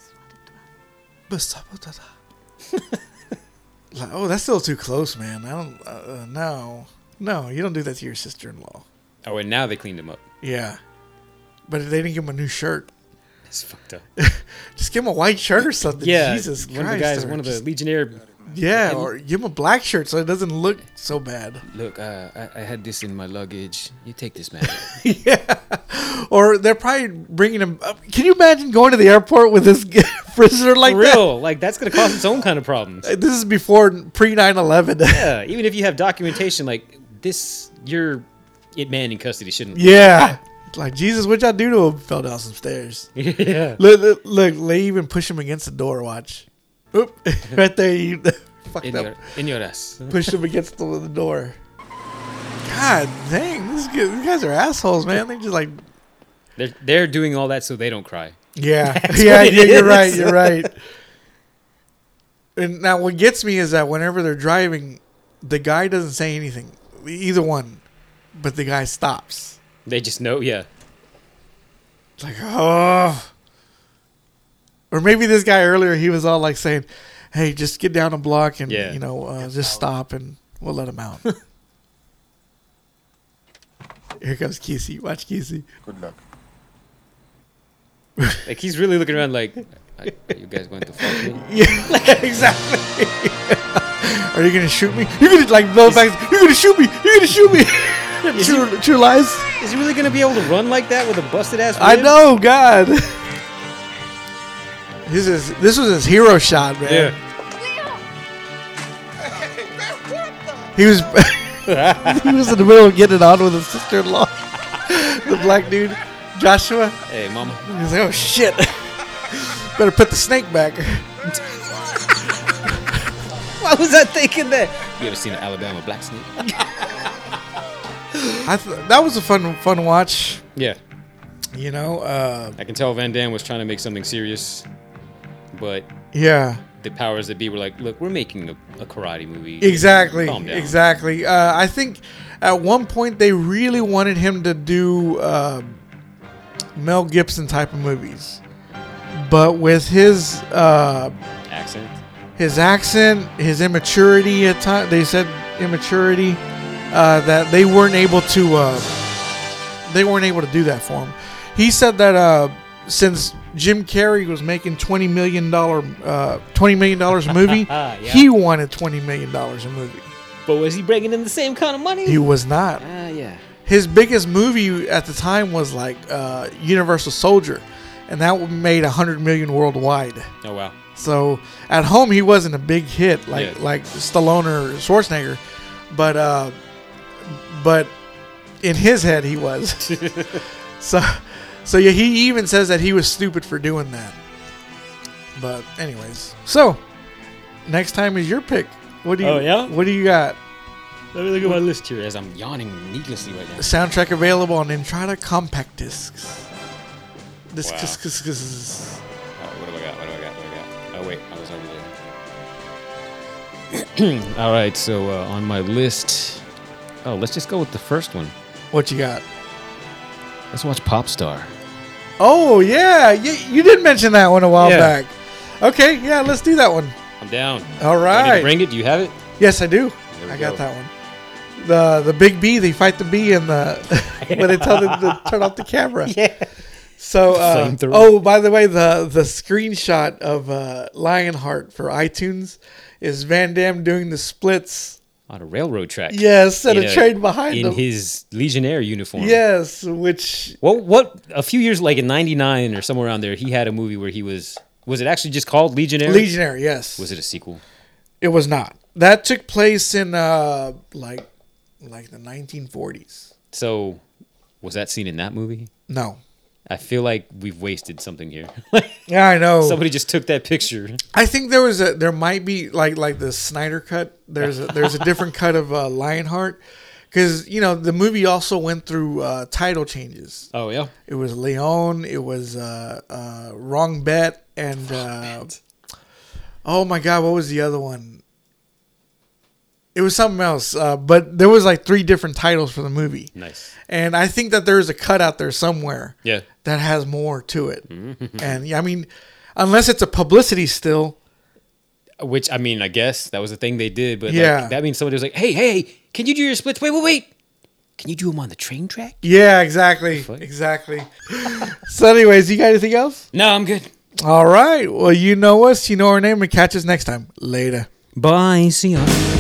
[SPEAKER 1] Like, oh, that's still too close, man. I don't. Uh, uh, no, no, you don't do that to your sister-in-law.
[SPEAKER 11] Oh, and now they cleaned him up.
[SPEAKER 1] Yeah, but they didn't give him a new shirt.
[SPEAKER 11] That's fucked up.
[SPEAKER 1] Just give him a white shirt or something.
[SPEAKER 11] yeah,
[SPEAKER 1] Jesus
[SPEAKER 11] one
[SPEAKER 1] Christ.
[SPEAKER 11] of the guys,
[SPEAKER 1] or
[SPEAKER 11] one of the
[SPEAKER 1] just-
[SPEAKER 11] Legionnaire.
[SPEAKER 1] yeah,
[SPEAKER 11] and-
[SPEAKER 1] or give him a black shirt so it doesn't look so bad.
[SPEAKER 11] Look, uh, I, I had this in my luggage. You take this, man.
[SPEAKER 1] Or they're probably bringing him. Up. Can you imagine going to the airport with this prisoner like
[SPEAKER 11] For real, like that's gonna cause its own kind of problems.
[SPEAKER 1] that? This is before pre 9-11.
[SPEAKER 11] Yeah, even if you have documentation, like this, your it man in custody shouldn't.
[SPEAKER 1] Yeah. Like Jesus, what y'all do to him? Fell down some stairs.
[SPEAKER 11] Yeah.
[SPEAKER 1] Look, look, look, they even push him against the door. Watch. Oop. right there. You fucked
[SPEAKER 11] In
[SPEAKER 1] up.
[SPEAKER 11] your, in your ass.
[SPEAKER 1] Pushed him against the, the door. God dang, this, guy- these guys are assholes, man. They just like,
[SPEAKER 11] They're they're doing all that so they don't cry.
[SPEAKER 1] yeah,
[SPEAKER 11] That's
[SPEAKER 1] yeah,
[SPEAKER 11] what it
[SPEAKER 1] yeah. You're right.
[SPEAKER 11] is.
[SPEAKER 1] You're right. And now, what gets me is that whenever they're driving, the guy doesn't say anything, either one, but the guy stops.
[SPEAKER 11] They just know. Yeah.
[SPEAKER 1] Like, oh. Or maybe this guy earlier, he was all like saying, hey, just get down a block and,
[SPEAKER 11] Yeah.
[SPEAKER 1] you know, uh, just stop and we'll let him out. Here comes Kissy. Watch Kissy.
[SPEAKER 15] Good luck.
[SPEAKER 11] Like he's really looking around. Like, "Are- are you guys going to fuck me?
[SPEAKER 1] Yeah, exactly. Are you going to shoot me? You're going to, like, blow back. You're going to shoot me. You're going to shoot me. true, true lies.
[SPEAKER 11] Is he really gonna be able to run like that with a busted ass?
[SPEAKER 1] I
[SPEAKER 11] rib?
[SPEAKER 1] know, God. This is this was his hero shot, man.
[SPEAKER 11] Yeah.
[SPEAKER 1] He was he was in the middle of getting on with his sister in law. the black dude, Joshua.
[SPEAKER 11] Hey, mama.
[SPEAKER 1] He was like, oh shit. Better put the snake back.
[SPEAKER 11] Why was I thinking that? You ever seen an Alabama black snake?
[SPEAKER 1] I th- that was a fun fun watch.
[SPEAKER 11] Yeah.
[SPEAKER 1] You know, uh,
[SPEAKER 11] I can tell Van Damme was trying to make something serious, but
[SPEAKER 1] Yeah.
[SPEAKER 11] the powers that be were like, "Look, we're making a, a karate movie."
[SPEAKER 1] Exactly.
[SPEAKER 11] Calm down.
[SPEAKER 1] Exactly. Uh, I think at one point they really wanted him to do uh, Mel Gibson type of movies, but with his uh,
[SPEAKER 11] Accent.
[SPEAKER 1] his accent, his immaturity at time they said immaturity uh, that they weren't able to uh, they weren't able to do that for him. He said that uh, since Jim Carrey was making twenty million dollar uh, twenty million dollars a movie,
[SPEAKER 11] Yeah.
[SPEAKER 1] he wanted twenty million dollars a movie.
[SPEAKER 11] But was he bringing in the same kind of money?
[SPEAKER 1] He was not.
[SPEAKER 11] Ah, yeah.
[SPEAKER 1] His biggest movie at the time was like uh, Universal Soldier, and that one made hundred million worldwide.
[SPEAKER 11] Oh wow.
[SPEAKER 1] So at home he wasn't a big hit like
[SPEAKER 11] Yeah.
[SPEAKER 1] like Stallone or Schwarzenegger, but uh, but in his head he was. so so yeah, he even says that he was stupid for doing that. But anyways, so next time is your pick. What do you?
[SPEAKER 11] Oh, yeah?
[SPEAKER 1] What do you got?
[SPEAKER 11] Let me look at my list here as I'm yawning needlessly right now.
[SPEAKER 1] Soundtrack available on Entrada compact discs. This
[SPEAKER 11] Wow.
[SPEAKER 1] this- this- this is-
[SPEAKER 11] Oh, what do I got? What do I got? What do I got? Oh wait, I was over there. All right, so uh, on my list, oh, let's just go with the first one.
[SPEAKER 1] what you got?
[SPEAKER 11] Let's watch Popstar.
[SPEAKER 1] Oh yeah, you, you did mention that one a while
[SPEAKER 11] Yeah.
[SPEAKER 1] back. Okay, yeah, let's do that one.
[SPEAKER 11] I'm down.
[SPEAKER 1] All
[SPEAKER 11] Ready to
[SPEAKER 1] right.
[SPEAKER 11] bring it. Do you have it?
[SPEAKER 1] Yes, I do.
[SPEAKER 11] There we
[SPEAKER 1] I
[SPEAKER 11] go.
[SPEAKER 1] got that one. The the big bee, they fight the bee and the when they tell them to turn off the camera.
[SPEAKER 11] Yeah.
[SPEAKER 1] So uh,
[SPEAKER 11] Flamethrower.
[SPEAKER 1] oh, by the way, the the screenshot of uh, Lionheart for iTunes is Van Damme doing the splits.
[SPEAKER 11] On a railroad track.
[SPEAKER 1] Yes, and
[SPEAKER 11] In
[SPEAKER 1] a train behind
[SPEAKER 11] in
[SPEAKER 1] him.
[SPEAKER 11] his Legionnaire uniform.
[SPEAKER 1] Yes, which
[SPEAKER 11] What? What? A few years, like in '99 or somewhere around there, he had a movie where he was. Was it actually just called Legionnaire?
[SPEAKER 1] Legionnaire, yes.
[SPEAKER 11] Was it a sequel?
[SPEAKER 1] It was not. That took place in uh like like the 1940s.
[SPEAKER 11] So, was that seen in that movie?
[SPEAKER 1] No.
[SPEAKER 11] I feel like we've wasted something here.
[SPEAKER 1] yeah, I know.
[SPEAKER 11] Somebody just took that picture.
[SPEAKER 1] I think there was a there might be like like the Snyder cut. There's a, there's a different cut of uh, Lionheart because you know the movie also went through uh, title changes.
[SPEAKER 11] Oh yeah,
[SPEAKER 1] it was Leon. It was uh, uh, Wrong Bet and uh, oh my god, what was the other one? It was something else, uh, but there was like three different titles for the movie.
[SPEAKER 11] Nice.
[SPEAKER 1] And I think that there's a cut out there somewhere.
[SPEAKER 11] Yeah.
[SPEAKER 1] That has more to it, and yeah, I mean, unless it's a publicity still.
[SPEAKER 11] Which I mean, I guess that was the thing they did, but
[SPEAKER 1] Yeah.
[SPEAKER 11] like, that means somebody was like, "Hey, hey, can you do your splits? Wait, wait, wait! Can you do them on the train track?"
[SPEAKER 1] Yeah, exactly, exactly. so, anyways, you got anything else?
[SPEAKER 11] No, Oh, I'm good.
[SPEAKER 1] All right. Well, you know us. You know our name. And catch us next time. Later.
[SPEAKER 11] Bye. See ya.